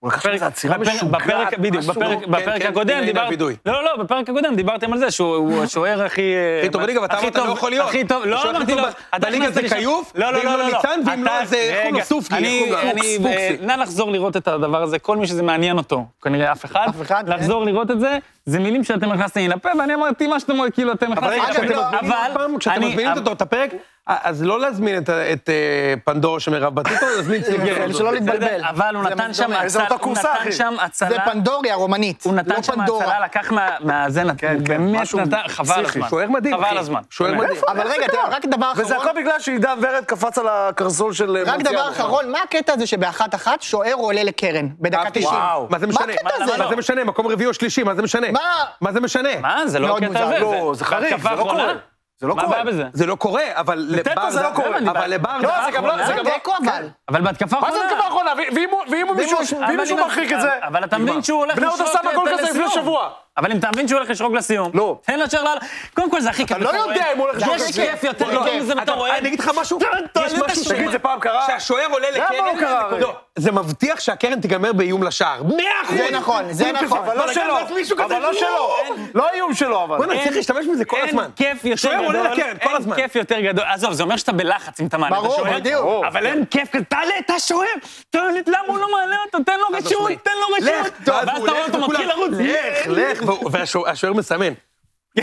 [SPEAKER 5] הוא לקח שם
[SPEAKER 4] בפרק-
[SPEAKER 5] איזה עצירה
[SPEAKER 4] בפרק-
[SPEAKER 5] משוגעת,
[SPEAKER 4] בפרק, בדיוק,
[SPEAKER 5] משהו.
[SPEAKER 4] בפרק,
[SPEAKER 3] כן,
[SPEAKER 4] בפרק
[SPEAKER 3] כן, הנה,
[SPEAKER 4] הקודם
[SPEAKER 3] הנה
[SPEAKER 4] דיברת...
[SPEAKER 3] הווידוי.
[SPEAKER 4] לא, לא, בפרק הקודם דיברתם על זה שהוא הוא השוער הכי... אה,
[SPEAKER 3] הכי טוב בליגה, ואתה
[SPEAKER 4] הכי
[SPEAKER 3] אמרת, לא
[SPEAKER 4] טוב-
[SPEAKER 3] יכול להיות.
[SPEAKER 4] הכי טוב, לא
[SPEAKER 3] השוער הכי
[SPEAKER 4] אמרתי
[SPEAKER 3] טוב
[SPEAKER 4] לו...
[SPEAKER 3] ב-
[SPEAKER 4] אתה
[SPEAKER 3] בליגה
[SPEAKER 4] נכנסת
[SPEAKER 3] זה
[SPEAKER 4] לשם-
[SPEAKER 3] כיוף,
[SPEAKER 4] לא, לא,
[SPEAKER 3] ואם לא
[SPEAKER 4] לא, לא, לא.
[SPEAKER 3] ניצן, ואם
[SPEAKER 4] אתה-
[SPEAKER 3] לא זה- איך קוראים לו?
[SPEAKER 4] רגע,
[SPEAKER 3] סופקי,
[SPEAKER 4] אני-
[SPEAKER 3] איך קוראים לו?
[SPEAKER 4] אני-
[SPEAKER 3] פוקס,
[SPEAKER 4] אה,
[SPEAKER 3] פוקסי.
[SPEAKER 4] נא לחזור לראות את הדבר הזה, כל מי שזה מעניין אותו, כנראה אף אחד.
[SPEAKER 2] אף
[SPEAKER 3] כן.
[SPEAKER 2] אחד,
[SPEAKER 4] לחזור לראות את זה, זה מילים שאתם הכנסתם לי לפה, ואני אמרתי מה שאתם... כאילו, אתם
[SPEAKER 3] אבל רגע,
[SPEAKER 4] הכנסתם-
[SPEAKER 3] כשאתם
[SPEAKER 2] לא,
[SPEAKER 3] מזמינים
[SPEAKER 4] אבל
[SPEAKER 3] עוד פעם, כשאתם
[SPEAKER 4] אני-
[SPEAKER 3] מזמינים אותו את הפרק, אז לא להזמין את- את אה, פנדור של מירב בתיתו, להזמין
[SPEAKER 2] כן,
[SPEAKER 3] ציגר.
[SPEAKER 2] שלא להתבלבל.
[SPEAKER 4] בסדר, אבל הוא
[SPEAKER 2] זה
[SPEAKER 4] נתן שם
[SPEAKER 2] מזדמן.
[SPEAKER 5] זה
[SPEAKER 4] הצלה,
[SPEAKER 5] אותה
[SPEAKER 4] הוא
[SPEAKER 5] קורסה,
[SPEAKER 4] נתן
[SPEAKER 5] אחי.
[SPEAKER 4] שם
[SPEAKER 2] זה
[SPEAKER 4] הצלה,
[SPEAKER 2] פנדוריה הרומנית,
[SPEAKER 4] הוא
[SPEAKER 2] לא
[SPEAKER 4] נתן שם
[SPEAKER 2] פנדורה.
[SPEAKER 4] הצלה, לקח מה- מהזן,
[SPEAKER 5] כן,
[SPEAKER 4] הוא
[SPEAKER 5] כן,
[SPEAKER 4] באמת
[SPEAKER 5] משהו
[SPEAKER 4] נתן, חבל
[SPEAKER 5] פסיכי.
[SPEAKER 4] הזמן.
[SPEAKER 3] שוער מדהים,
[SPEAKER 4] חבל
[SPEAKER 3] אחי.
[SPEAKER 4] הזמן.
[SPEAKER 3] שוער מדהים.
[SPEAKER 2] אבל רגע, תראה, רק דבר אחרון.
[SPEAKER 5] וזה הכל בגלל שעידן ורד קפץ על הקרסול של... אה,
[SPEAKER 2] רק
[SPEAKER 5] מרציאנו.
[SPEAKER 2] דבר אחרון, מה הקטע הזה שבאחת אחת שוער עולה לקרן, בדקה
[SPEAKER 3] אהבתי.
[SPEAKER 2] 90?
[SPEAKER 3] וואו. מה זה משנה?
[SPEAKER 2] מה הקטע הזה?
[SPEAKER 3] מה זה משנה? מקום רביעי או שלישי, מה זה משנה?
[SPEAKER 2] מה?
[SPEAKER 3] מה זה משנה?
[SPEAKER 4] מה, זה לא
[SPEAKER 2] מאוד
[SPEAKER 4] קטע
[SPEAKER 2] מוזר.
[SPEAKER 4] הזה?
[SPEAKER 5] לא, זה חריג, זה
[SPEAKER 4] בהתקפה
[SPEAKER 5] לא
[SPEAKER 4] האחרונה?
[SPEAKER 5] קורה. זה לא
[SPEAKER 4] מה
[SPEAKER 5] קורה.
[SPEAKER 4] הבעיה בזה?
[SPEAKER 3] זה לא קורה, אבל לבר
[SPEAKER 5] זה לא קורה.
[SPEAKER 3] אבל לבר
[SPEAKER 5] לא, זה גם לא...
[SPEAKER 4] זה
[SPEAKER 5] זה
[SPEAKER 2] זה
[SPEAKER 5] גם לא...
[SPEAKER 2] תיקו אבל.
[SPEAKER 4] אבל בהתקפה
[SPEAKER 5] מה
[SPEAKER 4] האחרונה.
[SPEAKER 5] זה התקפה האחרונה? ו- ואם הוא- ואם הוא מישהו-
[SPEAKER 4] אבל
[SPEAKER 5] ואם
[SPEAKER 4] אם
[SPEAKER 5] מישהו
[SPEAKER 4] אתה-
[SPEAKER 5] מרחיק את זה...
[SPEAKER 4] אבל אתה מבין שהוא הולך
[SPEAKER 5] בני
[SPEAKER 4] לשרוק
[SPEAKER 5] יהודה שם
[SPEAKER 4] את-
[SPEAKER 5] גול כזה לפני
[SPEAKER 4] לסיום.
[SPEAKER 5] שבוע.
[SPEAKER 4] אבל אם אתה מבין שהוא הולך לשרוק לסיום,
[SPEAKER 5] לא.
[SPEAKER 4] תן לשוער לעלות. קודם כל זה הכי כיף.
[SPEAKER 5] לא
[SPEAKER 4] בתור
[SPEAKER 5] יודע
[SPEAKER 4] אוהד.
[SPEAKER 5] אם הוא הולך לשרוק
[SPEAKER 4] זה הכי
[SPEAKER 5] לסיום.
[SPEAKER 4] כיף יותר
[SPEAKER 3] לא,
[SPEAKER 4] טוב מזה
[SPEAKER 3] אתה-
[SPEAKER 4] בתור אוהד.
[SPEAKER 3] אני אגיד לך משהו,
[SPEAKER 4] תעלה
[SPEAKER 3] יש
[SPEAKER 4] את
[SPEAKER 3] משהו,
[SPEAKER 4] השוער.
[SPEAKER 5] תגיד, זה פעם קרה?
[SPEAKER 3] שהשוער עולה
[SPEAKER 5] למה
[SPEAKER 3] לקרן,
[SPEAKER 5] לא קרה הרי?
[SPEAKER 3] לא, זה מבטיח שהקרן תיגמר באיום לשער. מאה אחוז!
[SPEAKER 2] זה נכון, זה נכון.
[SPEAKER 5] אבל לא שלו. אבל לא שלו. לא איום שלו, אבל.
[SPEAKER 3] בוא'נה, צריך להשתמש בזה כל הזמן.
[SPEAKER 4] אין כיף יותר
[SPEAKER 3] שוער
[SPEAKER 4] גדול,
[SPEAKER 3] עולה לקרן, כל הזמן.
[SPEAKER 4] אין כיף יותר גדול, עזוב, זה אומר שאתה בלחץ אם אתה מעלה את
[SPEAKER 2] ברור,
[SPEAKER 4] השוער,
[SPEAKER 2] בדיוק. ברור.
[SPEAKER 4] אבל אין כיף, כזה, תעלה את השוער, תעלה, למה הוא לא מעלה אותו, תן לו רשות,
[SPEAKER 3] משמעית.
[SPEAKER 4] תן לו רשות, ואז אתה רואה אותו מתחיל לרוץ,
[SPEAKER 3] לך, לך, והוא- והשוער מסמן.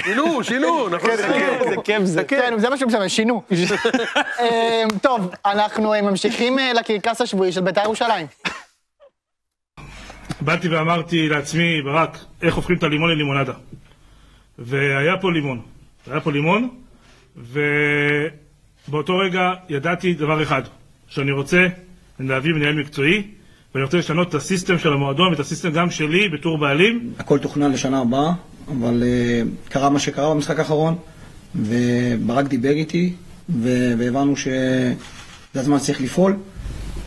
[SPEAKER 3] שינו, שינו, נכון?
[SPEAKER 4] איזה כיף זה.
[SPEAKER 2] כן, זה מה שהוא משמש, שינו. אה, טוב, אנחנו אה, ממשיכים אה, לקרקס השבועי של בית"ר ירושלים.
[SPEAKER 8] באתי ואמרתי לעצמי, ברק, איך הופכים את הלימון ללימונדה? והיה פה לימון. היה פה לימון, ובאותו רגע ידעתי דבר אחד, שאני רוצה להביא מנהל מקצועי, ואני רוצה לשנות את הסיסטם של המועדון ואת הסיסטם גם שלי בתור בעלים,
[SPEAKER 9] הכל תוכנן לשנה הבאה, אבל uh, קרה מה שקרה במשחק האחרון, וברק דיבר איתי, ו- והבנו שזה הזמן שצריך לפעול.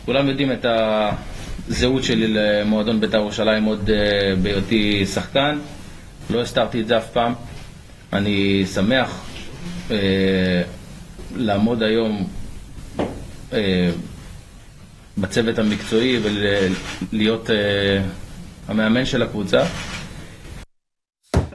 [SPEAKER 10] כולם יודעים את הזהות שלי למועדון בית"ר ירושלים עוד אה, בהיותי שחקן. לא הסתרתי את זה אף פעם. אני שמח אה, לעמוד היום אה, בצוות המקצועי ולהיות אה, המאמן של הקבוצה.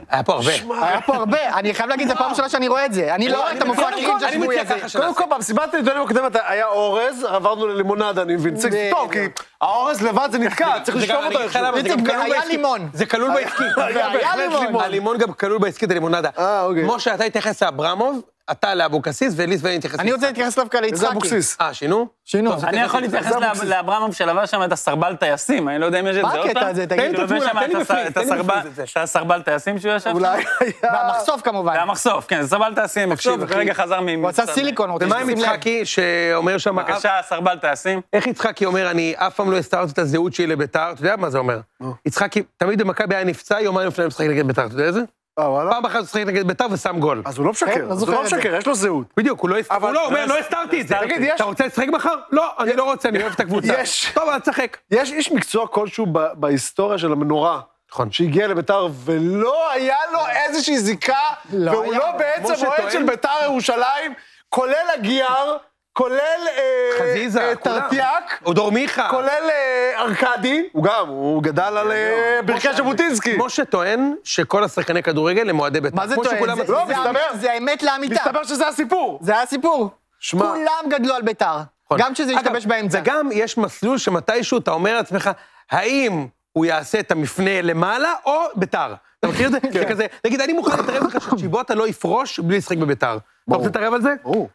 [SPEAKER 3] היה פה הרבה.
[SPEAKER 2] היה פה הרבה, אני חייב להגיד, זו פעם ראשונה שאני רואה את זה. אני לא רואה את המופע
[SPEAKER 5] קודם כל,
[SPEAKER 2] הקרינג' השבועי הזה.
[SPEAKER 5] קודם כל, במסיבת העיתונאים הקודמת היה אורז, עברנו ללימונדה, אני מבין. צריך לפתור, כי האורז לבד זה נתקע, צריך
[SPEAKER 3] זה גם-
[SPEAKER 5] לשכב
[SPEAKER 3] אני
[SPEAKER 5] אותו
[SPEAKER 3] אגיד לך למה, זה
[SPEAKER 2] איציק,
[SPEAKER 3] גם כלול
[SPEAKER 2] היה
[SPEAKER 3] בעסקי.
[SPEAKER 2] לימון.
[SPEAKER 3] זה כלול בעסקי.
[SPEAKER 5] היה
[SPEAKER 2] והיה
[SPEAKER 5] בהחלט
[SPEAKER 2] לימון.
[SPEAKER 5] לימון.
[SPEAKER 3] הלימון גם כלול בעסקית הלימונדה.
[SPEAKER 5] אה, אוקיי.
[SPEAKER 3] משה, אתה התייחס לאברמוב, אתה לאבוקסיס, וליס ואני התייחס
[SPEAKER 2] אני רוצה
[SPEAKER 3] ליצחקי.
[SPEAKER 2] להתייחס דווקא
[SPEAKER 5] זה
[SPEAKER 2] ליצחקי.
[SPEAKER 5] אבוקסיס.
[SPEAKER 3] אה, שינו?
[SPEAKER 2] שינו.
[SPEAKER 3] טוב,
[SPEAKER 4] אני יכול להתייחס לאב- לאברמוב שלבש שם את הסרבל טייסים, אני לא יודע אם יש את זה
[SPEAKER 2] מה
[SPEAKER 4] עוד פעם.
[SPEAKER 2] הקטע הזה, תגיד?
[SPEAKER 4] שהוא
[SPEAKER 3] תן את
[SPEAKER 4] לובש
[SPEAKER 3] התמונה,
[SPEAKER 4] שם
[SPEAKER 3] תן לי
[SPEAKER 4] את הס-
[SPEAKER 3] בפנים,
[SPEAKER 4] את
[SPEAKER 3] תן לי
[SPEAKER 4] הסרבל-
[SPEAKER 3] בפנים את זה.
[SPEAKER 4] את הסרבל טייסים שהוא ישב שם.
[SPEAKER 5] אולי היה...
[SPEAKER 2] והמחשוף כמובן.
[SPEAKER 4] והמחשוף, כן, זה סרבל טייסים, עכשיו,
[SPEAKER 3] תקשיב, אחי.
[SPEAKER 4] כרגע חזר מ...
[SPEAKER 2] הוא עשה סיליקון, רוצים
[SPEAKER 3] ומה עם
[SPEAKER 2] שתשים לב.
[SPEAKER 3] יצחקי, שאומר שם...
[SPEAKER 4] בבקשה, סרבל טייסים.
[SPEAKER 3] איך יצחקי אומר, אני אף פעם לא הסתרתי את הזהות שלי לביתר, אתה יודע מה זה אומר? יצחקי, תמיד במכבי היה נפצע יומיים לפני המשחק נגד ביתר, אתה יודע את זה?
[SPEAKER 5] אה, וואלה.
[SPEAKER 3] פעם אחת הוא משחק נגד ביתר ושם גול.
[SPEAKER 5] אז הוא לא
[SPEAKER 2] כן,
[SPEAKER 5] משקר,
[SPEAKER 2] לא
[SPEAKER 5] אז הוא
[SPEAKER 2] זוכר
[SPEAKER 5] לא
[SPEAKER 2] את זה.
[SPEAKER 5] משקר, יש לו זהות.
[SPEAKER 3] בדיוק, הוא לא הסתר,
[SPEAKER 5] אבל-
[SPEAKER 3] הוא לא אומר, לא הסתרתי את זה.
[SPEAKER 5] תגיד, יש-
[SPEAKER 3] אתה רוצה לשחק מחר? לא, אני לא רוצה, אני אוהב את הקבוצה.
[SPEAKER 5] יש-
[SPEAKER 3] טוב, אז תשחק.
[SPEAKER 5] יש איש מקצוע כלשהו ב- בהיסטוריה של המנורה.
[SPEAKER 3] נכון.
[SPEAKER 5] שהגיע לביתר ולא היה לו איזושהי זיקה, והוא
[SPEAKER 2] היה.
[SPEAKER 5] לא בעצם
[SPEAKER 3] משה
[SPEAKER 5] אוהד
[SPEAKER 3] טוען-
[SPEAKER 5] של ביתר ירושלים, כולל הגיאר, כולל אה,
[SPEAKER 3] חזיזה,
[SPEAKER 5] אה,
[SPEAKER 3] כולם.
[SPEAKER 5] טרטיאק,
[SPEAKER 3] או דור מיכה.
[SPEAKER 5] כולל אה, ארקדי, הוא גם, הוא גדל על אה, ברכי ז'בוטינסקי.
[SPEAKER 3] משה טוען שכל השחקני כדורגל הם אוהדי ביתר.
[SPEAKER 2] מה זה
[SPEAKER 3] כמו
[SPEAKER 2] טוען?
[SPEAKER 3] שכולם נכון.
[SPEAKER 2] זה-
[SPEAKER 3] מצביעים.
[SPEAKER 5] לא,
[SPEAKER 2] זה
[SPEAKER 5] מסתבר.
[SPEAKER 2] האמת- זה האמת לאמיתה.
[SPEAKER 5] מסתבר שזה הסיפור.
[SPEAKER 2] זה היה סיפור.
[SPEAKER 5] שמע.
[SPEAKER 2] כולם גדלו על ביתר.
[SPEAKER 3] נכון.
[SPEAKER 2] גם כשזה
[SPEAKER 3] אגב,
[SPEAKER 2] השתבש באמצע.
[SPEAKER 3] זה גם, יש מסלול שמתישהו אתה אומר לעצמך, האם הוא יעשה את המפנה למעלה או ביתר. אתה מכיר את זה?
[SPEAKER 2] כן.
[SPEAKER 3] זה כזה, נגיד, אני מוכן להתערב לך שצ'יבוטה לא יפרוש בלי לשחק בביתר. אתה רוצה להתערב על זה?
[SPEAKER 5] ברור.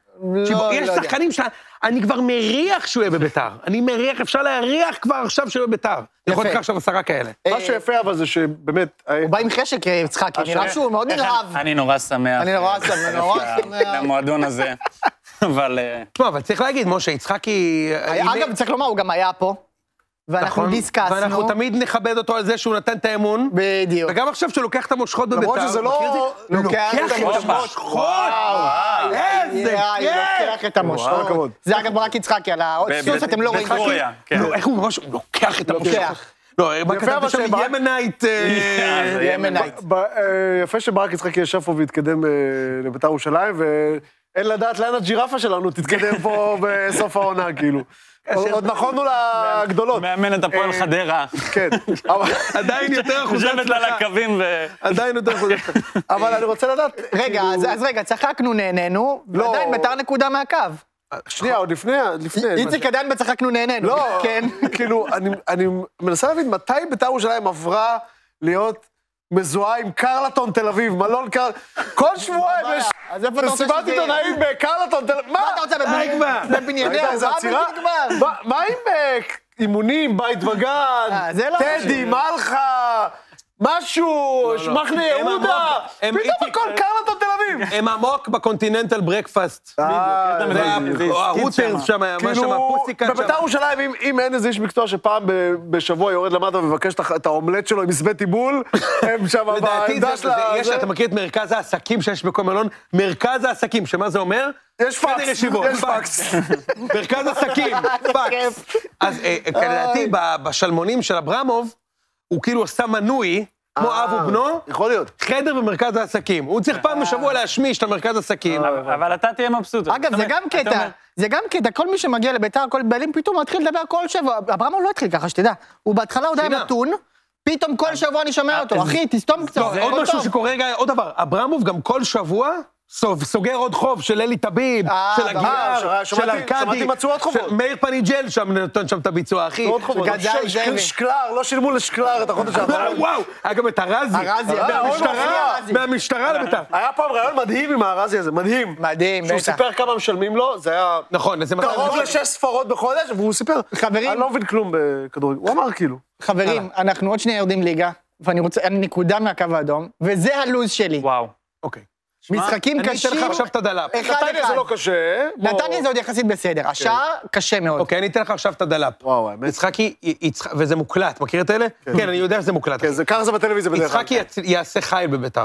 [SPEAKER 3] צ'יבוטה-
[SPEAKER 2] לא
[SPEAKER 3] יש
[SPEAKER 2] יודע.
[SPEAKER 3] שחקנים ש... אני כבר מריח שהוא יהיה בביתר. אני מריח, אפשר להריח כבר עכשיו שהוא יהיה בביתר. יכול להיות לך עכשיו עשרה כאלה.
[SPEAKER 2] אה-
[SPEAKER 5] מה שיפה אבל זה שבאמת... אה,
[SPEAKER 2] הוא בא עם חשק, אה, יצחקי, נראה שהוא מאוד
[SPEAKER 3] אה,
[SPEAKER 4] איך
[SPEAKER 2] נלהב.
[SPEAKER 4] אני- אני נורא שמח.
[SPEAKER 2] אני לא נורא שמח,
[SPEAKER 4] להצטרף
[SPEAKER 2] נורא
[SPEAKER 4] ל-
[SPEAKER 2] שמח.
[SPEAKER 4] למועדון הזה, אבל... אה,
[SPEAKER 3] תשמע, אבל צריך להגיד, משה יצחקי...
[SPEAKER 2] היה-
[SPEAKER 3] אימא-
[SPEAKER 2] אגב, צריך לומר, הוא גם היה פה. ואנחנו
[SPEAKER 3] אה, נכון?
[SPEAKER 2] דיסקסנו.
[SPEAKER 3] ואנחנו תמיד נכבד אותו על זה שהוא נתן את האמון.
[SPEAKER 2] בדיוק.
[SPEAKER 3] וגם עכשיו שהוא לוקח את המושכות בביתר.
[SPEAKER 5] למרות שזה
[SPEAKER 3] מכיר את זה?
[SPEAKER 5] לא...
[SPEAKER 2] לוקח
[SPEAKER 3] לוקח
[SPEAKER 2] את
[SPEAKER 3] את המושכות!
[SPEAKER 5] אה,
[SPEAKER 3] איזה
[SPEAKER 2] יאי,
[SPEAKER 3] כיף!
[SPEAKER 2] לוקח את המושכות.
[SPEAKER 5] הכבוד.
[SPEAKER 2] זה אגב רק יצחקי על הסוס, אתם לא רואים.
[SPEAKER 5] אה,
[SPEAKER 4] בפוריה, כן.
[SPEAKER 3] לא, איך הוא ממש הוא לוקח את המושכות.
[SPEAKER 2] לוקח.
[SPEAKER 3] לא, מה
[SPEAKER 5] אבל
[SPEAKER 3] כתבתי שם?
[SPEAKER 5] שברק-
[SPEAKER 3] ימנייט... אה,
[SPEAKER 4] אה, זה יהיה
[SPEAKER 2] ימי נייט.
[SPEAKER 5] ב- אה, יפה שברק יצחקי ישב פה והתקדם אה, לביתר ירושלים, ואין לדעת לאן הג'ירפה שלנו תתקדם פה בסוף העונה, כאילו. עוד עוד נכונו לגדולות.
[SPEAKER 4] מאמן את הפועל
[SPEAKER 5] אה,
[SPEAKER 4] חדרה,
[SPEAKER 5] כן. אבל-
[SPEAKER 3] עדיין יותר אחוזי
[SPEAKER 4] יושבת לה
[SPEAKER 3] הצלחה.
[SPEAKER 4] לקווים ו...
[SPEAKER 5] עדיין יותר חוזר. אבל אני רוצה לדעת...
[SPEAKER 2] רגע,
[SPEAKER 5] כאילו-
[SPEAKER 2] אז אז רגע, צחקנו, נהנינו,
[SPEAKER 5] לא.
[SPEAKER 2] ועדיין ביתר נקודה מהקו.
[SPEAKER 5] שנייה, עוד לפני, לפני.
[SPEAKER 2] איציק עדיין בצחקנו, נהנינו.
[SPEAKER 5] לא,
[SPEAKER 2] כן.
[SPEAKER 5] כאילו, אני, אני מנסה להבין מתי בית"ר ירושלים עברה להיות מזוהה עם קרלטון תל אביב, מלון קרלטון. כל שבועיים
[SPEAKER 2] הבעיה?
[SPEAKER 5] יש
[SPEAKER 2] אז איפה אתה רוצה
[SPEAKER 5] מסיבת
[SPEAKER 2] שזה יהיה?
[SPEAKER 5] עיתונאים בקרלטון תל אביב.
[SPEAKER 2] מה אתה רוצה, בבני- בבנייני
[SPEAKER 5] ראית איזה
[SPEAKER 2] אהובה
[SPEAKER 5] עצירה?
[SPEAKER 2] בבני
[SPEAKER 5] מה- מה עם אה, אימונים, בית וגן,
[SPEAKER 2] אה, זה לא
[SPEAKER 5] טדי,
[SPEAKER 2] משהו.
[SPEAKER 5] מלחה, משהו, מחנה
[SPEAKER 3] לא, הם
[SPEAKER 5] יהודה,
[SPEAKER 3] עמוק, הם
[SPEAKER 5] פתאום
[SPEAKER 3] איציק-
[SPEAKER 5] הכל קרלטון תל אביב.
[SPEAKER 3] הם עמוק בקונטיננטל ברקפאסט.
[SPEAKER 5] אה,
[SPEAKER 3] זה
[SPEAKER 5] זה-
[SPEAKER 3] היה-
[SPEAKER 4] זה
[SPEAKER 3] או
[SPEAKER 4] הסכית
[SPEAKER 3] הרוטרס שם, היה- מה שם,
[SPEAKER 5] כאילו,
[SPEAKER 3] הפוסיקה שם.
[SPEAKER 5] בביתר ירושלים, אם- אם אין איזה איש מקצוע שפעם ב- בשבוע יורד למטה ומבקש את ה- את העומלט שלו עם זווית טיבול, הם שם
[SPEAKER 3] לדעתי, זה-
[SPEAKER 5] בעמדה של
[SPEAKER 3] זה-
[SPEAKER 5] ה...
[SPEAKER 3] יש,
[SPEAKER 5] זה-
[SPEAKER 3] אתה מכיר את מרכז העסקים שיש בכל מלון? מרכז העסקים, שמה זה אומר?
[SPEAKER 5] יש פקס,
[SPEAKER 3] חדר ישיבות,
[SPEAKER 5] יש פקס.
[SPEAKER 3] מרכז עסקים, פקס. אז אה, אה, לדעתי, ב- בשלמונים של אברמוב, הוא כאילו עשה מנוי, כמו
[SPEAKER 5] אה.
[SPEAKER 3] אב ובנו,
[SPEAKER 5] יכול להיות.
[SPEAKER 3] חדר במרכז העסקים. הוא צריך
[SPEAKER 5] אה.
[SPEAKER 3] פעם בשבוע להשמיש את המרכז עסקים.
[SPEAKER 4] אבל אתה תהיה מבסוט. אתה
[SPEAKER 2] אגב, זה
[SPEAKER 4] אומר-
[SPEAKER 2] גם
[SPEAKER 4] אתה
[SPEAKER 2] קטע,
[SPEAKER 4] אומר,
[SPEAKER 2] זה גם קטע, כל מי שמגיע לביתר, כל בעלים, פתאום מתחיל לדבר כל שבוע, אברמוב לא התחיל ככה, שתדע. הוא בהתחלה עוד היה
[SPEAKER 3] שינה.
[SPEAKER 2] מתון, פתאום כל שבוע אני שומע אותו, אחי, תסתום קצת,
[SPEAKER 3] לא,
[SPEAKER 2] זה
[SPEAKER 3] עוד
[SPEAKER 2] הכל
[SPEAKER 3] משהו
[SPEAKER 2] טוב.
[SPEAKER 3] שקורה, רגע, עוד דבר. אברמוב גם כל שבוע סוב- סוגר עוד חוב של אלי טביב,
[SPEAKER 2] אה,
[SPEAKER 3] של
[SPEAKER 2] ברור.
[SPEAKER 3] הגיאר,
[SPEAKER 5] שמע-
[SPEAKER 3] של
[SPEAKER 5] שמעתי-
[SPEAKER 3] ארכדי.
[SPEAKER 5] שמעתי מצאו עוד חובות.
[SPEAKER 3] של מאיר פניג'ל שם נותן שם את הביצוע, אחי.
[SPEAKER 5] עוד חובות.
[SPEAKER 2] גדל
[SPEAKER 5] ש- ש-
[SPEAKER 2] זאבי.
[SPEAKER 5] שקלר, לא שילמו לשקלר את החודש האחרון.
[SPEAKER 3] אה, וואו, היה גם את הרזי. אה,
[SPEAKER 2] הרזי,
[SPEAKER 5] אה, הרזי,
[SPEAKER 3] מהמשטרה,
[SPEAKER 2] הרזי.
[SPEAKER 3] מהמשטרה לביתר.
[SPEAKER 5] היה פעם רעיון מדהים עם הארזי הזה, מדהים.
[SPEAKER 2] מדהים,
[SPEAKER 5] שהוא
[SPEAKER 2] בטח.
[SPEAKER 5] סיפר כמה משלמים לו, זה היה
[SPEAKER 3] נכון, אז זה מצב...
[SPEAKER 5] קרוב לשש ספרות בחודש, והוא סיפר,
[SPEAKER 2] חברים.
[SPEAKER 5] אני לא מבין כלום בכדורגל. הוא אמר כאילו.
[SPEAKER 2] חברים, אנחנו עוד שנייה יורדים ליגה, ואני רוצה, אני נקודה מהקו האדום, וזה הלו"ז שלי.
[SPEAKER 4] וואו.
[SPEAKER 3] אוקיי.
[SPEAKER 2] משחקים
[SPEAKER 3] אני
[SPEAKER 2] קשים,
[SPEAKER 3] אתן לך עכשיו את הדלאפ.
[SPEAKER 2] אחד
[SPEAKER 5] נתניה זה
[SPEAKER 2] אחד.
[SPEAKER 5] לא קשה. בוא-
[SPEAKER 2] נתניה זה עוד יחסית בסדר, השאר קשה מאוד.
[SPEAKER 3] אוקיי, אני אתן לך עכשיו את הדלאפ.
[SPEAKER 5] וואו, האמת.
[SPEAKER 3] יצחקי, י- יצח- וזה מוקלט, מכיר את אלה? כן, אני יודע שזה מוקלט.
[SPEAKER 5] כן, זה- ככה זה בטלוויזיה בדרך כלל.
[SPEAKER 3] יצחקי יצ- יעשה חיל בביתר.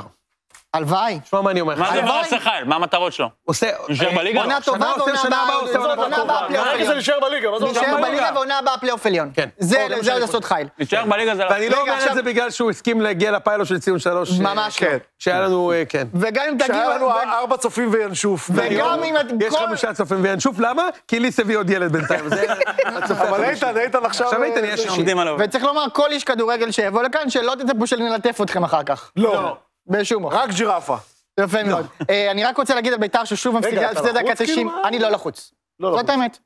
[SPEAKER 2] הלוואי.
[SPEAKER 3] תשמע מה אני אומר לך.
[SPEAKER 4] מה זה
[SPEAKER 2] הלוואי.
[SPEAKER 4] מה עושה חייל? מה המטרות שלו?
[SPEAKER 3] עושה...
[SPEAKER 4] נשאר
[SPEAKER 3] אה,
[SPEAKER 4] בליגה?
[SPEAKER 2] עונה
[SPEAKER 4] לא.
[SPEAKER 2] טובה
[SPEAKER 3] שנה עושה,
[SPEAKER 2] ועונה
[SPEAKER 3] שנה הבאה
[SPEAKER 2] הבאה,
[SPEAKER 3] עושה עונה
[SPEAKER 2] ועונה הבאה
[SPEAKER 5] נראה לי זה
[SPEAKER 2] פלייאוף
[SPEAKER 5] להישאר בליגה, מה זה
[SPEAKER 2] עליון. נשאר
[SPEAKER 3] בליגה.
[SPEAKER 2] בליגה ועונה הבאה פלייאוף עליון.
[SPEAKER 3] כן.
[SPEAKER 2] זה
[SPEAKER 3] או, זה מה
[SPEAKER 2] זה
[SPEAKER 3] שאני
[SPEAKER 2] עוד לעשות חיל.
[SPEAKER 4] נשאר בליגה זה... לא-
[SPEAKER 3] ואני לא
[SPEAKER 2] רגע,
[SPEAKER 3] אומר את
[SPEAKER 2] עכשיו-
[SPEAKER 3] זה בגלל שהוא הסכים להגיע לפיילוט של ציון שלוש. אה,
[SPEAKER 2] ממש לא.
[SPEAKER 5] כן.
[SPEAKER 3] שהיה לנו, אה, כן.
[SPEAKER 2] וגם אם
[SPEAKER 5] שהיה
[SPEAKER 2] תגיעו...
[SPEAKER 5] לנו
[SPEAKER 2] ו-
[SPEAKER 5] ארבע צופים וינשוף.
[SPEAKER 2] וגם אם את...
[SPEAKER 3] יש
[SPEAKER 2] כל-
[SPEAKER 3] חמישה צופים וינשוף, למה? כי ליס הביא עוד ילד בינתיים. זה הצופה
[SPEAKER 5] אבל
[SPEAKER 3] החמישי.
[SPEAKER 5] איתן, איתן עכשיו...
[SPEAKER 3] עכשיו איתן
[SPEAKER 5] אה,
[SPEAKER 3] יש
[SPEAKER 5] זה-
[SPEAKER 3] שם.
[SPEAKER 4] עומדים עליו.
[SPEAKER 2] וצריך לומר, כל איש כדורגל שיבוא לכאן, שלא תצפו שנלטף אתכם אחר כך.
[SPEAKER 5] לא.
[SPEAKER 2] בשום אופן.
[SPEAKER 5] רק ג'ירפה.
[SPEAKER 2] יפה מאוד. אה, אני רק רוצה להגיד על ביתר ששוב מפסידה
[SPEAKER 5] לא. אתה
[SPEAKER 2] הפסד דקה
[SPEAKER 5] לחוץ
[SPEAKER 2] 90.
[SPEAKER 5] כאילו?
[SPEAKER 2] אני לא לחוץ.
[SPEAKER 5] לא
[SPEAKER 2] זאת
[SPEAKER 5] לחוץ.
[SPEAKER 2] האמת.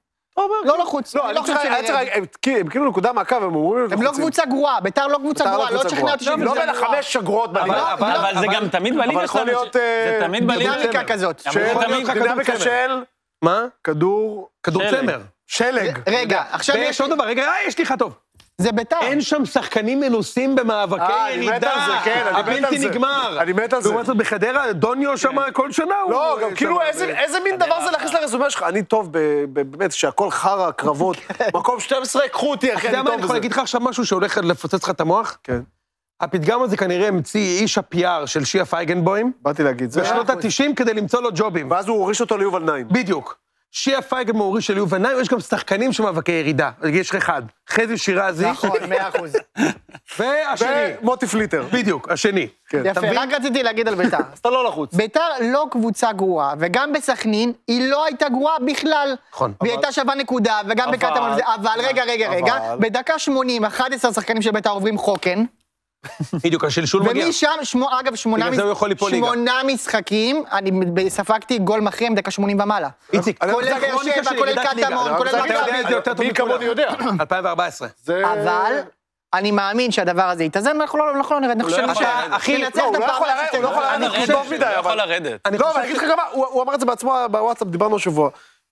[SPEAKER 2] לא לחוץ.
[SPEAKER 5] לא,
[SPEAKER 2] אני
[SPEAKER 5] אני
[SPEAKER 2] חושב
[SPEAKER 5] צריך, היה
[SPEAKER 2] ש-
[SPEAKER 5] צריך, הם כי- הם כאילו נקודה מהקו, הם אומרים...
[SPEAKER 2] הם לא קבוצה גרועה, ביתר לא קבוצה גרועה, לא תשכנע אותי שהם
[SPEAKER 5] לא
[SPEAKER 2] קבוצה
[SPEAKER 5] בין החמש שגרועות
[SPEAKER 4] אבל-
[SPEAKER 5] בליגה.
[SPEAKER 4] אבל אבל זה גם תמיד בליגה
[SPEAKER 5] אבל יכול
[SPEAKER 4] שלנו,
[SPEAKER 5] להיות,
[SPEAKER 4] ש- זה
[SPEAKER 5] אה,
[SPEAKER 4] תמיד בליגה.
[SPEAKER 2] דינמיקה כזאת.
[SPEAKER 4] אבל
[SPEAKER 5] של-
[SPEAKER 4] זה תמיד
[SPEAKER 3] כדור
[SPEAKER 5] דינמיקה
[SPEAKER 3] צמר.
[SPEAKER 5] של
[SPEAKER 3] מה?
[SPEAKER 5] כדור...
[SPEAKER 3] כדור
[SPEAKER 4] שלג.
[SPEAKER 3] צמר.
[SPEAKER 5] שלג.
[SPEAKER 2] רגע, עכשיו יש...
[SPEAKER 3] ויש עוד דבר, רגע, אה, יש לי לך טוב.
[SPEAKER 2] זה ביתר.
[SPEAKER 3] אין שם שחקנים מנוסים במאבקי
[SPEAKER 5] אה, אני מת
[SPEAKER 3] ירידה.
[SPEAKER 5] על זה, כן, אני מת על
[SPEAKER 3] הבלתי
[SPEAKER 5] זה.
[SPEAKER 3] נגמר.
[SPEAKER 5] אני מת על זה. כן.
[SPEAKER 3] לעומת זאת בחדרה, דוניו שם כל שנה הוא...
[SPEAKER 5] לא, גם כאילו,
[SPEAKER 3] שם.
[SPEAKER 5] איזה- איזה מין דבר זה להכניס לרזומה שלך? אני טוב, ב- ב- באמת, שהכל חרא, קרבות, מקום 12, קחו אותי,
[SPEAKER 3] אתה
[SPEAKER 5] אחי,
[SPEAKER 3] יודע
[SPEAKER 5] אני
[SPEAKER 3] מה, אני
[SPEAKER 5] טוב
[SPEAKER 3] יכול
[SPEAKER 5] בזה.
[SPEAKER 3] להגיד לך עכשיו משהו שהולך לפוצץ לך את המוח?
[SPEAKER 5] כן.
[SPEAKER 3] הפתגם הזה כנראה המציא איש ה-PR של שיה פייגנבוים
[SPEAKER 5] באתי להגיד זה.
[SPEAKER 3] בשנות ה-90 כדי למצוא לו ג'ובים.
[SPEAKER 5] ואז הוא הוריש אותו ליובל נעים.
[SPEAKER 3] בדיוק. שיה פייגנבוים הוא הוריש של יובל נעים, יש גם שחקנים שמאבקי ירידה. יש לך אחד, חזי שירזי,
[SPEAKER 2] נכון, מאה אחוז.
[SPEAKER 3] והשני.
[SPEAKER 5] ומוטי פליטר.
[SPEAKER 3] בדיוק, השני.
[SPEAKER 5] כן.
[SPEAKER 2] יפה,
[SPEAKER 3] מבין?
[SPEAKER 2] רק רציתי להגיד על ביתר.
[SPEAKER 5] אז אתה לא לחוץ.
[SPEAKER 2] ביתר לא קבוצה גרועה, וגם בסכנין היא לא הייתה גרועה בכלל.
[SPEAKER 3] נכון.
[SPEAKER 2] והיא הייתה שווה נקודה, וגם
[SPEAKER 4] אבל-
[SPEAKER 2] בקטמון זה, אבל רגע, רגע, רגע, בדקה 80, 11 שחקנים של ביתר עוברים חוקן,
[SPEAKER 3] בדיוק, השלשול מגיע.
[SPEAKER 2] ומשם, שמו, אגב, שמונה,
[SPEAKER 3] בגלל זה הוא יכול ליפול ליגה.
[SPEAKER 2] שמונה משחקים, אני ב- ספגתי גול מכריע עם דקה 80 ומעלה.
[SPEAKER 3] איציק,
[SPEAKER 2] כולל
[SPEAKER 3] זה
[SPEAKER 2] באר
[SPEAKER 3] הכרוניקה
[SPEAKER 2] שבע,
[SPEAKER 3] של
[SPEAKER 2] כולל
[SPEAKER 3] ירידת ליגה.
[SPEAKER 2] קטמון,
[SPEAKER 3] אני
[SPEAKER 2] כולל
[SPEAKER 3] רוצה להגיד, אתה
[SPEAKER 2] מכבי.
[SPEAKER 3] יודע את זה יותר טוב
[SPEAKER 5] מי כמוני
[SPEAKER 3] מכולם.
[SPEAKER 5] יודע.
[SPEAKER 3] 2014.
[SPEAKER 5] זה-
[SPEAKER 2] אבל... אני מאמין שהדבר הזה יתאזן, ואנחנו לא, אנחנו לא נרד, אנחנו
[SPEAKER 4] לא
[SPEAKER 2] חושבים
[SPEAKER 4] יכול לרדת.
[SPEAKER 2] שאחי, ננצח
[SPEAKER 5] לא,
[SPEAKER 2] את
[SPEAKER 5] הוא לא
[SPEAKER 2] הפער
[SPEAKER 5] יכול לרדת, הוא לא יכול
[SPEAKER 4] אנא,
[SPEAKER 5] אני
[SPEAKER 4] רדת,
[SPEAKER 5] טוב
[SPEAKER 4] הוא
[SPEAKER 5] מדי,
[SPEAKER 4] לא
[SPEAKER 5] אבל-
[SPEAKER 4] יכול לרדת.
[SPEAKER 3] אני
[SPEAKER 5] לא,
[SPEAKER 3] חושב
[SPEAKER 5] אבל אני אגיד לך גם מה, הוא הוא אמר את זה בעצמו בוואטסאפ, דיברנו השבוע.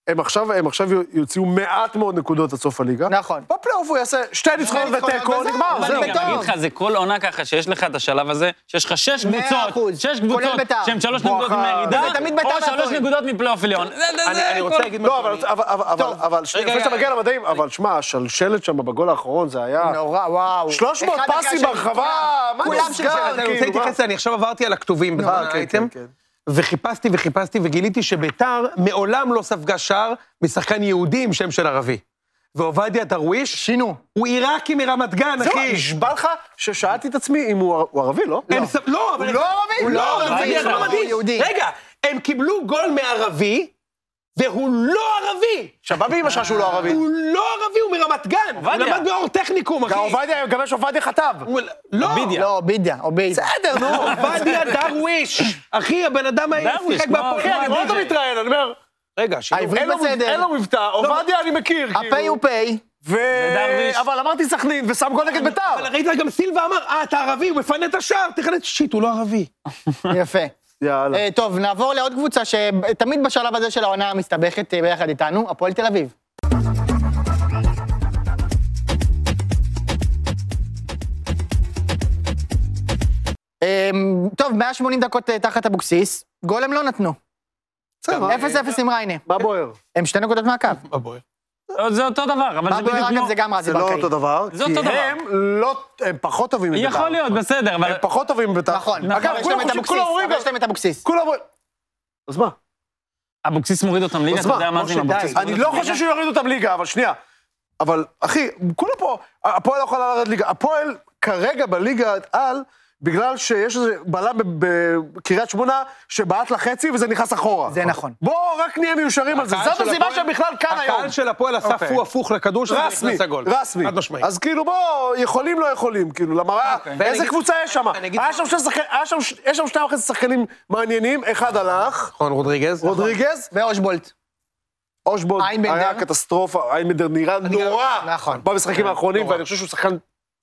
[SPEAKER 5] הם עכשיו, הם עכשיו יוציאו מעט מאוד נקודות עד סוף הליגה.
[SPEAKER 2] נכון.
[SPEAKER 5] בפלייאוף הוא יעשה שתי ניצחונות
[SPEAKER 2] ניצחונות,
[SPEAKER 5] ותיקו,
[SPEAKER 2] וזהו,
[SPEAKER 5] נגמר,
[SPEAKER 2] אבל
[SPEAKER 5] זהו.
[SPEAKER 4] אני גם
[SPEAKER 2] בטוב.
[SPEAKER 4] אגיד לך, זה כל עונה ככה שיש לך את השלב הזה, שיש לך שש
[SPEAKER 2] מאה
[SPEAKER 4] קבוצות,
[SPEAKER 2] אחוז,
[SPEAKER 4] שש
[SPEAKER 2] כולל
[SPEAKER 4] קבוצות
[SPEAKER 2] בית"ר.
[SPEAKER 4] שהן שלוש
[SPEAKER 5] בואכה.
[SPEAKER 4] נקודות מהירידה,
[SPEAKER 2] וזה תמיד בית"ר
[SPEAKER 4] או שלוש
[SPEAKER 2] והפועל.
[SPEAKER 4] נקודות מפלייאוף עליון.
[SPEAKER 5] אה,
[SPEAKER 4] זה- זה-
[SPEAKER 3] אני
[SPEAKER 4] זה
[SPEAKER 3] אני
[SPEAKER 4] כל-
[SPEAKER 3] רוצה להגיד
[SPEAKER 5] לא,
[SPEAKER 3] משהו.
[SPEAKER 5] אבל, אבל, אבל, אבל, אבל, שנייה, לפני שאתה מגיע למדעים, אבל שמע, השלשלת שם בגול האחרון זה היה...
[SPEAKER 2] נורא, וואו.
[SPEAKER 5] 300
[SPEAKER 2] אחד אחרי
[SPEAKER 5] פסים
[SPEAKER 2] השני,
[SPEAKER 5] ברחבה,
[SPEAKER 2] כולם.
[SPEAKER 5] מה
[SPEAKER 2] כולם אוקיי,
[SPEAKER 5] נסגר?
[SPEAKER 2] שלשלת,
[SPEAKER 3] אני רוצה
[SPEAKER 5] כאילו, מה?
[SPEAKER 3] להתייחס, אני עכשיו עברתי על הכתובים בזמן
[SPEAKER 5] אה, כן,
[SPEAKER 3] האייטם,
[SPEAKER 5] כן, כן.
[SPEAKER 3] וחיפשתי וחיפשתי וגיליתי שביתר מעולם לא ספגה שער משחקן יהודי עם שם של ערבי. ועובדיה דרוויש,
[SPEAKER 2] שינו.
[SPEAKER 3] הוא עיראקי מרמת גן,
[SPEAKER 5] זהו,
[SPEAKER 3] אחי.
[SPEAKER 5] נשבע לך ששאלתי את עצמי אם הוא הוא ערבי, לא?
[SPEAKER 3] אין ספ- לא, אבל...
[SPEAKER 2] הוא לא ערבי?
[SPEAKER 3] הוא
[SPEAKER 2] הוא
[SPEAKER 3] לא
[SPEAKER 2] לא
[SPEAKER 3] ערבי,
[SPEAKER 4] ערבי,
[SPEAKER 3] זה
[SPEAKER 4] הוא
[SPEAKER 3] מדהים.
[SPEAKER 2] יהודי.
[SPEAKER 3] רגע, הם קיבלו גול מערבי, והוא לא ערבי.
[SPEAKER 5] שבאבי אמא שלך שהוא לא ערבי.
[SPEAKER 2] אוקיי.
[SPEAKER 3] הוא לא ערבי, הוא מרמת גן. הוא
[SPEAKER 4] עובדיה.
[SPEAKER 3] למד באור טכניקום, אחי.
[SPEAKER 5] גם עובדיה, גם יש עובדיה חטב.
[SPEAKER 3] הוא- לא,
[SPEAKER 4] עובדיה.
[SPEAKER 2] לא, עובדיה, עובדיה.
[SPEAKER 3] בסדר, נו, עובדיה דרוויש. אחי, הבן אדם היה
[SPEAKER 4] דרוויש,
[SPEAKER 3] שיחק
[SPEAKER 4] מה-
[SPEAKER 3] בהפועל.
[SPEAKER 4] מה-
[SPEAKER 5] אני רואה אותו מתראיין, אני אומר,
[SPEAKER 3] רגע, שינו.
[SPEAKER 2] העברית
[SPEAKER 5] אין
[SPEAKER 2] בסדר,
[SPEAKER 5] לו מבטא, עובדיה אני מכיר,
[SPEAKER 2] הפיי
[SPEAKER 5] כאילו.
[SPEAKER 2] הוא פיי.
[SPEAKER 5] ו...
[SPEAKER 4] ודרוויש.
[SPEAKER 5] אה, אבל אמרתי סכנין, ושם גול נגד
[SPEAKER 3] אבל
[SPEAKER 5] ביתר.
[SPEAKER 3] ראית גם סילבה אמר, אה, אתה ערבי, הוא מפנה את השער, תכנת שיט, הוא לא ערבי.
[SPEAKER 2] יפה.
[SPEAKER 5] יאללה.
[SPEAKER 2] אה, טוב, נעבור לעוד קבוצה שתמיד בשלב הזה של העונה מסתבכת אה, ביחד איתנו, הפועל תל אביב. אה, טוב, 180 דקות אה, תחת אבוקסיס, גול הם לא נתנו.
[SPEAKER 5] בסדר,
[SPEAKER 2] 0-0
[SPEAKER 5] מה-
[SPEAKER 2] עם ריינה.
[SPEAKER 5] מה בוער?
[SPEAKER 2] הם שתי נקודות מהקו.
[SPEAKER 3] מה בוער?
[SPEAKER 4] אה, זה אותו דבר, אבל
[SPEAKER 2] מה
[SPEAKER 4] זה בדיוק
[SPEAKER 2] בוער אגב
[SPEAKER 4] כמו...
[SPEAKER 2] זה גם רזי
[SPEAKER 5] זה לא
[SPEAKER 2] ברקאי.
[SPEAKER 5] אותו דבר,
[SPEAKER 4] זה
[SPEAKER 5] כי
[SPEAKER 4] אותו דבר.
[SPEAKER 5] הם לא, הם פחות טובים מביתר.
[SPEAKER 4] יכול להיות, בסדר, אבל...
[SPEAKER 5] הם פחות טובים מביתר.
[SPEAKER 2] נכון,
[SPEAKER 5] אגב,
[SPEAKER 2] נכון, יש
[SPEAKER 5] כולם
[SPEAKER 2] להם את אבוקסיס,
[SPEAKER 5] חושבים, כולם אומרים,
[SPEAKER 2] אבל יש להם את אבוקסיס.
[SPEAKER 5] כולם אומרים... אז מה?
[SPEAKER 4] אבוקסיס מוריד אותם ליגה,
[SPEAKER 5] אז
[SPEAKER 4] אתה יודע
[SPEAKER 5] מה?
[SPEAKER 4] מה זה עם
[SPEAKER 5] משה,
[SPEAKER 4] אבוקסיס.
[SPEAKER 5] די. אני לא חושב שהוא יוריד אותם ליגה, אבל שנייה. אבל, אחי, כולם פה, הפועל לא יכולה לרדת ליגה. הפועל כרגע בליגה על, בגלל שיש איזה בלם ב- בקריית שמונה שבעט לחצי וזה נכנס אחורה.
[SPEAKER 2] זה נכון.
[SPEAKER 5] בואו רק נהיה מיושרים על זה.
[SPEAKER 3] הקהל של
[SPEAKER 5] זאת הסיבה
[SPEAKER 3] הפועל-
[SPEAKER 5] שהם בכלל
[SPEAKER 1] אה,
[SPEAKER 5] כאן היום.
[SPEAKER 3] הקהל של הפועל עשה
[SPEAKER 5] אוקיי.
[SPEAKER 3] פו הפוך לכדור שלו,
[SPEAKER 5] רסמי,
[SPEAKER 3] נכנס הגול.
[SPEAKER 5] רסמי.
[SPEAKER 3] חד משמעית.
[SPEAKER 5] אז כאילו בוא, יכולים לא יכולים, כאילו, למראה,
[SPEAKER 3] ואני
[SPEAKER 5] איזה
[SPEAKER 3] אה, אוקיי. אגיד-
[SPEAKER 5] קבוצה יש שם?
[SPEAKER 3] אני אגיד-
[SPEAKER 5] היה שם שני שחקנים, היה שם ש- יש שם שניים וחצי שחקנים מעניינים, אחד הלך,
[SPEAKER 3] נכון, רודריגז.
[SPEAKER 5] רודריגז,
[SPEAKER 2] ואושבולט.
[SPEAKER 5] אושבולד
[SPEAKER 2] איינבנדר.
[SPEAKER 5] היה קטסטרופה, איינבנדר נראה נורא
[SPEAKER 2] נכון.
[SPEAKER 5] במשחקים האחרונים, ואני חושב שהוא שחקן,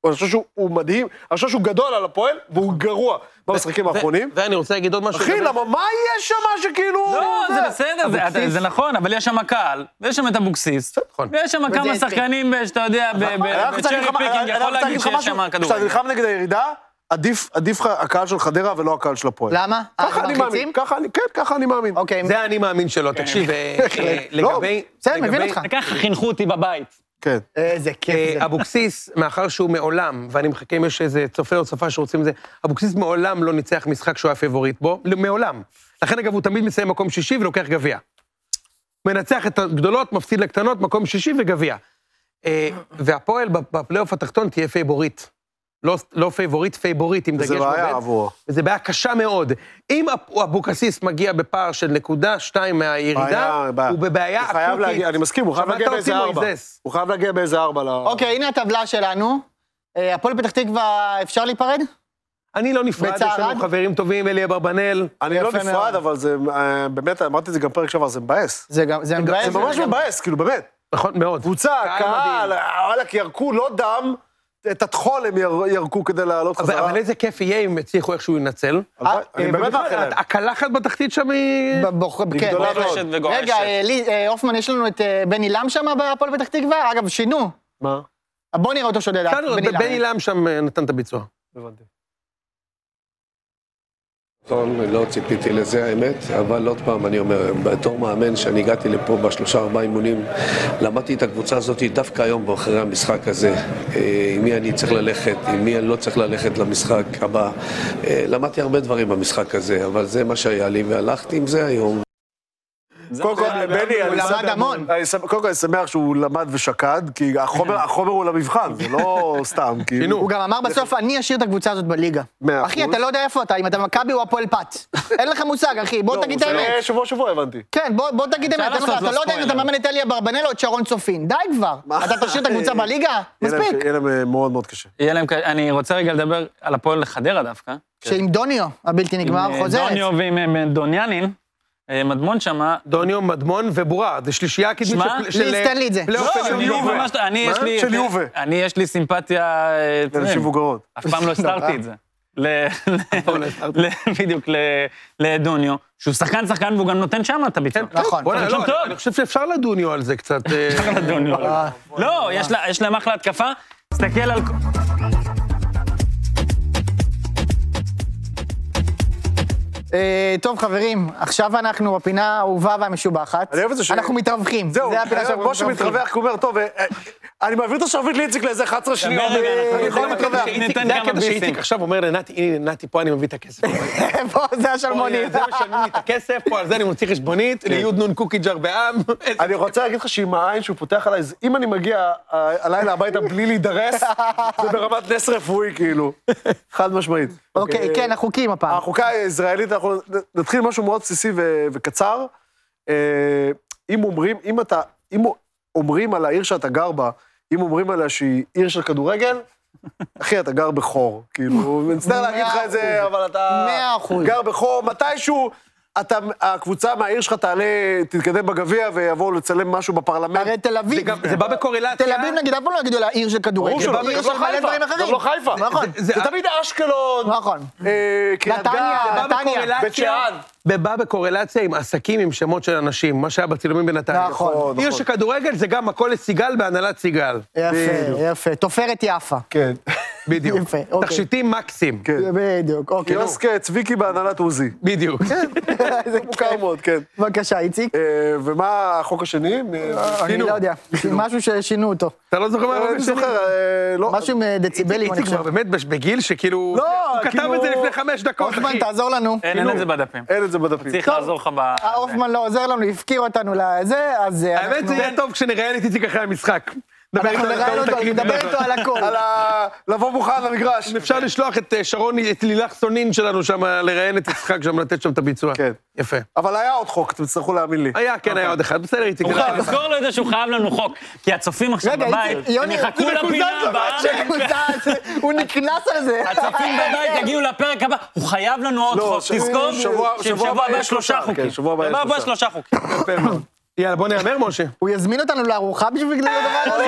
[SPEAKER 5] אני חושב שהוא מדהים, אני חושב שהוא גדול על הפועל,
[SPEAKER 2] נכון.
[SPEAKER 5] והוא גרוע במשחקים האחרונים.
[SPEAKER 3] ואני רוצה להגיד עוד משהו.
[SPEAKER 5] אחי, למה, מה יש שם שכאילו...
[SPEAKER 4] לא, זה בסדר, זה-
[SPEAKER 2] אבוקסיס.
[SPEAKER 4] זה נכון, אבל יש שם קהל, ויש שם את אבוקסיס,
[SPEAKER 3] נכון.
[SPEAKER 4] ויש שם כמה
[SPEAKER 2] איציק.
[SPEAKER 4] שחקנים, ב- שאתה יודע, ב- ב-
[SPEAKER 5] נכון. אני רק רוצה להגיד
[SPEAKER 4] בצ'רי
[SPEAKER 5] לך-
[SPEAKER 4] פיקינג,
[SPEAKER 5] אני רק
[SPEAKER 4] יכול
[SPEAKER 5] רוצה
[SPEAKER 4] להגיד
[SPEAKER 5] להגיד לך
[SPEAKER 4] שיש
[SPEAKER 5] משהו,
[SPEAKER 4] שם כדור.
[SPEAKER 5] כשאתה נלחם נגד הירידה, עדיף עדיף לך הקהל של חדרה ולא הקהל של הפועל.
[SPEAKER 2] למה? אה,
[SPEAKER 5] ככה
[SPEAKER 2] אתם
[SPEAKER 5] אני
[SPEAKER 2] מלחיצים?
[SPEAKER 5] מאמין, ככה אני, כן, ככה אני מאמין.
[SPEAKER 2] אוקיי,
[SPEAKER 3] זה האני מאמין שלו, תקשיב, אה, אה, לגבי...
[SPEAKER 2] לא, בסדר,
[SPEAKER 3] לגבי-
[SPEAKER 2] מבין אותך.
[SPEAKER 4] ככה חינכו אותי בבית.
[SPEAKER 5] כן.
[SPEAKER 2] איזה כיף
[SPEAKER 3] אה,
[SPEAKER 2] זה.
[SPEAKER 3] אבוקסיס, מאחר שהוא מעולם, ואני מחכה אם יש איזה צופה או צופה שרוצים את זה, אבוקסיס מעולם לא ניצח משחק שהוא היה פבוריט בו, לא- מעולם. לכן, אגב, הוא תמיד מסיים מקום שישי ולוקח גביע. מנצח את הגדולות, מפסיד לקטנות, מקום שישי וגביע. אה, והפועל בפ- בפלייאוף התחתון תהיה פייבוריט. לא, לא פייבוריט, פייבוריט, עם דגש
[SPEAKER 5] זה בעיה
[SPEAKER 3] בבית.
[SPEAKER 5] עבורו.
[SPEAKER 3] וזו בעיה קשה מאוד. אם אב- אבוקסיס מגיע בפער של נקודה שתיים מהירידה,
[SPEAKER 5] בעיה, בעיה.
[SPEAKER 3] הוא בבעיה
[SPEAKER 5] הוא חייב
[SPEAKER 3] אקוטית.
[SPEAKER 5] להגיע, אני מסכים, הוא חייב
[SPEAKER 3] שמעת
[SPEAKER 5] להגיע
[SPEAKER 3] אותי,
[SPEAKER 5] באיזה ארבע.
[SPEAKER 3] מויזס?
[SPEAKER 5] הוא חייב להגיע באיזה ארבע ל...
[SPEAKER 2] אוקיי, הנה הטבלה שלנו. אה, הפועל פתח תקווה, אפשר להיפרד?
[SPEAKER 3] אני לא נפרד, יש לנו
[SPEAKER 2] בצערד?
[SPEAKER 3] חברים טובים, אלי אברבנאל.
[SPEAKER 5] אני לא
[SPEAKER 2] יפה מאוד.
[SPEAKER 5] נפרד, אבל זה, אה, באמת, אמרתי את זה גם פרק שעבר, זה מבאס.
[SPEAKER 2] זה גם, זה מבאס.
[SPEAKER 5] זה ממש
[SPEAKER 2] גם-
[SPEAKER 5] מבאס, כאילו, באמת.
[SPEAKER 3] נכון, מאוד.
[SPEAKER 5] קבוצה,
[SPEAKER 3] קהל
[SPEAKER 5] קהל,
[SPEAKER 3] מדהים.
[SPEAKER 5] אה, וואלכ, ירקו לא דם, את הטחול הם יר- ירקו כדי לעלות
[SPEAKER 3] אבל-
[SPEAKER 5] חזרה.
[SPEAKER 3] אבל איזה כיף יהיה אם יצליחו איכשהו לנצל.
[SPEAKER 2] אה,
[SPEAKER 5] הלוואי, אני באמת
[SPEAKER 3] ובכלל,
[SPEAKER 5] מאחל להם.
[SPEAKER 3] הקלחת בתחתית שם היא...
[SPEAKER 2] ב- בוח- כן,
[SPEAKER 5] גדולה
[SPEAKER 2] בהחלט.
[SPEAKER 5] מאוד.
[SPEAKER 4] רשת וגועשת.
[SPEAKER 2] רגע, אה, לי- אה, הופמן, יש לנו את אה, בן עילם שם בהפועל פתח תקווה? אגב, שינו.
[SPEAKER 5] מה? כן,
[SPEAKER 2] אה, בוא נראה אותו שודד.
[SPEAKER 3] בסדר,
[SPEAKER 2] בן
[SPEAKER 3] בן
[SPEAKER 2] עילם.
[SPEAKER 3] עילם שם אה, נתן את הביצוע.
[SPEAKER 5] הבנתי.
[SPEAKER 11] טוב, לא ציפיתי לזה האמת, אבל עוד פעם אני אומר, בתור מאמן שאני הגעתי לפה בשלושה ארבעה אימונים, למדתי את הקבוצה הזאת דווקא היום אחרי המשחק הזה, אה, עם מי אני צריך ללכת, עם מי אני לא צריך ללכת למשחק הבא, אה, למדתי הרבה דברים במשחק הזה, אבל זה מה שהיה לי והלכתי עם זה היום.
[SPEAKER 5] קודם כל, בני, אני
[SPEAKER 2] למד
[SPEAKER 5] שמח-
[SPEAKER 2] המון. כן.
[SPEAKER 5] אני שמח- קודם כל, אני שמח שהוא למד ושקד, כי החומר החומר הוא למבחן, זה לא סתם, כאילו.
[SPEAKER 3] שינו.
[SPEAKER 2] הוא גם אמר בסוף, אני אשאיר את הקבוצה הזאת בליגה.
[SPEAKER 5] מאה
[SPEAKER 2] אחי,
[SPEAKER 5] אחוז.
[SPEAKER 2] אתה לא יודע איפה אתה, אם אתה מכבי או הפועל פת. אין לך מושג, אחי, בוא תגיד את
[SPEAKER 5] לא, הוא
[SPEAKER 2] האמת.
[SPEAKER 5] זה שבוע שבוע הבנתי.
[SPEAKER 2] כן, בוא, בוא תגיד
[SPEAKER 4] אפשר
[SPEAKER 2] אמת, אין לך,
[SPEAKER 4] לעשות
[SPEAKER 2] אתה
[SPEAKER 4] לו
[SPEAKER 2] לא יודע אם אתה
[SPEAKER 4] ספוילר.
[SPEAKER 2] מאמן את אלי אברבנאל או את שרון צופין. די כבר.
[SPEAKER 5] מה?
[SPEAKER 2] אתה תשאיר את הקבוצה בליגה?
[SPEAKER 5] יהיה להם-
[SPEAKER 2] מספיק.
[SPEAKER 5] יהיה להם אה, מאוד מאוד קשה.
[SPEAKER 4] יהיה להם, ק- אני רוצה רגע לדבר על הפועל חדרה דווקא.
[SPEAKER 5] אה.
[SPEAKER 2] שעם דוניו הבלתי נגמר
[SPEAKER 4] עם, אה,
[SPEAKER 2] חוזרת.
[SPEAKER 4] דוניו ועם אה, דוניאנין, אה, מדמון שמה.
[SPEAKER 3] דוניו, מדמון ובורה, זה שלישייה הקדמית
[SPEAKER 4] שמע,
[SPEAKER 3] של- של...
[SPEAKER 2] ליז, תן לי את זה.
[SPEAKER 3] פלייאוף
[SPEAKER 4] לא,
[SPEAKER 3] של
[SPEAKER 4] הם יהיו
[SPEAKER 3] יובה.
[SPEAKER 4] ממש... אני יש לי...
[SPEAKER 5] של יובה.
[SPEAKER 4] אני יש לי סימפתיה... אה, אתה יודע,
[SPEAKER 5] לנשים מבוגרות.
[SPEAKER 4] אף פעם לא הסתרתי את זה. ל-
[SPEAKER 3] פעם לא הסתרתי.
[SPEAKER 4] ל- בדיוק, ל- לדוניו, שהוא שחקן שחקן והוא גם נותן שם את הביצוע.
[SPEAKER 2] נכון.
[SPEAKER 3] בוא'נה,
[SPEAKER 4] שחקן
[SPEAKER 3] לא,
[SPEAKER 4] טוב.
[SPEAKER 3] אני חושב שאפשר לדוניו על זה קצת. אה,
[SPEAKER 4] לדוניו. לא, יש לה- יש להם אחלה התקפה. תסתכל על...
[SPEAKER 2] אה, טוב, חברים, עכשיו אנחנו בפינה האהובה והמשובחת.
[SPEAKER 5] אני אוהב את זה ש-
[SPEAKER 2] אנחנו מתרווחים.
[SPEAKER 5] זהו, אה,
[SPEAKER 2] זה הפינה שאנחנו
[SPEAKER 5] משה מתרווח, כי הוא אומר, טוב, אה, אה, אני מעביר את השרביט לאיציק לאיזה 11 שניות.
[SPEAKER 4] דבר רגע,
[SPEAKER 5] אה,
[SPEAKER 4] אנחנו
[SPEAKER 5] יכול
[SPEAKER 4] ניתן-
[SPEAKER 5] להתרווח.
[SPEAKER 4] ניתן
[SPEAKER 3] שאיציק- זה
[SPEAKER 4] כמה
[SPEAKER 3] הקטע
[SPEAKER 4] ביסים.
[SPEAKER 3] שאיציק עכשיו אומר לנתי, הנה נתי, פה אני מביא את הכסף.
[SPEAKER 2] פה, זה
[SPEAKER 3] פה
[SPEAKER 2] השלמוני.
[SPEAKER 3] על זה משלמים לי את הכסף, פה על זה אני מוציא חשבונית,
[SPEAKER 2] כן.
[SPEAKER 3] ליוד נון קוקי ג'רבעם.
[SPEAKER 2] אה,
[SPEAKER 5] אני רוצה להגיד לך שעם העין שהוא פותח עליי, זה- אם אני מגיע אה, הלילה הביתה בלי להידרס, זה ברמת נס רפואי, כאילו. חד משמעית.
[SPEAKER 2] אוקיי, כן, החוקים הפעם.
[SPEAKER 5] החוקה הישראלית, אנחנו נ- נתחיל עם משהו מאוד בסיסי ו- וקצר. אה, אם אומרים, אם אתה, אם אומרים על העיר שאתה גר בה, אם אומרים עליה שהיא עיר של כדורגל, אחי, אתה גר בחור. כאילו, מצטער להגיד לך את זה, אבל אתה...
[SPEAKER 2] מאה אחוז.
[SPEAKER 5] גר בחור, מתישהו... אתה, הקבוצה מהעיר שלך תעלה, תתקדם בגביע ויבואו לצלם משהו בפרלמנט.
[SPEAKER 2] הרי תל אביב,
[SPEAKER 3] זה בא בקורלציה.
[SPEAKER 2] תל אביב נגיד, אף פעם לא יגידו לה עיר של כדורגל.
[SPEAKER 5] ברור שלא,
[SPEAKER 2] עיר
[SPEAKER 5] גם
[SPEAKER 2] של
[SPEAKER 5] לא
[SPEAKER 2] מלא
[SPEAKER 5] חיפה,
[SPEAKER 2] דברים
[SPEAKER 5] גם
[SPEAKER 2] אחרים.
[SPEAKER 5] לא חיפה.
[SPEAKER 2] נכון,
[SPEAKER 5] זה תמיד אשקלון,
[SPEAKER 2] נכון.
[SPEAKER 5] אה, קריית גת,
[SPEAKER 2] נתניה,
[SPEAKER 3] בא
[SPEAKER 2] נתניה.
[SPEAKER 5] בית שאן.
[SPEAKER 3] זה בא בקורלציה עם עסקים, עם שמות של אנשים, מה שהיה בצילומים בנתניה.
[SPEAKER 2] נכון,
[SPEAKER 3] עיר
[SPEAKER 5] נכון.
[SPEAKER 3] של כדורגל זה גם מכולת סיגל בהנהלת סיגל.
[SPEAKER 2] יפה, יפה. תופרת יפה.
[SPEAKER 5] כן.
[SPEAKER 3] בדיוק.
[SPEAKER 2] יפה, אוקיי. כן.
[SPEAKER 3] תכשיטים מקסים.
[SPEAKER 2] בדיוק, אוקיי. נו.
[SPEAKER 5] קיוסק צביקי בהנהלת עוזי.
[SPEAKER 3] בדיוק.
[SPEAKER 2] כן.
[SPEAKER 5] זה מוכר מאוד, כן.
[SPEAKER 2] בבקשה, איציק.
[SPEAKER 5] אה, ומה החוק השני?
[SPEAKER 2] אני לא יודע, משהו ששינו אותו.
[SPEAKER 3] אתה לא זוכר מה
[SPEAKER 5] אני
[SPEAKER 3] הבן שלי?
[SPEAKER 5] זוכר, אה, לא.
[SPEAKER 2] משהו עם אה, דציבלים, אני
[SPEAKER 3] איציק
[SPEAKER 2] חושב.
[SPEAKER 3] כבר באמת בש- בגיל שכאילו...
[SPEAKER 5] לא,
[SPEAKER 3] הוא כתב
[SPEAKER 5] כאילו-
[SPEAKER 3] את זה לפני חמש דקות,
[SPEAKER 2] הופמן,
[SPEAKER 3] אחי.
[SPEAKER 2] תעזור לנו.
[SPEAKER 5] אה,
[SPEAKER 4] אין
[SPEAKER 3] כאילו-
[SPEAKER 4] אין את זה בדפים.
[SPEAKER 3] אה,
[SPEAKER 5] אין את זה בדפים.
[SPEAKER 4] צריך לעזור לך ב...
[SPEAKER 2] אה, הופמן לא עוזר לנו, הפקיר אותנו לזה, אז אה,
[SPEAKER 3] האמת
[SPEAKER 2] אנחנו...
[SPEAKER 3] זה יהיה טוב כשנראיין את איציק אחרי המשחק. נדבר
[SPEAKER 2] אנחנו
[SPEAKER 3] איתו על
[SPEAKER 2] נראיין
[SPEAKER 3] הטעות
[SPEAKER 2] אותו,
[SPEAKER 3] הקריטית
[SPEAKER 2] נדבר
[SPEAKER 3] הזאת.
[SPEAKER 2] איתו על הכל.
[SPEAKER 5] על ה... לבוא מוכן למגרש.
[SPEAKER 3] אם אפשר לשלוח את אה, שרון, את לילך סונין שלנו שם, לראיין את יצחק שם, לתת שם את הביצוע.
[SPEAKER 5] כן.
[SPEAKER 3] יפה.
[SPEAKER 5] אבל היה עוד חוק, אתם תצטרכו להאמין לי.
[SPEAKER 3] היה, כן, היה עוד אחד. בסדר, איציק.
[SPEAKER 4] הוא
[SPEAKER 3] נראה
[SPEAKER 4] חייב,
[SPEAKER 3] לי.
[SPEAKER 4] תזכור לו את זה שהוא חייב לנו חוק, כי הצופים עכשיו
[SPEAKER 2] רגע,
[SPEAKER 4] בבית,
[SPEAKER 2] איציק,
[SPEAKER 4] הם
[SPEAKER 2] יוני,
[SPEAKER 4] יחכו
[SPEAKER 2] זה
[SPEAKER 4] לפינה הבאה,
[SPEAKER 2] הוא נקנס על זה.
[SPEAKER 4] הצופים בבית יגיעו לפרק הבא, הוא חייב לנו עוד
[SPEAKER 5] לא,
[SPEAKER 4] חוק,
[SPEAKER 5] שבוע-
[SPEAKER 4] תזכור
[SPEAKER 5] שבוע- שבוע
[SPEAKER 4] שבשבוע
[SPEAKER 5] הבא
[SPEAKER 4] הבא
[SPEAKER 5] יש
[SPEAKER 4] שלושה
[SPEAKER 5] שלושה,
[SPEAKER 4] חוקים.
[SPEAKER 5] כן, שבוע הבא יש
[SPEAKER 4] הבא
[SPEAKER 5] שלושה.
[SPEAKER 4] שלושה חוקים.
[SPEAKER 3] יפה מאוד. יאללה, בוא נהמר, משה.
[SPEAKER 2] הוא יזמין אותנו לארוחה בשביל הדבר הזה?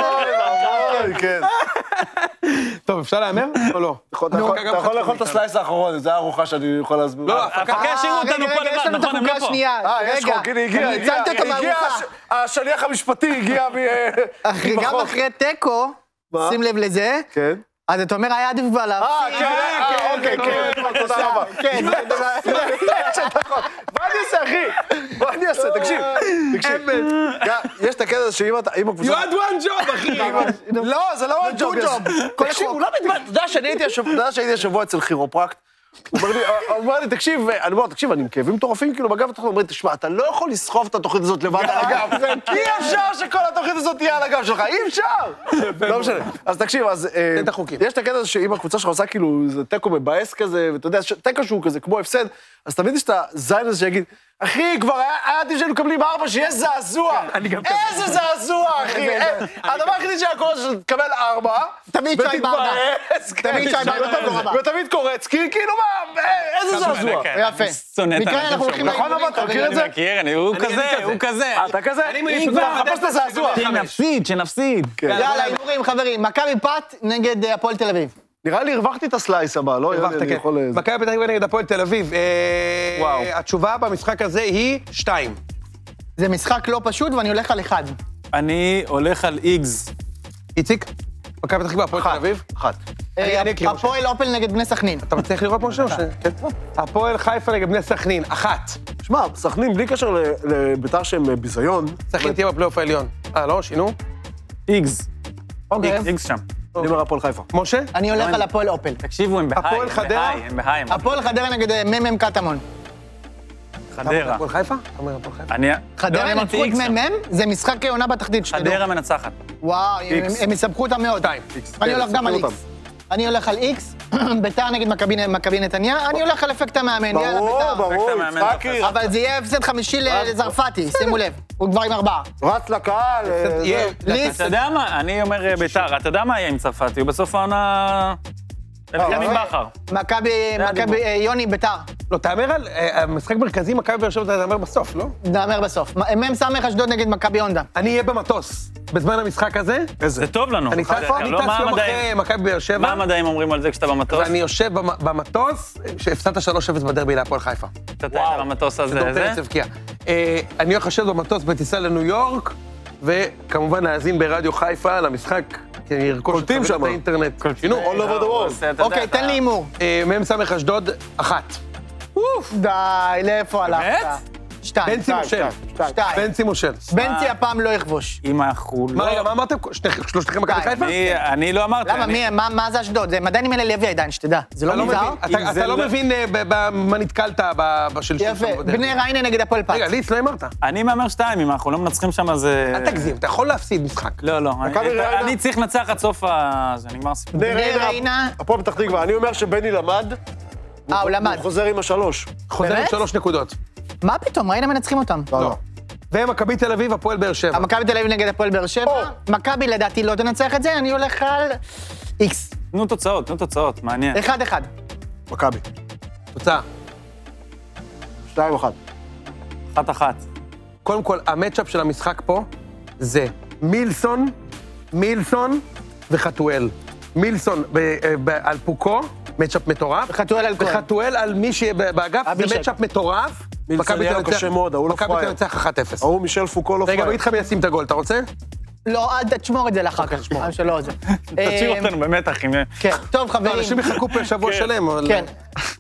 [SPEAKER 5] אוי, כן. נכון,
[SPEAKER 3] טוב, אפשר להמר או לא?
[SPEAKER 5] אתה יכול- אתה יכול לאכול את הסלייס האחרון, זו הארוחה שאני יכול להזמין.
[SPEAKER 3] לא, הפקה.
[SPEAKER 4] הפקה השאירו
[SPEAKER 2] אה, רגע,
[SPEAKER 4] אותנו פה
[SPEAKER 2] רגע, יש
[SPEAKER 4] לבד,
[SPEAKER 2] לנו את
[SPEAKER 4] נכון? הם לא
[SPEAKER 2] החוקה
[SPEAKER 4] פה.
[SPEAKER 2] השנייה.
[SPEAKER 5] אה, יש
[SPEAKER 2] רגע,
[SPEAKER 5] חוק, הנה, הגיע,
[SPEAKER 2] אני הצלתי אותו
[SPEAKER 5] הגיע, הגיע,
[SPEAKER 2] מהארוחה.
[SPEAKER 5] הש- השליח המשפטי הגיע מ... אה,
[SPEAKER 2] אחי, גם
[SPEAKER 5] בחוק.
[SPEAKER 2] אחרי תיקו,
[SPEAKER 5] מה?
[SPEAKER 2] שים לב לזה,
[SPEAKER 5] כן.
[SPEAKER 2] אז אתה אומר, היה עדיף כבר
[SPEAKER 5] אה,
[SPEAKER 2] להפסיק.
[SPEAKER 5] כן, אה, אוקיי, כן, תודה רבה.
[SPEAKER 2] כן, זה דבר-
[SPEAKER 5] מה אני אעשה, אחי? מה אני אעשה? תקשיב, תקשיב. ג- יש את הקטע הזה שאם אתה, אם
[SPEAKER 3] You
[SPEAKER 5] הקבוצה...
[SPEAKER 3] had one job, אחי.
[SPEAKER 5] לא, זה לא one
[SPEAKER 2] two
[SPEAKER 5] job.
[SPEAKER 2] job. כל
[SPEAKER 5] תקשיב,
[SPEAKER 2] החוק.
[SPEAKER 5] הוא לא מתבלבל. אתה יודע שאני הייתי השבוע- אתה יודע שהייתי השבוע אצל כירופרקט? הוא אומר לי- אה, הוא אומר לי, תקשיב, אה, אני אומר לו, תקשיב, אני עם כאבים מטורפים, כאילו, בגב התוכנית, הוא אומר לי, תשמע, אתה לא יכול לסחוב את התוכנית הזאת לבד על הגב. אי אפשר שכל התוכנית הזאת תהיה על הגב שלך, אי אפשר! לא משנה. אז תקשיב, אז... אה,
[SPEAKER 3] תן את החוקים.
[SPEAKER 5] יש את הקטע הזה שאם הקבוצה שלך עושה כאילו, זה תיקו מבאס כזה, ואתה יודע, ש- תיקו שהוא כזה, כמו הפסד, אז תמיד יש את הזין הזה שיגיד, אחי, כבר היה היה עדיף שהיינו מקבלים ארבע, שיש
[SPEAKER 2] כן,
[SPEAKER 5] זעזוע. איזה זעזוע, אחי. אין- הדבר היחידי שהיה קורה זה שתקבל ארבע.
[SPEAKER 2] תמיד שי ברדה.
[SPEAKER 5] ותתבאס, כן.
[SPEAKER 2] תמיד שי ברדה,
[SPEAKER 5] ותמיד-
[SPEAKER 2] תודה רבה.
[SPEAKER 5] ותמיד קורצקי, כאילו מה, אה, איזה זעזוע.
[SPEAKER 3] כן.
[SPEAKER 2] יפה. מכאן אנחנו הולכים
[SPEAKER 5] נכון, אבל
[SPEAKER 2] להימורים,
[SPEAKER 5] אתה מכיר
[SPEAKER 2] חברים.
[SPEAKER 5] את
[SPEAKER 4] אוקיי,
[SPEAKER 5] זה?
[SPEAKER 4] אה, הוא
[SPEAKER 3] אני
[SPEAKER 4] כזה,
[SPEAKER 3] כזה.
[SPEAKER 4] הוא כזה.
[SPEAKER 5] אה, אתה כזה?
[SPEAKER 3] אני מעיף
[SPEAKER 5] אם
[SPEAKER 3] אותך,
[SPEAKER 5] כבר,
[SPEAKER 3] אתה
[SPEAKER 5] חפש את הזעזוע.
[SPEAKER 3] תקבל חמש.
[SPEAKER 4] שנפסיד, שנפסיד.
[SPEAKER 2] יאללה, הימורים, חברים. מכבי פת נגד אה, הפועל תל אביב.
[SPEAKER 5] נראה לי הרווחתי את הסלייס הבא, לא?
[SPEAKER 3] הרווחת,
[SPEAKER 5] אני
[SPEAKER 3] כן.
[SPEAKER 5] יכול-
[SPEAKER 3] מכבי פתח תקווה נגד הפועל תל אביב. אה,
[SPEAKER 4] וואו.
[SPEAKER 3] התשובה במשחק הזה היא שתיים.
[SPEAKER 2] זה משחק לא פשוט, ואני הולך על אחד.
[SPEAKER 4] אני הולך על איגז.
[SPEAKER 3] איציק? מכבי פתח תקווה, הפועל תל אביב?
[SPEAKER 5] אחת.
[SPEAKER 3] אני- אני אקריא, משה.
[SPEAKER 2] אה, הפועל אופל נגד בני סכנין.
[SPEAKER 3] אתה מצליח לראות משהו? כן. הפועל חיפה נגד בני סכנין, אחת.
[SPEAKER 5] שמע, סכנין, בלי קשר ל- לביתר שהם אה, ביזיון,
[SPEAKER 3] סכנין תהיה בפלייאוף העליון. אה, לא? שינו?
[SPEAKER 4] איגז.
[SPEAKER 2] אוקיי.
[SPEAKER 4] איגז, איגז שם.
[SPEAKER 5] אני אומר הפועל חיפה.
[SPEAKER 3] משה?
[SPEAKER 2] אני הולך על הפועל אופל.
[SPEAKER 4] תקשיבו, הם בהיי.
[SPEAKER 3] הפועל
[SPEAKER 4] הם
[SPEAKER 3] חדרה?
[SPEAKER 4] בהיי, הם בהיי, הם
[SPEAKER 2] הפועל חדרה נגד אה, מ"מ קטמון.
[SPEAKER 4] חדרה.
[SPEAKER 3] הפועל חיפה? אתה אומר הפועל חיפה.
[SPEAKER 4] אני... לא,
[SPEAKER 2] חדרה
[SPEAKER 4] אני אמרתי
[SPEAKER 2] ינצחו את
[SPEAKER 4] X שם.
[SPEAKER 2] מ"מ, זה משחק עונה בתחתית, שתדעו.
[SPEAKER 4] חדרה מנצחת.
[SPEAKER 2] וואו, הם- הם יסבכו אותם מאוד. אני הולך גם על
[SPEAKER 5] יסבכו
[SPEAKER 2] איקס. אני הולך על איקס, ביתר נגד מכבי- מכבי נתניה, אני הולך על אפקט המאמן, יאללה
[SPEAKER 5] ברור,
[SPEAKER 2] ביתר.
[SPEAKER 5] ברור,
[SPEAKER 4] רק אתה מאמן
[SPEAKER 5] יצחקי,
[SPEAKER 2] אבל זה יהיה הפסד חמישי לזרפתי, שימו לב, הוא כבר עם ארבעה.
[SPEAKER 5] רץ לקהל. אה, זה-
[SPEAKER 3] יהיה-
[SPEAKER 2] ליס,
[SPEAKER 4] אתה יודע מה, אני אומר אה, ביתר, אתה יודע מה יהיה עם צרפתי? הוא בסוף העונה... אלחם עם בכר.
[SPEAKER 2] מכבי, מכבי, אה, יוני, ביתר,
[SPEAKER 3] לא, תהמר על... אה, המשחק מרכזי, מכבי באר שבע, תהמר בסוף, לא?
[SPEAKER 2] נאמר בסוף. מ"ם סמך אשדוד נגד מכבי הונדה.
[SPEAKER 3] אני אהיה במטוס. בזמן המשחק הזה,
[SPEAKER 4] זה טוב לנו.
[SPEAKER 3] אני טס
[SPEAKER 4] חדרה,
[SPEAKER 3] אני
[SPEAKER 4] לא,
[SPEAKER 3] טס
[SPEAKER 4] מה
[SPEAKER 3] יום
[SPEAKER 4] המדעים-
[SPEAKER 3] אחרי מכבי באר שבע.
[SPEAKER 4] מה המדעים אומרים על זה כשאתה במטוס?
[SPEAKER 3] ואני יושב במ- במטוס, שהפסדת 3-0 בדרבי להפועל חיפה.
[SPEAKER 4] אתה תאר במטוס הזה,
[SPEAKER 3] דור פרץ
[SPEAKER 4] זה?
[SPEAKER 3] הבקיע. אה, אני הולך לשבת במטוס בטיסה לניו יורק, וכמובן להאזין ברדיו חיפה למשחק, כי אני ארכוש את
[SPEAKER 5] קולטים
[SPEAKER 3] חבילת
[SPEAKER 5] שמה.
[SPEAKER 3] האינטרנט.
[SPEAKER 4] קולטים.
[SPEAKER 5] all over the
[SPEAKER 4] הוא
[SPEAKER 5] world.
[SPEAKER 4] עושה, אתה יודע,
[SPEAKER 2] אוקיי,
[SPEAKER 4] אתה-
[SPEAKER 2] תן לי הימור.
[SPEAKER 3] אה, מ"ס אשדוד, אחת.
[SPEAKER 2] די, לאיפה הלכת? שתיים.
[SPEAKER 3] בנצי
[SPEAKER 2] שתיים,
[SPEAKER 3] מושל.
[SPEAKER 2] שתיים, שתיים.
[SPEAKER 3] בנצי מושל.
[SPEAKER 2] בנצי הפעם לא יכבוש.
[SPEAKER 4] אם החולון...
[SPEAKER 3] מה, רגע, מה אמרתם? שני- שלושתכם מכבי
[SPEAKER 2] שתיים.
[SPEAKER 3] חיפה?
[SPEAKER 4] אני- אני לא אמרתי.
[SPEAKER 2] למה,
[SPEAKER 4] אני-
[SPEAKER 2] מי, מה, מה זה אשדוד? זה מדען עם אלה לוי עדיין, שתדע. זה
[SPEAKER 3] אתה
[SPEAKER 2] לא
[SPEAKER 3] לא
[SPEAKER 2] מוזר?
[SPEAKER 3] מבין, אתה-
[SPEAKER 4] אם זה
[SPEAKER 3] אתה לא
[SPEAKER 4] לא-
[SPEAKER 3] מבין אה, ב- במה נתקלת ב- בשלשול שם
[SPEAKER 2] יפה,
[SPEAKER 3] בדרך.
[SPEAKER 2] בני ריינה נגד הפועל פת.
[SPEAKER 3] רגע, ליץ, לא אמרת.
[SPEAKER 4] אני מהמר שתיים, אם אנחנו לא מנצחים שם אז... אה,
[SPEAKER 3] אל תגזים, אתה יכול להפסיד משחק.
[SPEAKER 4] לא, לא. אני-
[SPEAKER 5] מכבי רעננה.
[SPEAKER 4] אני צריך לנצח עד סוף ה... זה נגמר הסיפור.
[SPEAKER 5] בני
[SPEAKER 2] ריינה.
[SPEAKER 5] הפועל פתח תקווה. אני אומר שבני למד,
[SPEAKER 2] אה, הוא למד.
[SPEAKER 5] הוא חוזר עם השלוש.
[SPEAKER 3] חוזר עם
[SPEAKER 2] באמת?
[SPEAKER 3] שלוש נקודות.
[SPEAKER 2] מה פתאום, ריינה מנצחים אותם.
[SPEAKER 3] לא. ומכבי תל אביב, הפועל באר שבע.
[SPEAKER 2] מכבי תל אביב נגד הפועל באר שבע. מכבי לדעתי לא תנצח את זה, אני הולך על איקס.
[SPEAKER 4] תנו תוצאות, תנו תוצאות, מעניין.
[SPEAKER 2] אחד אחד.
[SPEAKER 5] מכבי.
[SPEAKER 3] תוצאה.
[SPEAKER 5] שתיים אחת.
[SPEAKER 4] אחת-אחת.
[SPEAKER 3] קודם כל, המצ'אפ של המשחק פה זה מילסון, מילסון וחתואל. מילסון ב, אה, ב, על פוקו, מצ'אפ מטורף.
[SPEAKER 2] חתואל על כהן.
[SPEAKER 3] וחתואל על מי שבאגף,
[SPEAKER 2] אבישק.
[SPEAKER 3] זה מצ'אפ מטורף.
[SPEAKER 5] מילסון
[SPEAKER 3] מכבי
[SPEAKER 5] יהיה לו
[SPEAKER 3] תל אביב-
[SPEAKER 5] קשה מאוד, ההוא לא
[SPEAKER 3] מכבי
[SPEAKER 5] פראייר.
[SPEAKER 3] תנצח 1-0.
[SPEAKER 5] ההוא מישל פוקו לא
[SPEAKER 3] רגע,
[SPEAKER 5] פראייר.
[SPEAKER 3] אני אגיד לך מי ישים את הגול, אתה רוצה?
[SPEAKER 2] לא, אל תשמור את זה לאחר כך. אה, שלא זה.
[SPEAKER 4] תשאיר
[SPEAKER 2] אה,
[SPEAKER 4] אותנו במתח, אם...
[SPEAKER 2] כן, טוב
[SPEAKER 3] לא,
[SPEAKER 2] חברים.
[SPEAKER 3] אנשים יחכו פה שבוע שלם, אבל...
[SPEAKER 2] כן.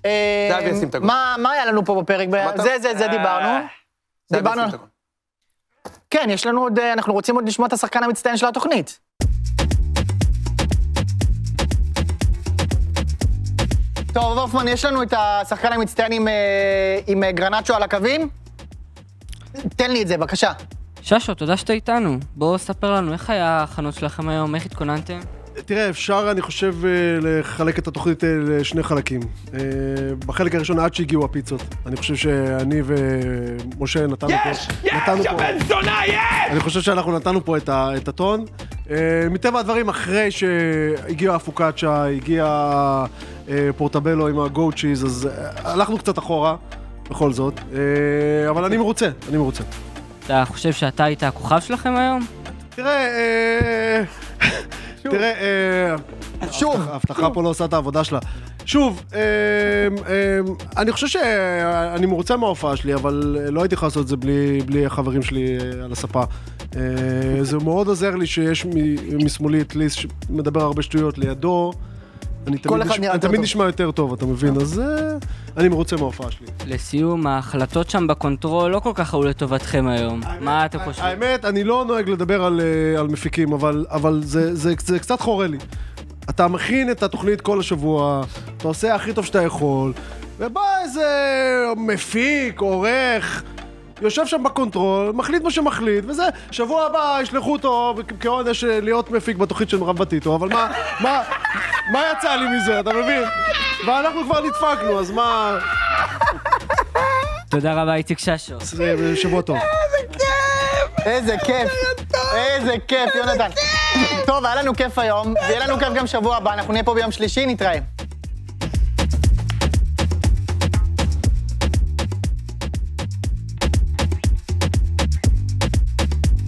[SPEAKER 2] אה,
[SPEAKER 3] זהבי ישים את הגול.
[SPEAKER 2] מה מה היה לנו פה בפרק?
[SPEAKER 3] שמעת?
[SPEAKER 2] זה, זה, זה דיברנו.
[SPEAKER 4] אה,
[SPEAKER 3] זהבי
[SPEAKER 2] דיברנו
[SPEAKER 3] ישים
[SPEAKER 2] על...
[SPEAKER 3] את הגול.
[SPEAKER 2] כן, יש לנו עוד... אה, אנחנו רוצים עוד לשמוע את השחקן המצטיין של התוכנית. טוב, הופמן, יש לנו את השחקן המצטיין עם, אה, עם אה, גרנצ'ו על הקווים? תן לי את זה, בבקשה.
[SPEAKER 10] ששו, תודה שאתה איתנו. בואו ספר לנו איך היה ההכנות שלכם היום, איך התכוננתם?
[SPEAKER 1] תראה, אפשר, אני חושב, אה, לחלק את התוכנית אה, לשני חלקים. אה, בחלק הראשון, עד שהגיעו הפיצות. אני חושב שאני ומשה נתנו פה... יש! יש! הבן זונה, יש! אני חושב שאנחנו נתנו פה את ה- את הטון. אה, מטבע הדברים, אחרי שהגיע הפוקאצ'ה, הגיע אה, פורטבלו עם הגו צ'יז, אז אה, הלכנו קצת אחורה, בכל זאת. אה, אבל אני מרוצה, אני מרוצה.
[SPEAKER 10] אתה חושב שאתה היית הכוכב שלכם היום?
[SPEAKER 1] תראה, אה, תראה, אה,
[SPEAKER 2] שוב.
[SPEAKER 1] ההבטחה פה לא עושה את העבודה שלה. שוב, אה, אה, אני חושב שאני מרוצה מההופעה שלי, אבל לא הייתי יכול לעשות את זה בלי בלי החברים שלי אה, על הספה. אה, זה מאוד עוזר לי שיש מ- משמאלי את ליס שמדבר הרבה שטויות לידו. אני תמיד
[SPEAKER 2] אחד
[SPEAKER 1] נש-
[SPEAKER 2] נראה
[SPEAKER 1] אני
[SPEAKER 2] יותר
[SPEAKER 1] תמיד
[SPEAKER 2] טוב.
[SPEAKER 1] נשמע יותר טוב, אתה מבין? אז אה, אני מרוצה מההופעה שלי.
[SPEAKER 10] לסיום, ההחלטות שם בקונטרול לא כל כך היו לטובתכם היום. מה אתם חושבים?
[SPEAKER 1] האמת, אני לא נוהג לדבר על, אה, על מפיקים, אבל, אבל זה, זה, זה קצת חורה לי. אתה מכין את התוכנית כל השבוע, אתה עושה הכי טוב שאתה יכול, ובא איזה מפיק, עורך, יושב שם בקונטרול, מחליט מה שמחליט, וזה, שבוע הבא ישלחו אותו כ- כעונש אה, להיות מפיק בתוכנית של רב בטיטו, אבל מה, מה, מה יצא לי מזה, אתה מבין? ואנחנו כבר נדפקנו, אז מה...
[SPEAKER 12] תודה רבה, איציק ששו.
[SPEAKER 13] שבוע טוב.
[SPEAKER 2] איזה כיף, איזה כיף, יונתן. טוב, היה לנו כיף היום, ויהיה לנו כיף גם שבוע הבא, אנחנו נהיה פה ביום שלישי, נתראה.